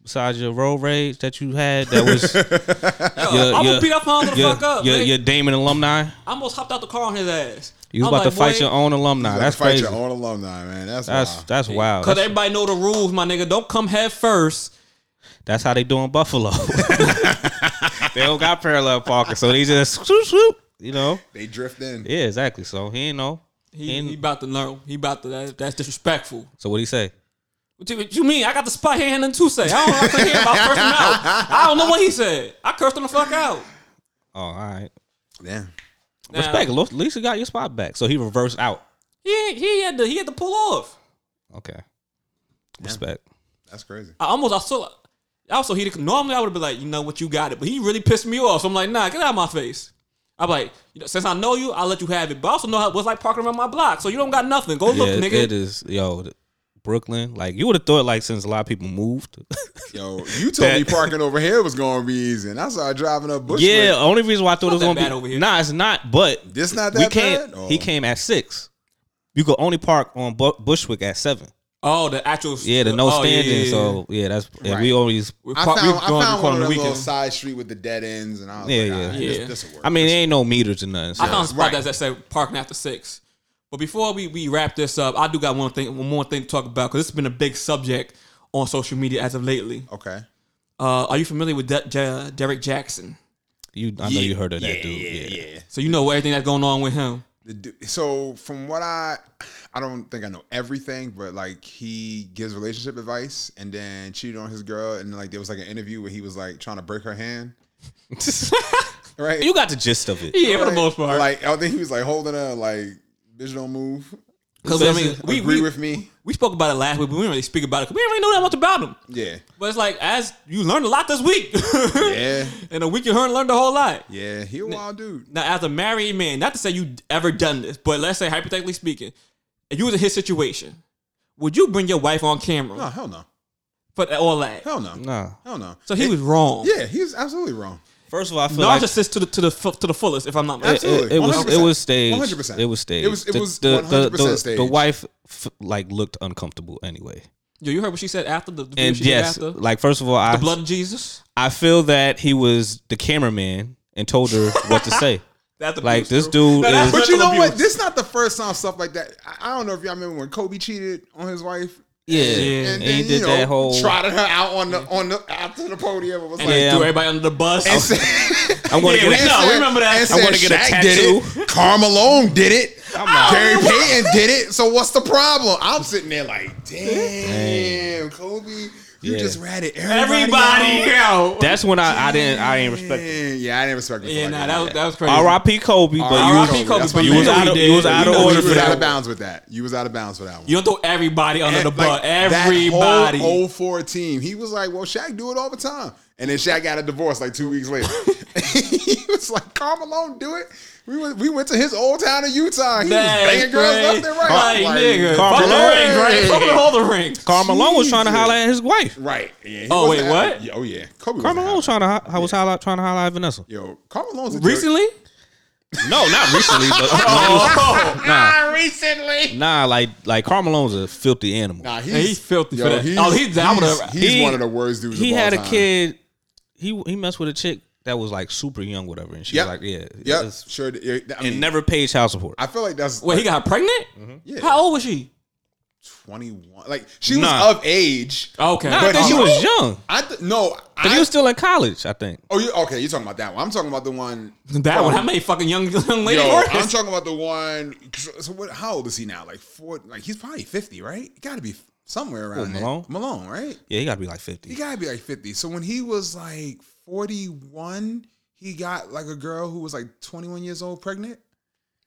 B: besides your road rage that you had that was your,
A: I'm
B: your,
A: gonna beat that motherfucker
B: your,
A: fuck up.
B: your,
A: man.
B: your Damon alumni?
A: I almost hopped out the car on his ass.
B: You was
A: I'm
B: about
A: like,
B: to fight
A: boy,
B: your own alumni.
C: You
B: That's
C: gotta fight
B: crazy.
C: your own alumni, man. That's
B: That's
C: wild.
B: that's wild.
A: Cause
B: That's,
A: everybody know the rules, my nigga. Don't come head first.
B: that's how they do in Buffalo. they don't got parallel parking, so they just swoop, swoop, you know.
C: they drift in.
B: Yeah, exactly. So he ain't know.
A: He,
B: And-
A: he about to learn. He about to. That, that's disrespectful.
B: So what he say?
A: What you, what you mean? I got the spot here and then two say. I don't know hear about cursing out. I don't know what he said. I cursed him the fuck out.
B: Oh, all right.
C: Damn.
A: Now,
B: Respect. At least you got your spot back. So he reversed out.
A: He he had to he had to pull off.
B: Okay. Respect.
C: That's crazy.
A: I almost I saw. I was so heated. Normally I would have been like, you know what, you got it. But he really pissed me off. So I'm like, nah, get out of my face. I'm like, you know, since I know you, I'll let you have it. But I also know how, what's like parking around my block. So you don't got nothing. Go
B: yeah,
A: look, nigga.
B: it is. Yo, th- Brooklyn. Like you would have thought. Like since a lot of people moved.
C: Yo, you told me
B: That-
C: parking over here was gonna be easy, and I started driving up Bushwick.
B: yeah. Only reason why I thought it was
A: that
B: gonna
A: bad
B: be
A: over here.
B: nah, it's not. But
C: This not
B: we
C: that
B: can't.
C: bad? Oh. Or-
B: He came at six. You could only park on Bu- Bushwick at seven.
A: Oh, the actual.
B: Yeah, the no
A: oh, yeah,
B: standing.
A: yeah, yeah.
B: So yeah, that's and
C: Right.
B: we always.
A: We
C: I
A: park-
C: found,
A: we
C: I
A: going to
C: found
A: call
C: one of
A: the
C: them little
A: weekends.
C: side street with the dead ends, and I was
B: Yeah,
C: like,
B: yeah.
C: "Alright,
A: Yeah.
C: This, this'll work.
B: I mean, there ain't no meters or nothing. So.
A: I found a spot
C: Right.
A: that's that said parking after six. But before we, we wrap this up, I do got one thing one more thing to talk about because it's been a big subject on social media as of lately.
C: okay.
A: Uh, are you familiar with De- Ja- Derek Jackson?
B: you, I know you heard of that dude. Yeah.
C: yeah.
A: So you know everything that's going on with him.
C: The du- So from what I, I don't think I know everything, but like he gives relationship advice and then cheated on his girl, and like there was like an interview where he was like trying to break her hand, right?
B: You got the gist of it.
A: Yeah, for the most part.
C: Like I think he was like holding her, like bitch don't move.
A: 'Cause, I mean,
C: Listen,
A: we,
C: agree
A: we,
C: with me.
A: we spoke about it last week, but we didn't really speak about it because we didn't really know that much about him.
C: Yeah,
A: But it's like as you learned a lot this week.
C: yeah,
A: In a week, you learned, learned a whole lot.
C: yeah. He a wild dude.
A: Now, as a married man, not to say you ever done this, but let's say hypothetically speaking, if you was in his situation, would you bring your wife on camera
C: No, hell no,
A: for all that?
C: hell no,
B: Nah.
C: hell no.
A: So he was wrong.
C: Yeah, he was absolutely wrong.
B: First of all, I feel like
A: Narcissist to the to the fu- to the fullest. If I'm not mistaken.
B: it, it-
C: Absolutely.
B: it was it
C: 100%.
B: was staged.
C: 100%.
B: It was staged.
C: It was- it
B: The-
C: was
B: the, the,
C: 100%
B: the, the
C: staged.
B: wife f- like looked uncomfortable anyway.
A: Yo, you heard what she said after the, the video
B: And
A: she did
B: yes,
A: after
B: like first of all, I
A: the blood of Jesus.
B: I feel that he was the cameraman and told her what to say.
A: That's
B: Like this dude
A: No, that's
B: is
C: But you know
A: Mental
C: what?
A: abuse.
C: This not the first time stuff like that. I, I don't know if y'all remember when Kobe cheated on his wife.
B: yeah,
A: Yeah.
B: and, he did that whole.
C: trotted her out on the on the after the podium. It was
A: and
C: like,
A: then
B: Yeah.
A: threw everybody under the bus.
C: and said,
B: I'm gonna
A: Yeah,
B: get
A: we
B: a-
A: know. No, remember that.
C: And
A: I
C: said
B: wanna get a
C: Shaq
B: tattoo.
C: Did it. Carmelo did it.
B: out.
C: Gary Payton did it. So what's the problem? I'm sitting there like, damn, Kobe, you
B: Yeah.
C: just ratted everybody.
A: everybody
C: out.
A: out.
B: That's when I, I didn't I didn't respect. It.
C: Man, yeah, I didn't respect him.
A: yeah, nah, that was that was crazy.
B: R.I.P. Kobe, but you
A: R.I.P.
B: was,
A: Kobe,
C: Kobe. That's
A: but
C: my
B: you
A: man.
B: was out of
A: We
B: you was
A: did.
B: out
A: We
B: of
A: know he
B: order
C: you
B: for
C: was
A: that
C: out of
B: that.
C: bounds with that. You was out of bounds with that one.
A: You don't throw everybody under the
C: And,
A: bus.
C: like,
A: Everybody.
C: That whole, whole four team. He was like, "Well, Shaq do it all the time," and then Shaq got a divorce like two weeks later. he was like, "Carmelo do it." We went, we went to his old town in Utah. He
A: That's
C: was banging girls
A: crazy.
C: left and right.
A: Like,
C: I'm like,
A: nigga,
B: Karl
A: fuck the
B: Malone.
A: rings, right? Fuck with all the rings.
B: Karl Malone was trying to
C: Jesus.
B: holler at his wife.
C: Right. Yeah, he
A: Oh,
C: wasn't
A: wait,
C: happy.
A: what?
C: Yeah, oh yeah, Kobe.
B: Karl
C: wasn't
B: Malone was
C: happy.
B: trying to ho- was holler, trying to holler at Vanessa.
C: Yo, Carmelo's a jerk.
A: Recently?
B: No, not recently, but
A: Oh,
B: nah,
C: Ah, recently.
B: nah, like like Carmelo's a filthy animal.
C: Nah, he's,
A: he's filthy for that. Oh, he's down with
C: he's,
A: the-
C: he's
B: He-
C: one of the worst dudes.
B: He
C: of all
B: had a
C: time.
B: kid. He he messed with a chick that was like super young, whatever, and she
C: Yep.
B: was like, yeah,
C: Yep.
B: it's-
C: Sure. yeah, I
B: and
C: mean,
B: never paid child support.
C: I feel like that's
A: wait, he got her pregnant?
B: Mm-hmm.
C: Yeah.
A: How old was she?
C: 21. Like she
B: Nah.
C: was of age.
A: Okay.
B: Nah, I
C: But
B: think she
C: he-
B: was young,
C: I th- no.
B: but
C: I,
B: he was still in college. I think.
C: oh, you okay? You're talking about that one. I'm talking about the one.
A: that one, how many fucking young young lady
C: Yo,
A: workers?
C: I'm talking about the one. So, so what? How old is he now? Like four? Like he's probably 50, right? He got to be somewhere around there.
B: Malone?
C: Malone, right?
B: Yeah, he got to be like
C: He
B: fifty.
C: got to be like 50. So when he was like 41, he got like a girl who was like 21 years old pregnant.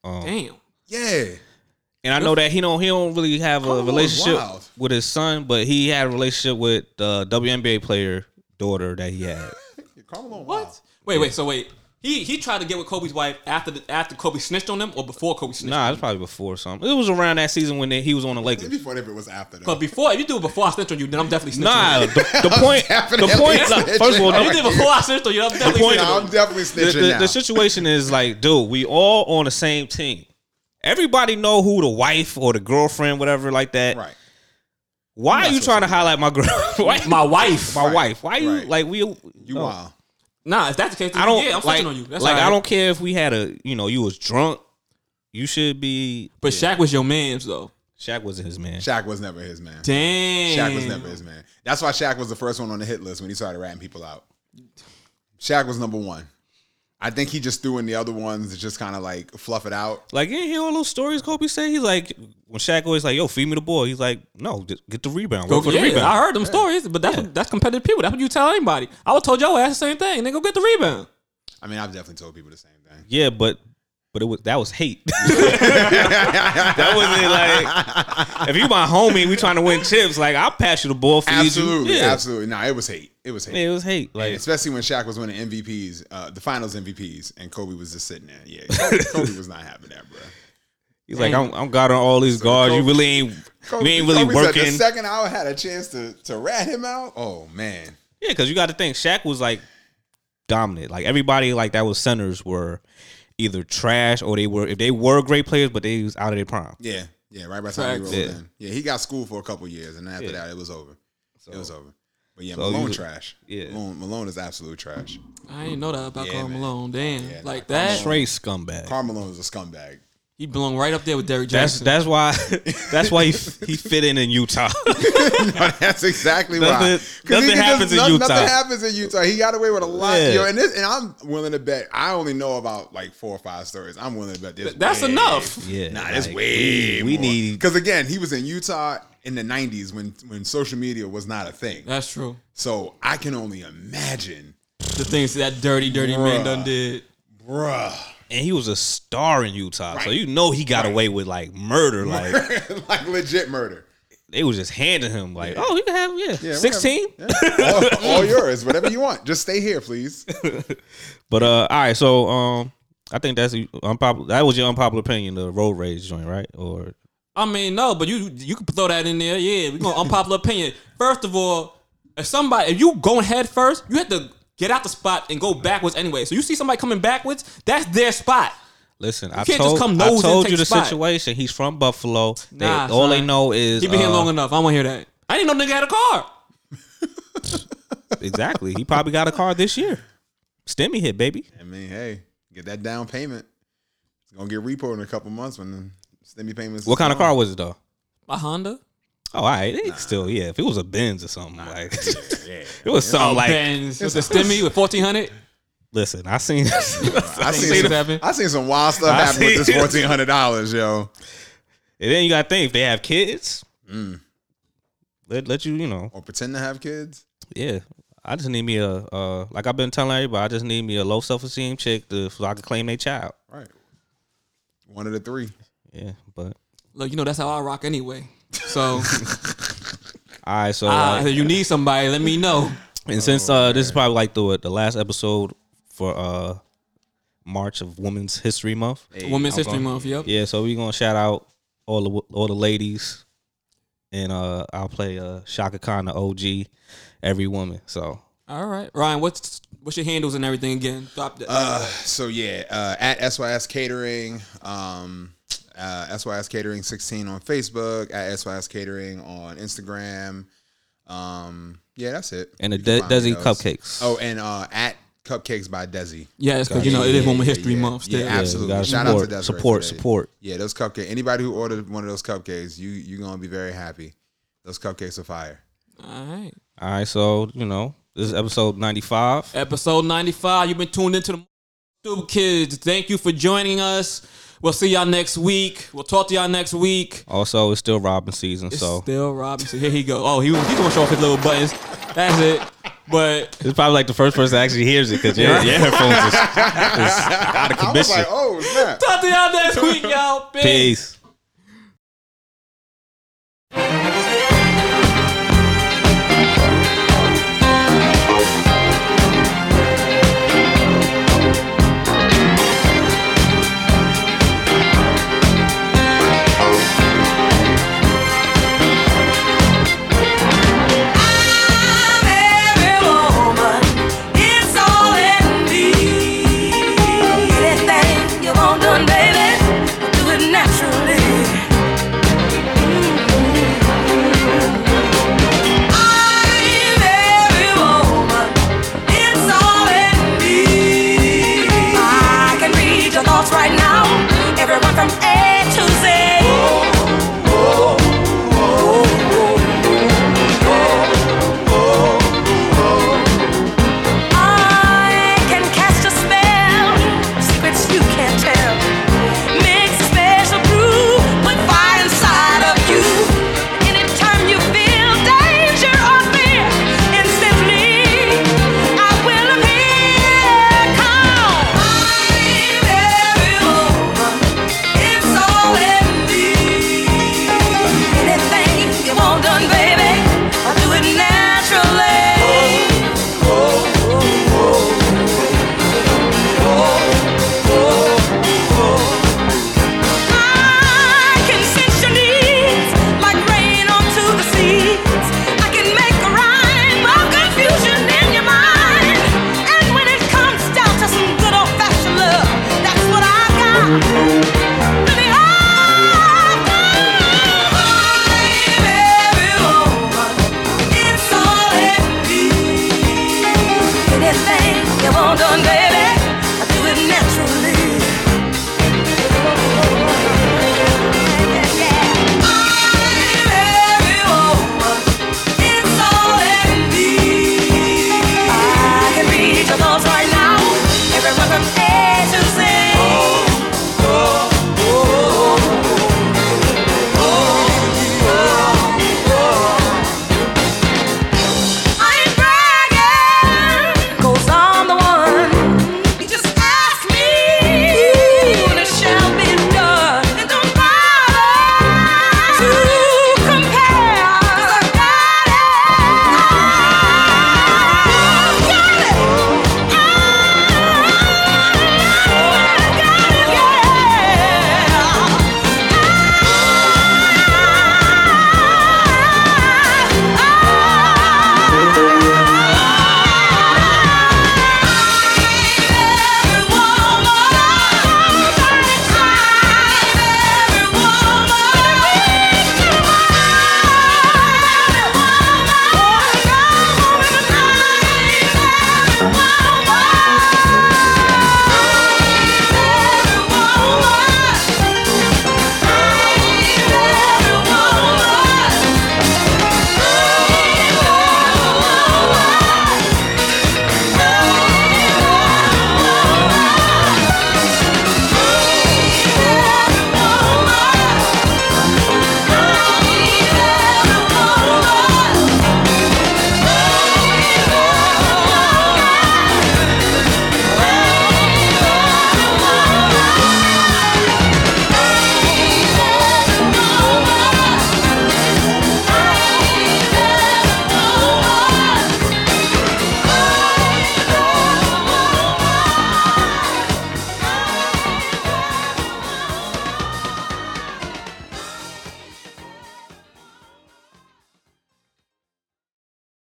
B: Um,
A: Damn.
C: Yeah.
B: and I know that he don't he don't really have a
C: Carl Malone was
B: relationship
C: wild.
B: with his son, but he had a relationship with the WNBA player daughter that he had.
C: Yeah, Karl Malone, wow.
A: What? Wait, wait, so wait. He he tried to get with Kobe's wife after the, after Kobe snitched on them or before Kobe snitched.
B: Nah, it's probably before something. It was around that season when they, he was on the Lakers.
C: Maybe for if it was after that.
A: But before, if you do it before I snitched on you, then I'm definitely snitching.
B: Nah,
A: on
B: the,
A: you.
B: the point. The point. look, first of all,
A: If you did
B: the,
A: it before I snitched on you, I'm definitely
B: point-
A: snitching
C: Nah,
A: on
C: I'm
A: you.
C: definitely
B: the,
C: snitching
B: the-
C: now.
B: the situation is like, dude, we all on the same team. Everybody know who the wife or the girlfriend, whatever, like that.
C: right.
B: Why are you trying to highlight my girl? Why, my,
A: My wife.
B: wife? Why you
C: Right.
B: like we? Oh, You
C: You wild.
A: Nah, if that's the case,
B: I don't
A: yeah, I'm
B: like,
A: switching on you. That's
B: like
A: all right.
B: I don't care if we had a you know you was drunk. You should be.
A: But Shaq was your man's though.
B: Shaq wasn't his man.
C: Shaq was never his man.
A: Damn.
C: Shaq
B: Mm.
C: was never his man. That's why Shaq was the first one on the hit list when he started ratting people out. Shaq was number one. I think he just threw in the other ones to just kind of like fluff it out.
B: Like you didn't hear all those stories Kobe say. He's like when Shaq always like yo feed me the ball. He's like no just get the rebound. Go for
A: yeah,
B: the rebound.
A: I heard them stories, but that's that's competitive people. That's what you tell anybody. I would told your ass the same thing. Then go get the rebound.
C: I mean, I've definitely told people the same thing.
B: Yeah, but but it was that was hate. that wasn't like if you my homie, we trying to win chips. Like I'll pass you the ball for
C: Absolutely,
B: you. Yeah.
C: absolutely. Nah, it was hate. It was hate.
B: Yeah, it was hate. Like
C: Especially when Shaq was winning MVPs, uh, the Finals MVPs, and Kobe was just sitting there. Yeah, Kobe- Kobe was not having that, bro.
B: he's like I'm I'm guarding all these guards. You really ain't
C: Kobe,
B: we ain't really
C: Kobe said
B: working.
C: the second hour had a chance to to rat him out. Oh man,
B: Yeah, because you got to think Shaq was like dominant. Like everybody like that was centers were either trash or they were if they were great players, but they was out of their prime.
C: yeah, yeah. Right by the time he
A: Facts.
C: rolled
B: Yeah.
C: in, yeah, he got school for a couple years, and after
B: Yeah.
C: that, it was over. it was over. But yeah,
B: So
C: Malone
B: you-
C: trash.
B: yeah.
C: Malone, Malone is absolute trash.
A: I didn't know that about
C: Yeah,
A: Carl
C: man.
A: Malone. Damn,
C: Yeah,
A: like
C: nah,
A: that,
B: Trey scumbag.
C: Karl Malone is a scumbag.
A: he belong right up there with Derrick
B: That's
A: Jackson.
B: that's why that's why he he fit in in Utah.
C: That's exactly why.
B: Nothing-
C: 'Cause he
B: nothing
C: can just-
B: happens in
C: nothing-
B: Utah.
C: Nothing happens in Utah. He got away with a lot.
B: Yeah.
C: Yo, and this, and I'm willing to bet. I only know about like four or five stories. I'm willing to bet this.
A: That's enough.
B: Yeah,
C: Nah, that's
B: like,
C: way.
B: we need-
C: because again, he was in Utah in the '90s when when social media was not a thing.
A: That's true.
C: So I can only imagine,
A: The things that dirty, dirty man
C: Bruh.
A: done did.
C: bruh.
B: and he was a star in Utah, so you know he got away with like murder. Like
C: like legit murder.
B: they was just handing him like, oh, you can have yeah,
C: Yeah, whatever.
B: sixteen.
C: Yeah. All, all yours, whatever you want. Just stay here, please.
B: But uh, all right, so um, I think that's unpopular. That was your unpopular opinion, the road rage joint, right? Or
A: I mean, no, but you you could throw that in there. Yeah, we gonna unpopular opinion. First of all, if somebody if you going head first, you have to get out the spot and go backwards anyway. So you see somebody coming backwards, that's their spot.
B: listen, I
A: can't just
B: told
A: come
B: I
A: nose and
B: told
A: take
B: you the
A: spot.
B: situation. He's from Buffalo. They-
A: Nah,
B: all they
A: son.
B: know is
A: He been here
B: uh,
A: long enough. I don't want to hear that. I didn't know nigga had a car.
B: exactly. He probably got a car this year. Stemmy hit, baby.
C: I mean, hey, get that down payment. It's gonna get repo in a couple months when the stimmy payments.
B: What kind of car was it though?
A: My Honda.
B: Oh, all right, it still yeah. If it was a Benz or something, like
C: Yeah.
B: it was something like.
A: Oh, Benz with the stimmy with fourteen hundred.
B: Listen, I seen.
C: I
A: seen
C: seen,
A: it
C: some,
A: happen.
C: I seen some wild stuff
B: I
C: happen with
B: seen
C: this
B: it.
C: fourteen hundred dollars, yo.
B: And then you gotta think if they have kids,
A: Mm.
B: let let you you know.
C: Or pretend to have kids.
B: Yeah, I just need me a uh like I've been telling everybody. I just need me a low self esteem chick to, so I can claim their child.
C: Right. One of the three.
B: Yeah, but
A: Look, you know that's how I rock anyway. So
B: all right. So
A: uh,
B: like,
A: if you need somebody, let me know.
B: and
C: Oh,
B: since uh this is probably like the the last episode for uh March of Women's History Month.
A: Women's History
B: going-
A: Month. Yep.
B: Yeah, so we gonna shout out all the all the ladies, and uh I'll play uh Shaka Khan the OG, every woman. So
A: All right, Ryan. What's what's your handles and everything again? Drop that.
C: Uh, so yeah, uh, at SYS Catering, um, uh, SYS Catering 16 on Facebook, at SYS Catering on Instagram. Um, yeah, that's it.
B: and the
C: You can
B: De-
C: find me
B: Desi
C: those.
B: Cupcakes.
C: Oh, and uh, at Cupcakes by Desi.
A: yes, because you know it is Women's History
C: yeah,
A: Month. Still.
C: Yeah,
B: Yeah,
C: absolutely.
B: you gotta
C: Shout out
B: support,
C: to Desiree
B: support,
C: today.
B: support.
C: Yeah, those cupcakes. Anybody who ordered one of those cupcakes, you you gonna be very happy. Those cupcakes are fire.
A: All right.
B: All right, so you know this is episode ninety five.
A: Episode ninety five. You've been tuned into the Stupid Kids. Thank you for joining us. We'll see y'all next week. We'll talk to y'all next week.
B: Also, it's still Robin season,
A: It's
B: so
A: still Robinson. Here he go. Oh, he he's gonna show off his little buttons. That's it. But
B: it's probably like the first person that actually hears it because your, your headphones is, is out of
C: I was
B: commission.
C: like, oh snap.
A: talk to y'all next week, y'all. Peace.
B: Peace.